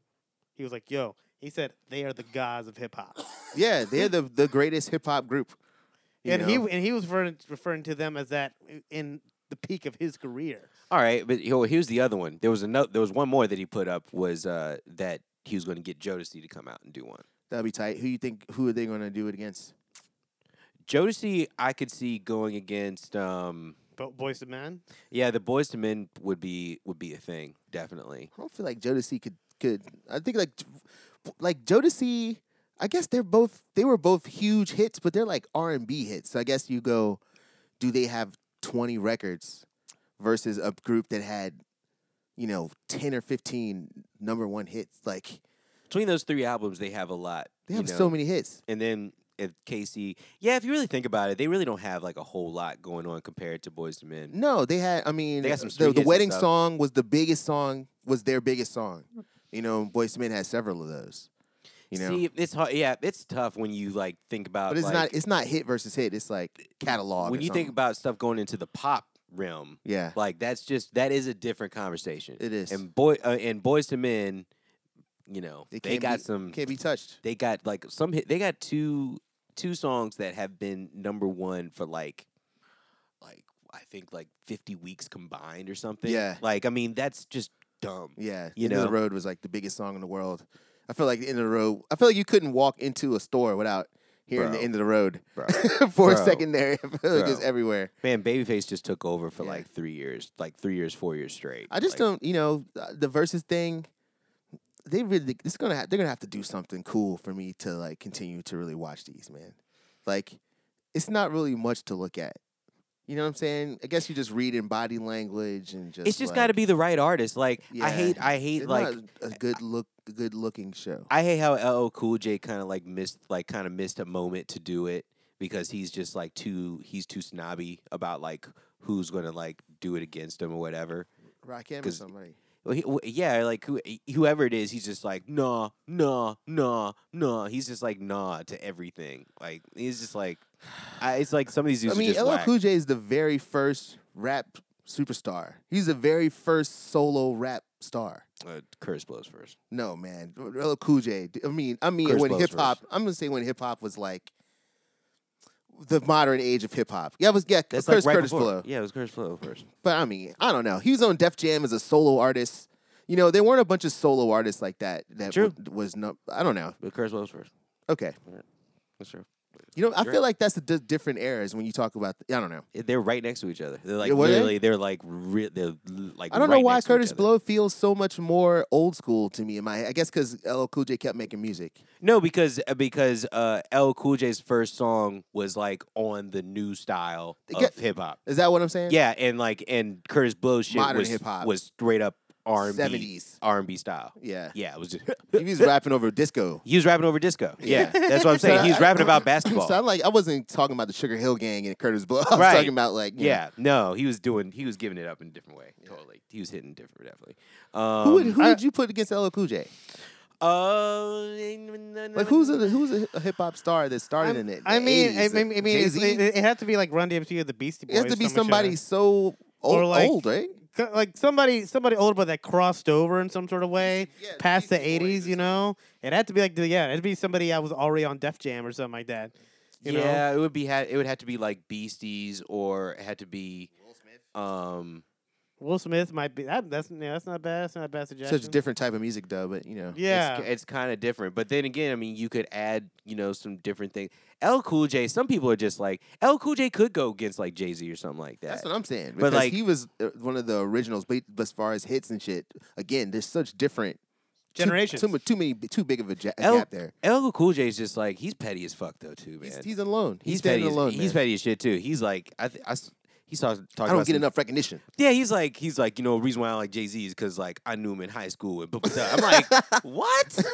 [SPEAKER 3] He was like, "Yo," he said, "They are the gods of hip hop."
[SPEAKER 2] Yeah, they're the the greatest hip hop group. you
[SPEAKER 3] and
[SPEAKER 2] know?
[SPEAKER 3] he and he was referring, referring to them as that i- in the peak of his career.
[SPEAKER 1] All right, but yo, here's the other one. There was another. There was one more that he put up was uh, that he was going to get Jodeci to come out and do one.
[SPEAKER 2] That'd be tight. Who you think? Who are they going to do it against?
[SPEAKER 1] Jodeci, I could see going against. Um,
[SPEAKER 3] But Boys to Men,
[SPEAKER 1] yeah, the Boys to Men would be would be a thing, definitely.
[SPEAKER 2] I don't feel like Jodeci could could. I think like like Jodeci. I guess they're both they were both huge hits, but they're like R and B hits. So I guess you go, do they have twenty records versus a group that had, you know, ten or fifteen number one hits? Like
[SPEAKER 1] Between those three albums, they have a lot.
[SPEAKER 2] they
[SPEAKER 1] you
[SPEAKER 2] have
[SPEAKER 1] know?
[SPEAKER 2] so many hits.
[SPEAKER 1] And then if Casey, yeah, if you really think about it, they really don't have like a whole lot going on compared to Boys to Men.
[SPEAKER 2] No, they had. I mean,
[SPEAKER 1] They got some
[SPEAKER 2] the,
[SPEAKER 1] street
[SPEAKER 2] the
[SPEAKER 1] hits and
[SPEAKER 2] wedding
[SPEAKER 1] stuff.
[SPEAKER 2] song was the biggest song. Was their biggest song. You know, Boyz II Men had several of those. You know,
[SPEAKER 1] See, it's hard. Yeah, it's tough when you like think about.
[SPEAKER 2] but it's
[SPEAKER 1] like,
[SPEAKER 2] not. It's not hit versus hit. It's like catalog.
[SPEAKER 1] when
[SPEAKER 2] or
[SPEAKER 1] you think
[SPEAKER 2] something.
[SPEAKER 1] about stuff going into the pop realm.
[SPEAKER 2] yeah,
[SPEAKER 1] Like that's just that is a different conversation.
[SPEAKER 2] It is.
[SPEAKER 1] And boy, uh, and boys to men, you know,
[SPEAKER 2] It
[SPEAKER 1] they
[SPEAKER 2] can't
[SPEAKER 1] got
[SPEAKER 2] be-
[SPEAKER 1] some.
[SPEAKER 2] can't be touched.
[SPEAKER 1] They got like some. Hit, they got two two songs that have been number one for like like I think like fifty weeks combined or something.
[SPEAKER 2] Yeah.
[SPEAKER 1] Like I mean, that's just dumb.
[SPEAKER 2] Yeah,
[SPEAKER 1] You
[SPEAKER 2] End of
[SPEAKER 1] know.
[SPEAKER 2] the Road was like the biggest song in the world. I feel like the End of the Road. I feel like you couldn't walk into a store without hearing the
[SPEAKER 1] Bro.
[SPEAKER 2] End of the Road
[SPEAKER 1] Bro.
[SPEAKER 2] for
[SPEAKER 1] Bro.
[SPEAKER 2] a second there. I feel like it's
[SPEAKER 1] Bro.
[SPEAKER 2] everywhere.
[SPEAKER 1] Man, Babyface just took over for
[SPEAKER 2] Yeah.
[SPEAKER 1] like three years, like three years, four years straight.
[SPEAKER 2] I just
[SPEAKER 1] Like,
[SPEAKER 2] don't, you know, uh, the verses thing. They really, it's gonna, ha- they're gonna have to do something cool for me to like continue to really watch these, man. Like, it's not really much to look at. You know what I'm saying? I guess you just read in body language and just.
[SPEAKER 1] It's just got to be the right artist. Like
[SPEAKER 2] Yeah.
[SPEAKER 1] I hate, I hate like
[SPEAKER 2] a good look, good looking show.
[SPEAKER 1] I hate how LL Cool J kind of like missed, like kind of missed a moment to do it because he's just like too, he's too snobby about like who's gonna like do it against him or whatever.
[SPEAKER 2] Rock him or
[SPEAKER 1] 'cause-
[SPEAKER 2] somebody.
[SPEAKER 1] Well, he, well, yeah, like who, eh, whoever it is, he's just like nah, nah, nah, nah. He's just like nah to everything. Like he's just like, I, it's like some of these dudes.
[SPEAKER 2] I mean,
[SPEAKER 1] are just
[SPEAKER 2] LL
[SPEAKER 1] whack.
[SPEAKER 2] Cool J is the very first rap superstar. He's the very first solo rap star.
[SPEAKER 1] Uh, curse blows first.
[SPEAKER 2] No man, LL Cool J. d- I mean, I mean
[SPEAKER 1] Curse
[SPEAKER 2] when
[SPEAKER 1] blows
[SPEAKER 2] hip hop.
[SPEAKER 1] first.
[SPEAKER 2] I'm gonna say when hip hop was like the modern age of hip hop. Yeah, it was yeah.
[SPEAKER 1] That's
[SPEAKER 2] Chris
[SPEAKER 1] like right
[SPEAKER 2] Curtis
[SPEAKER 1] before.
[SPEAKER 2] Blow.
[SPEAKER 1] Yeah, it was curse blow first.
[SPEAKER 2] But I mean, I don't know. He was on Def Jam as a solo artist. You know, there weren't a bunch of solo artists like that. That
[SPEAKER 1] True.
[SPEAKER 2] w- was no. I don't know.
[SPEAKER 1] But curse blows first.
[SPEAKER 2] Okay,
[SPEAKER 1] That's true.
[SPEAKER 2] You know, I
[SPEAKER 1] Sure.
[SPEAKER 2] feel like that's the d- different eras when you talk about. I don't know.
[SPEAKER 1] Eh, They're right next to each other. They're like
[SPEAKER 2] Yeah, were they?
[SPEAKER 1] literally. They? are like re- they're l- like.
[SPEAKER 2] I don't
[SPEAKER 1] right
[SPEAKER 2] know why
[SPEAKER 1] next to each
[SPEAKER 2] Curtis
[SPEAKER 1] other.
[SPEAKER 2] Blow feels so much more old school to me in my. I guess because LL Cool J kept making music.
[SPEAKER 1] No, because uh, because uh, L Cool J's first song was like on the new style
[SPEAKER 2] They
[SPEAKER 1] of
[SPEAKER 2] get-
[SPEAKER 1] hip hop.
[SPEAKER 2] Is that what I'm saying?
[SPEAKER 1] Yeah, and like and Curtis Blow's shit
[SPEAKER 2] Modern
[SPEAKER 1] was
[SPEAKER 2] hip-hop.
[SPEAKER 1] was straight up R and B
[SPEAKER 2] 70s.
[SPEAKER 1] R and B style.
[SPEAKER 2] Yeah.
[SPEAKER 1] Yeah, it was just
[SPEAKER 2] He was rapping over disco.
[SPEAKER 1] he was rapping over disco. Yeah, that's what I'm saying.
[SPEAKER 2] So
[SPEAKER 1] He was
[SPEAKER 2] I-
[SPEAKER 1] rapping about
[SPEAKER 2] So I'm
[SPEAKER 1] basketball.
[SPEAKER 2] like, I wasn't talking about the Sugar Hill Gang and Curtis Blow. I was
[SPEAKER 1] Right.
[SPEAKER 2] talking about like, you know,
[SPEAKER 1] Yeah, no, he was doing he was giving it up in a different way. Totally, he was hitting different definitely. Um,
[SPEAKER 2] who would, who would you put against LL Cool J?
[SPEAKER 1] Uh,
[SPEAKER 2] Like, who's a who's a, hip hop star that started in it?
[SPEAKER 3] I
[SPEAKER 2] the
[SPEAKER 3] mean,
[SPEAKER 2] 80s?
[SPEAKER 3] I mean, I mean it's,
[SPEAKER 2] Jay-Z?
[SPEAKER 3] it, it had to be like Run DMC or the Beastie Boys.
[SPEAKER 2] it has to be
[SPEAKER 3] some shit.
[SPEAKER 2] somebody so old,
[SPEAKER 3] Or like-
[SPEAKER 2] old, right?
[SPEAKER 3] Co- like somebody somebody older but that crossed over in some sort of way
[SPEAKER 2] Yeah, the
[SPEAKER 3] past the
[SPEAKER 2] Beastie Boys or
[SPEAKER 3] 80s you know it had to be like the- yeah it'd be somebody i was already on def jam or something like that you know
[SPEAKER 1] yeah, it would be ha- it would have to be like Beasties or it had to be um
[SPEAKER 3] will smith might be that, that's yeah, that's not bad that's not a bad suggestion
[SPEAKER 2] Such a different type of music, though. But you know,
[SPEAKER 3] yeah
[SPEAKER 1] It's, kind of different. But then again, I mean, you could add, you know, some different things. L Cool J, some people are just like, L Cool J could go against like Jay Z or something like that.
[SPEAKER 2] that's what I'm saying.
[SPEAKER 1] But,
[SPEAKER 2] Because
[SPEAKER 1] like-
[SPEAKER 2] he was uh, one of the originals, but but as far as hits and shit, again, there's such different too-
[SPEAKER 3] generations
[SPEAKER 2] Too, mu- too many, too big of a, ja- a
[SPEAKER 1] L-
[SPEAKER 2] gap there.
[SPEAKER 1] L Cool J is just like, he's petty as fuck, though, too, man.
[SPEAKER 2] He's, he's alone. He's,
[SPEAKER 1] He's
[SPEAKER 2] standing
[SPEAKER 1] petty. As,
[SPEAKER 2] alone.
[SPEAKER 1] he's
[SPEAKER 2] man.
[SPEAKER 1] petty as shit, too. He's like, I, th- I s- he saw, talking
[SPEAKER 2] I
[SPEAKER 1] about
[SPEAKER 2] don't get
[SPEAKER 1] some-
[SPEAKER 2] enough recognition.
[SPEAKER 1] Yeah, he's like, he's like, you know, the reason why I don't like Jay Z is because like I knew him in high school. And blah, blah, blah. I'm like, what?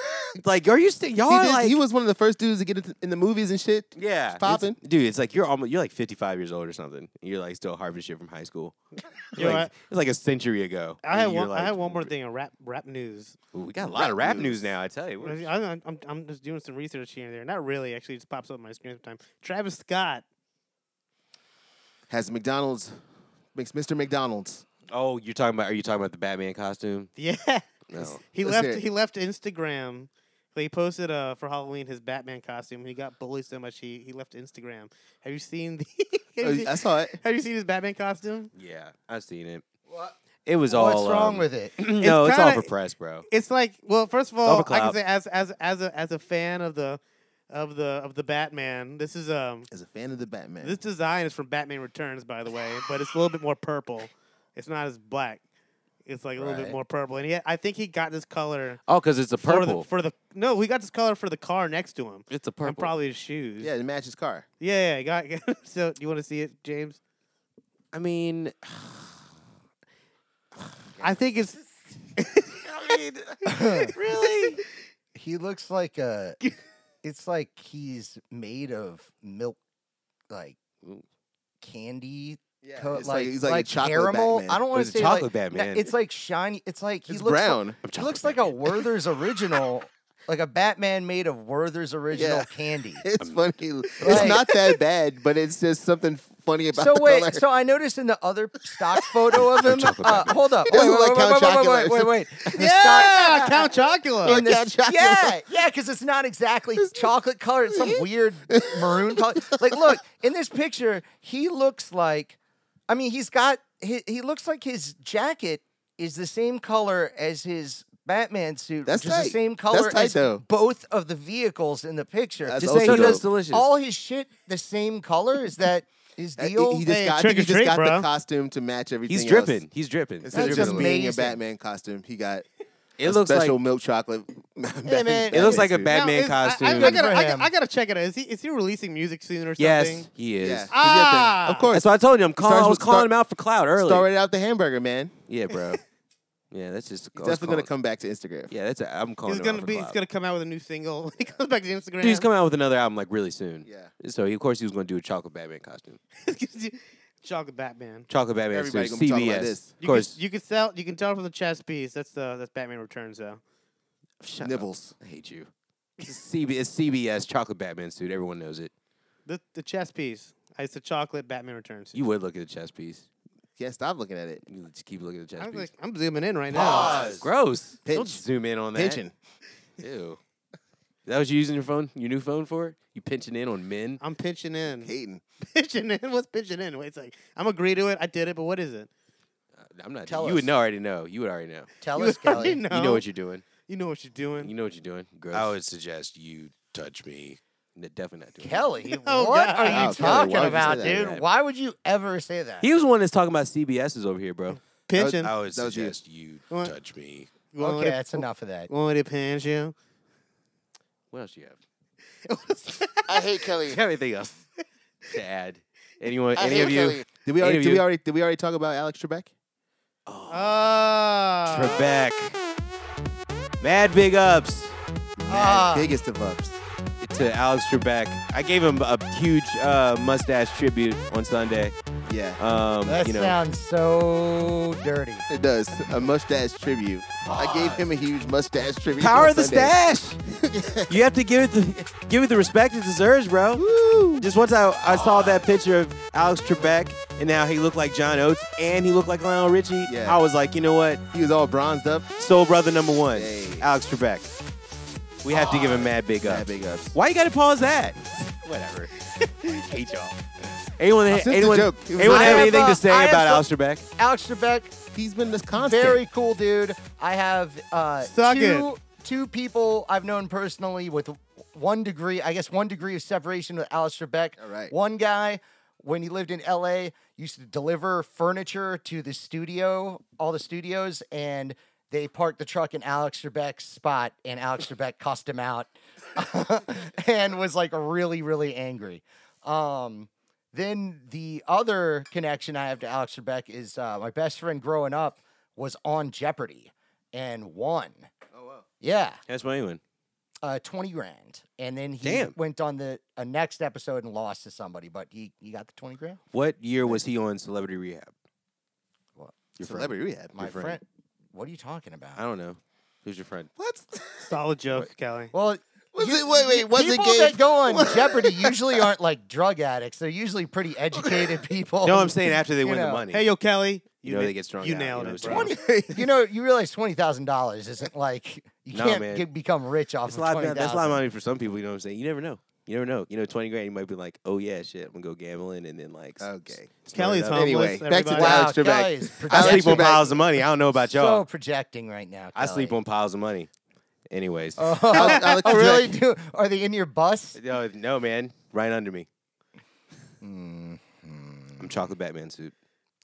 [SPEAKER 1] Like, are you still y'all
[SPEAKER 2] He,
[SPEAKER 1] are
[SPEAKER 2] did-
[SPEAKER 1] like?
[SPEAKER 2] he was one of the first dudes to get into- in the movies and shit.
[SPEAKER 1] yeah, it's-
[SPEAKER 2] poppin'.
[SPEAKER 1] dude. It's like you're almost you're like 55 years old or something. And you're like still harvesting shit from high school.
[SPEAKER 3] Yo,
[SPEAKER 1] like, it's like a century ago.
[SPEAKER 3] I, I had
[SPEAKER 1] and you're
[SPEAKER 3] one i had
[SPEAKER 1] like,
[SPEAKER 3] one more thing on rap rap news
[SPEAKER 1] "Ooh, we got a lot of rap news now. I tell you,
[SPEAKER 3] I-
[SPEAKER 1] we're-
[SPEAKER 3] I'm, I'm, I'm just doing some research here and there not really actually it just pops up on my screen sometimes travis scott
[SPEAKER 2] Has McDonald's, makes Mr. McDonald's.
[SPEAKER 1] oh, you're talking about? Are you talking about the Batman costume?
[SPEAKER 3] yeah
[SPEAKER 1] No.
[SPEAKER 3] he
[SPEAKER 2] Let's hear
[SPEAKER 3] left
[SPEAKER 2] it.
[SPEAKER 3] he left instagram So he posted uh, for Halloween his Batman costume. He got bullied so much he, he left Instagram. Have you seen the? have
[SPEAKER 2] Oh,
[SPEAKER 3] you seen-
[SPEAKER 2] I saw it.
[SPEAKER 3] Have you seen his Batman costume?
[SPEAKER 1] Yeah, I've seen it.
[SPEAKER 4] What?
[SPEAKER 1] It was all.
[SPEAKER 4] What's wrong
[SPEAKER 1] um,
[SPEAKER 4] with it?
[SPEAKER 1] no, it's, all
[SPEAKER 3] kinda-
[SPEAKER 1] for press, bro.
[SPEAKER 3] It's like, well, first of
[SPEAKER 1] Love
[SPEAKER 3] all,
[SPEAKER 1] a
[SPEAKER 3] I can
[SPEAKER 1] clout.
[SPEAKER 3] say as as as a as a fan of the of the of the Batman, this is um
[SPEAKER 2] As a fan of the Batman,
[SPEAKER 3] this design is from Batman Returns, by the way, but it's a little bit more purple. It's not as black. It's like a little
[SPEAKER 4] Right.
[SPEAKER 3] bit more purple, and he, I think he got this color
[SPEAKER 1] Oh, because it's a purple.
[SPEAKER 3] for the for the no, we got this color for the car next to him.
[SPEAKER 1] it's a purple.
[SPEAKER 3] And probably his shoes.
[SPEAKER 2] yeah, it matches car.
[SPEAKER 3] yeah, yeah. I Got so. Do you want to see it, James?
[SPEAKER 1] I mean,
[SPEAKER 3] I think it's really.
[SPEAKER 4] He looks like a. It's like he's made of milk, like
[SPEAKER 1] Ooh.
[SPEAKER 4] candy.
[SPEAKER 2] Yeah,
[SPEAKER 4] Co-
[SPEAKER 2] it's
[SPEAKER 4] like,
[SPEAKER 2] he's like, a chocolate
[SPEAKER 4] caramel.
[SPEAKER 2] Batman.
[SPEAKER 4] I don't want
[SPEAKER 1] It's a
[SPEAKER 4] to say
[SPEAKER 1] chocolate
[SPEAKER 4] like, no,
[SPEAKER 1] Batman.
[SPEAKER 4] It's like shiny. It's like he
[SPEAKER 2] It's
[SPEAKER 4] looks like-
[SPEAKER 2] brown.
[SPEAKER 1] I'm
[SPEAKER 4] He
[SPEAKER 1] talking
[SPEAKER 4] looks
[SPEAKER 1] about
[SPEAKER 4] like a Werther's original, like a Batman made of Werther's original
[SPEAKER 2] Yeah.
[SPEAKER 4] candy.
[SPEAKER 2] It's funny. It's
[SPEAKER 4] Like-
[SPEAKER 2] not that bad, but it's just something funny about
[SPEAKER 4] So
[SPEAKER 2] the
[SPEAKER 4] wait,
[SPEAKER 2] color.
[SPEAKER 4] so I noticed in the other stock photo of him.
[SPEAKER 1] chocolate
[SPEAKER 4] Uh,
[SPEAKER 1] Batman.
[SPEAKER 4] hold up,
[SPEAKER 2] He doesn't
[SPEAKER 4] wait,
[SPEAKER 2] like
[SPEAKER 4] wait, wait,
[SPEAKER 2] Count
[SPEAKER 4] wait, wait,
[SPEAKER 2] Chocula.
[SPEAKER 4] wait, wait. The
[SPEAKER 3] yeah,
[SPEAKER 4] stock- uh,
[SPEAKER 3] Count Chocula.
[SPEAKER 4] in the
[SPEAKER 2] Count
[SPEAKER 4] st-
[SPEAKER 2] Chocula.
[SPEAKER 4] yeah, yeah, because it's not exactly chocolate color. It's some weird maroon color. Like, look in this picture, he looks like. I mean, he's got. He, he looks like his jacket is the same color as his Batman suit,
[SPEAKER 2] That's
[SPEAKER 4] which is
[SPEAKER 2] tight.
[SPEAKER 4] the same
[SPEAKER 2] That's
[SPEAKER 4] color
[SPEAKER 2] tight,
[SPEAKER 4] as
[SPEAKER 2] though.
[SPEAKER 4] both of the vehicles in the picture.
[SPEAKER 2] That's
[SPEAKER 1] Just
[SPEAKER 2] also
[SPEAKER 1] say he
[SPEAKER 2] dope.
[SPEAKER 1] looks delicious.
[SPEAKER 4] all his shit the same color. Is that his
[SPEAKER 2] Uh, he-
[SPEAKER 4] deal?
[SPEAKER 2] He just
[SPEAKER 3] Hey,
[SPEAKER 2] got, I
[SPEAKER 3] trick
[SPEAKER 2] think he
[SPEAKER 3] or
[SPEAKER 2] just
[SPEAKER 3] treat,
[SPEAKER 2] got
[SPEAKER 3] bro.
[SPEAKER 2] the costume to match everything.
[SPEAKER 1] He's
[SPEAKER 2] else.
[SPEAKER 1] dripping. He's dripping. He's
[SPEAKER 2] Instead
[SPEAKER 4] That's
[SPEAKER 2] of
[SPEAKER 1] dripping.
[SPEAKER 2] just being a
[SPEAKER 4] amazing.
[SPEAKER 2] Batman costume, he got
[SPEAKER 1] It
[SPEAKER 2] a
[SPEAKER 1] looks like
[SPEAKER 2] special milk chocolate. Batman
[SPEAKER 4] man,
[SPEAKER 1] it looks
[SPEAKER 2] Batman
[SPEAKER 1] like a
[SPEAKER 2] suit.
[SPEAKER 3] Now,
[SPEAKER 1] Batman
[SPEAKER 3] is- I-
[SPEAKER 1] costume.
[SPEAKER 3] I, I, gotta,
[SPEAKER 4] for
[SPEAKER 3] I,
[SPEAKER 4] him.
[SPEAKER 3] I gotta check it out. Is he is he releasing music soon or something?
[SPEAKER 1] yes, he is.
[SPEAKER 2] Yeah, 'cause you have to-
[SPEAKER 3] Ah!
[SPEAKER 2] of course.
[SPEAKER 1] That's why I told you. I'm calling.
[SPEAKER 2] starts
[SPEAKER 1] I was
[SPEAKER 2] with
[SPEAKER 1] calling
[SPEAKER 2] star-
[SPEAKER 1] him out for clout early.
[SPEAKER 2] Started out the hamburger man.
[SPEAKER 1] Yeah, bro. yeah, that's just. I
[SPEAKER 2] He's
[SPEAKER 1] was
[SPEAKER 2] definitely gonna
[SPEAKER 1] calling-
[SPEAKER 2] come back to Instagram.
[SPEAKER 1] Yeah, that's. A, I'm calling.
[SPEAKER 3] He's
[SPEAKER 1] him out
[SPEAKER 3] gonna
[SPEAKER 1] for
[SPEAKER 3] be. He's
[SPEAKER 1] clout.
[SPEAKER 3] gonna come out with a new single. when he comes back to Instagram.
[SPEAKER 1] Dude, he's coming out with another album like really soon.
[SPEAKER 2] Yeah.
[SPEAKER 1] So he- of course he was gonna do a chocolate Batman costume.
[SPEAKER 3] Chocolate Batman.
[SPEAKER 1] Chocolate Batman.
[SPEAKER 2] Everybody
[SPEAKER 1] suit,
[SPEAKER 2] gonna be
[SPEAKER 1] CBS.
[SPEAKER 2] talking about this.
[SPEAKER 1] Of
[SPEAKER 3] You could,
[SPEAKER 1] course.
[SPEAKER 3] you could sell. You can tell from the chess piece. That's uh, that's Batman Returns though.
[SPEAKER 1] Shut up.
[SPEAKER 2] Nibbles.
[SPEAKER 1] I hate you. It's CBS, it's CBS chocolate Batman suit. Everyone knows it.
[SPEAKER 3] The the chess piece. It's a chocolate Batman Returns.
[SPEAKER 1] You would look at the chess piece.
[SPEAKER 2] Yeah, stop looking at it.
[SPEAKER 1] You just keep looking at the chess
[SPEAKER 3] I'm,
[SPEAKER 1] piece.
[SPEAKER 3] like, I'm zooming in right
[SPEAKER 1] Pause. Gross. Don't
[SPEAKER 2] Pinch.
[SPEAKER 1] zoom in on that.
[SPEAKER 2] Pinching.
[SPEAKER 1] Ew. That was you using your phone, your new phone for it? You pinching in on men?
[SPEAKER 3] now. I'm pitching in.
[SPEAKER 2] Hating.
[SPEAKER 3] pitching in. What's pitching in? Wait, it's like I'm agree to it. I did it, but what is it?
[SPEAKER 1] I'm not.
[SPEAKER 4] Tell
[SPEAKER 1] you
[SPEAKER 4] us.
[SPEAKER 1] would know, already know. You would already know.
[SPEAKER 4] Tell
[SPEAKER 3] You
[SPEAKER 4] us,
[SPEAKER 3] already
[SPEAKER 4] Kelly.
[SPEAKER 2] Uh-huh.
[SPEAKER 1] You know what you're doing.
[SPEAKER 3] You know what you're doing.
[SPEAKER 1] You know what you're doing. Gross.
[SPEAKER 7] I would suggest you touch me
[SPEAKER 1] N- Definitely not doing
[SPEAKER 4] Kelly,
[SPEAKER 3] Oh,
[SPEAKER 4] what
[SPEAKER 3] God.
[SPEAKER 4] are you
[SPEAKER 2] Wow, Kelly, why
[SPEAKER 4] talking
[SPEAKER 2] would you say
[SPEAKER 4] about,
[SPEAKER 2] that?
[SPEAKER 4] dude?
[SPEAKER 1] Yeah.
[SPEAKER 4] Why would you ever say that?
[SPEAKER 1] that. He was the one that's talking about CBS's over here, bro.
[SPEAKER 3] Pinching.
[SPEAKER 1] I would, I
[SPEAKER 3] You
[SPEAKER 1] would
[SPEAKER 2] That was you.
[SPEAKER 1] suggest you
[SPEAKER 3] What?
[SPEAKER 1] touch me.
[SPEAKER 3] want me
[SPEAKER 4] okay,
[SPEAKER 3] to-
[SPEAKER 4] that's enough of that.
[SPEAKER 3] Want me to pinch you?
[SPEAKER 1] What else do you have?
[SPEAKER 7] I hate Kelly.
[SPEAKER 1] Everything else to add. Anyone?
[SPEAKER 7] I
[SPEAKER 1] any
[SPEAKER 7] hate
[SPEAKER 1] of you?
[SPEAKER 7] Kelly.
[SPEAKER 2] Did
[SPEAKER 1] Any
[SPEAKER 2] we already?
[SPEAKER 1] of
[SPEAKER 2] Did we
[SPEAKER 1] you?
[SPEAKER 2] already? Did we already talk about Alex Trebek?
[SPEAKER 4] Ah.
[SPEAKER 3] Oh.
[SPEAKER 1] Trebek. Mad big ups
[SPEAKER 4] Ah,
[SPEAKER 2] Biggest of ups.
[SPEAKER 1] to Alex Trebek. I gave him a huge uh, mustache tribute on Sunday.
[SPEAKER 2] Yeah,
[SPEAKER 1] Um,
[SPEAKER 4] that
[SPEAKER 1] you know,
[SPEAKER 4] sounds so dirty.
[SPEAKER 2] it does. A mustache tribute. I gave him a huge mustache tribute.
[SPEAKER 1] power
[SPEAKER 2] on
[SPEAKER 1] of the
[SPEAKER 2] Sunday.
[SPEAKER 1] stash. you have to give it the give it the respect it deserves, bro. Just once I, I saw that picture of Alex Trebek and how he looked like John Oates and he looked like Lionel Richie.
[SPEAKER 2] Yeah.
[SPEAKER 1] I was like, you know what?
[SPEAKER 2] He was all bronzed up.
[SPEAKER 1] Soul brother number one,
[SPEAKER 2] Hey.
[SPEAKER 1] Alex Trebek. We have to give him mad big up.
[SPEAKER 2] Mad big ups.
[SPEAKER 1] Why you gotta pause that? Whatever. Hate y'all. Anyone,
[SPEAKER 2] It's just a
[SPEAKER 1] anyone,
[SPEAKER 2] joke. It was
[SPEAKER 1] anyone
[SPEAKER 2] a
[SPEAKER 1] have
[SPEAKER 4] joke.
[SPEAKER 1] anything
[SPEAKER 4] I have,
[SPEAKER 1] to
[SPEAKER 4] uh,
[SPEAKER 1] say
[SPEAKER 4] I have
[SPEAKER 1] about Alex
[SPEAKER 4] some-
[SPEAKER 1] Trebek?
[SPEAKER 4] Alex Trebek,
[SPEAKER 2] He's been this constant.
[SPEAKER 4] very cool dude. I have uh,
[SPEAKER 3] Suck
[SPEAKER 4] two two people I've known personally with one degree, I guess one degree of separation with Alex Trebek.
[SPEAKER 2] All right.
[SPEAKER 4] One guy, when he lived in LA, used to deliver furniture to the studio, all the studios, and they parked the truck in Alex Trebek's spot, and Alex Trebek cussed him out and was like really, really angry. Um, then the other connection I have to Alex Trebek is uh, my best friend growing up was on Jeopardy and won. Oh wow! Yeah,
[SPEAKER 1] That's my one.
[SPEAKER 4] uh, twenty grand, and then he
[SPEAKER 1] Damn.
[SPEAKER 4] went on the uh, next episode and lost to somebody, but he he got the twenty grand.
[SPEAKER 1] What year was he on Celebrity Rehab?
[SPEAKER 4] What?
[SPEAKER 1] Your friend.
[SPEAKER 2] Celebrity rehab.
[SPEAKER 4] My friend.
[SPEAKER 1] friend.
[SPEAKER 4] what are you talking about?
[SPEAKER 1] I don't know. Who's your friend?
[SPEAKER 2] What?
[SPEAKER 3] Solid joke, Kelly.
[SPEAKER 4] well,
[SPEAKER 2] Was
[SPEAKER 4] you-
[SPEAKER 2] it? Wait, wait. Was it
[SPEAKER 4] people
[SPEAKER 2] gay?
[SPEAKER 4] that go on Jeopardy usually aren't like drug addicts. They're usually pretty educated people.
[SPEAKER 1] No, I'm saying after they
[SPEAKER 4] You
[SPEAKER 1] win
[SPEAKER 4] know.
[SPEAKER 1] the money.
[SPEAKER 3] Hey, yo, Kelly.
[SPEAKER 1] You know
[SPEAKER 3] na-
[SPEAKER 1] they get strung
[SPEAKER 3] You
[SPEAKER 1] out, you
[SPEAKER 3] nailed
[SPEAKER 1] know
[SPEAKER 3] it,
[SPEAKER 1] it's
[SPEAKER 3] bro.
[SPEAKER 1] funny.
[SPEAKER 4] you know, you realize twenty thousand dollars isn't like you
[SPEAKER 1] No,
[SPEAKER 4] can't
[SPEAKER 1] man.
[SPEAKER 4] get, become rich off
[SPEAKER 1] that's a
[SPEAKER 4] of
[SPEAKER 1] lot.
[SPEAKER 4] twenty
[SPEAKER 1] Of, that's a
[SPEAKER 4] thousand.
[SPEAKER 1] lot of money for some people. You know what I'm saying? You never know. You never know. You know, twenty grand. You might be like, oh yeah, shit. I'm gonna go gambling, and then like, s-
[SPEAKER 2] Okay.
[SPEAKER 1] snort
[SPEAKER 3] Kelly's
[SPEAKER 1] it up.
[SPEAKER 3] homeless.
[SPEAKER 2] Anyway, back to
[SPEAKER 3] everybody.
[SPEAKER 4] Wow,
[SPEAKER 2] Alex Trebek.
[SPEAKER 4] guys,
[SPEAKER 1] I
[SPEAKER 4] Alex
[SPEAKER 1] sleep on
[SPEAKER 2] Trebek.
[SPEAKER 1] piles of money. I don't know about
[SPEAKER 4] so
[SPEAKER 1] y'all.
[SPEAKER 4] projecting right now.
[SPEAKER 1] I sleep
[SPEAKER 4] Kelly.
[SPEAKER 1] on piles of money. Anyways,
[SPEAKER 4] Oh,
[SPEAKER 2] Alex- Alex
[SPEAKER 4] oh,
[SPEAKER 2] Trebek.
[SPEAKER 4] really? Do are they in your bus?
[SPEAKER 1] no, no, man, right under me. I'm chocolate Batman suit.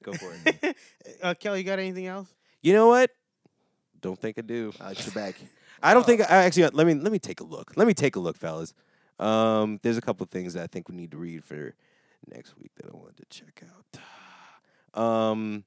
[SPEAKER 1] Go for it.
[SPEAKER 3] Uh, Kelly, you got anything else?
[SPEAKER 1] you know what? Don't think I do.
[SPEAKER 2] Alex Trebek.
[SPEAKER 1] I don't think
[SPEAKER 4] Oh.
[SPEAKER 1] I actually let me let me take a look. Let me take a look, fellas. Um, there's a couple things that I think we need to read for next week that I wanted to check out. Um,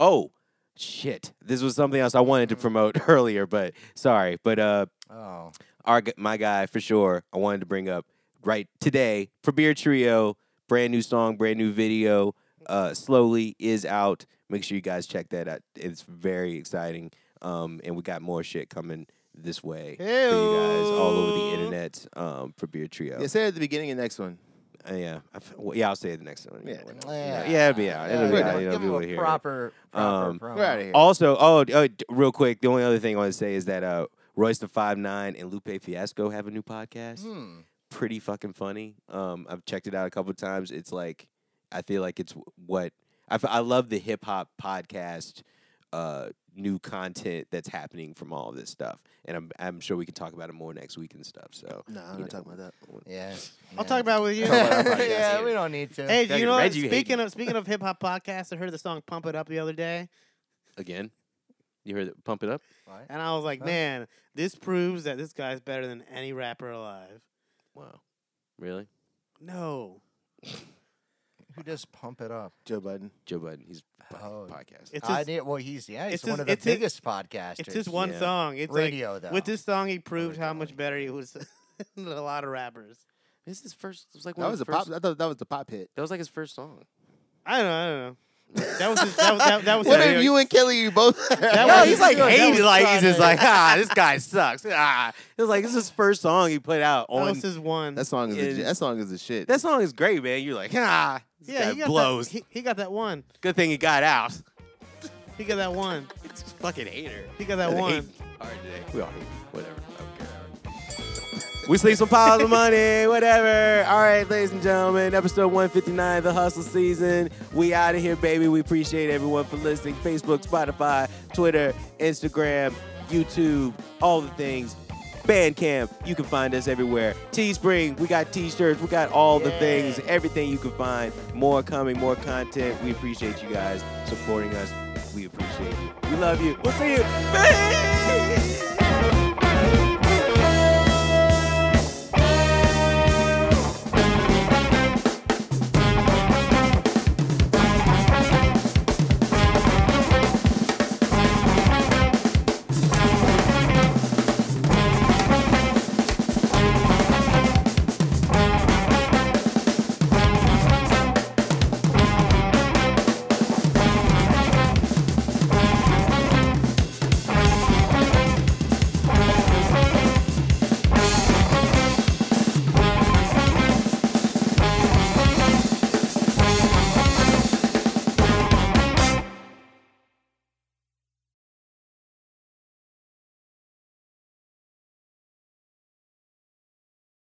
[SPEAKER 1] oh shit, this was something else I wanted to promote earlier, but sorry, but uh,
[SPEAKER 4] Mm-hmm. Oh,
[SPEAKER 1] our gu- my guy for sure. I wanted to bring up right today for Beer Trio, brand new song, brand new video. Uh, slowly is out. Make sure you guys check that out. It's very exciting. Um, and we got more shit coming this way for you guys all over the
[SPEAKER 3] Heyo.
[SPEAKER 1] internet. Um, for Beer Trio.
[SPEAKER 2] Yeah, say it at the beginning of next one.
[SPEAKER 1] Uh, yeah, I f- well, yeah. I'll say it the next one.
[SPEAKER 2] Yeah.
[SPEAKER 1] whatever.
[SPEAKER 4] yeah,
[SPEAKER 1] yeah, it'll be out. Uh, It'll be
[SPEAKER 4] yeah,
[SPEAKER 1] out. You know, people
[SPEAKER 4] give them
[SPEAKER 1] will hear
[SPEAKER 4] a
[SPEAKER 1] it.
[SPEAKER 4] proper, proper
[SPEAKER 1] Um,
[SPEAKER 4] promo.
[SPEAKER 2] We're out of here.
[SPEAKER 1] Also, oh, d- oh, d- real quick. The only other thing I want to say is that uh, Royce the Five Nine and Lupe Fiasco have a new podcast.
[SPEAKER 4] Hmm.
[SPEAKER 1] pretty fucking funny. Um, I've checked it out a couple times. It's like I feel like it's w- what I, f- I love the hip hop podcast, uh, new content that's happening from all of this stuff, and I'm I'm sure we can talk about it more next week and stuff. So
[SPEAKER 2] no,
[SPEAKER 1] you
[SPEAKER 2] I'm
[SPEAKER 1] know.
[SPEAKER 2] not talking about that.
[SPEAKER 4] Yeah,
[SPEAKER 3] I'll talk about it with you.
[SPEAKER 1] about our podcast
[SPEAKER 4] yeah,
[SPEAKER 1] here.
[SPEAKER 4] we don't need to.
[SPEAKER 3] Hey,
[SPEAKER 1] Fucking
[SPEAKER 3] you know, what?
[SPEAKER 1] Reggie hating.
[SPEAKER 3] speaking of speaking of hip hop podcasts, I heard the song "Pump It Up" the other day,
[SPEAKER 1] again, you heard it, pump it up.
[SPEAKER 4] What?
[SPEAKER 3] and I was like,
[SPEAKER 4] Huh?
[SPEAKER 3] man, this proves that this guy's better than any rapper alive.
[SPEAKER 1] Wow, really,
[SPEAKER 3] No,
[SPEAKER 4] who does pump it up?
[SPEAKER 2] Joe Budden.
[SPEAKER 1] Joe Budden? He's fucking
[SPEAKER 4] Oh.
[SPEAKER 1] podcast.
[SPEAKER 3] it's
[SPEAKER 4] I
[SPEAKER 3] his,
[SPEAKER 4] did. Well, he's yeah, he's
[SPEAKER 3] it's
[SPEAKER 4] one
[SPEAKER 3] his-
[SPEAKER 4] of the
[SPEAKER 3] it's his-
[SPEAKER 4] biggest podcasters.
[SPEAKER 3] it's just one
[SPEAKER 1] yeah.
[SPEAKER 3] song. It's
[SPEAKER 4] Radio,
[SPEAKER 3] like,
[SPEAKER 4] though.
[SPEAKER 3] With this song, he proved how
[SPEAKER 4] Originally.
[SPEAKER 3] much better he was than a lot of rappers.
[SPEAKER 1] This is first. It was like one
[SPEAKER 2] That
[SPEAKER 1] of
[SPEAKER 2] was
[SPEAKER 1] the
[SPEAKER 2] a
[SPEAKER 1] first,
[SPEAKER 2] pop. I thought that was the pop hit.
[SPEAKER 1] That was like his first song.
[SPEAKER 3] I don't know. I don't know. That was his, that was that, that was
[SPEAKER 2] What
[SPEAKER 3] his-
[SPEAKER 2] if you and Kelly, you both?
[SPEAKER 3] That
[SPEAKER 1] No,
[SPEAKER 3] was
[SPEAKER 1] he's
[SPEAKER 3] his-
[SPEAKER 1] like
[SPEAKER 4] that was
[SPEAKER 1] hated. Like he's
[SPEAKER 4] Friday.
[SPEAKER 1] just like ah, this guy sucks. Ah, it was like this is his first song he put out
[SPEAKER 3] that
[SPEAKER 1] on
[SPEAKER 3] was his one.
[SPEAKER 2] that song is, a,
[SPEAKER 1] Is-
[SPEAKER 2] that song is a shit.
[SPEAKER 1] That song is great, man. You're like, ah, this
[SPEAKER 3] yeah,
[SPEAKER 1] guy
[SPEAKER 3] he got
[SPEAKER 1] blows.
[SPEAKER 3] That, he, he got that one.
[SPEAKER 1] Good thing he got out.
[SPEAKER 3] He got that one.
[SPEAKER 1] It's a fucking hater.
[SPEAKER 3] He got that
[SPEAKER 1] Hate-
[SPEAKER 3] one.
[SPEAKER 1] All right, today. We all hate. Whatever. I don't care. We sleep some piles of money, whatever. All right, ladies and gentlemen, episode 159, the hustle season. We out of here, baby. We appreciate everyone for listening. Facebook, Spotify, Twitter, Instagram, YouTube, all the things. Bandcamp. You can find us everywhere. Teespring, we got t-shirts, we got all the things, everything you can find. More coming, more content. We appreciate you guys supporting us. We appreciate you. We love you. We'll see you. Bye.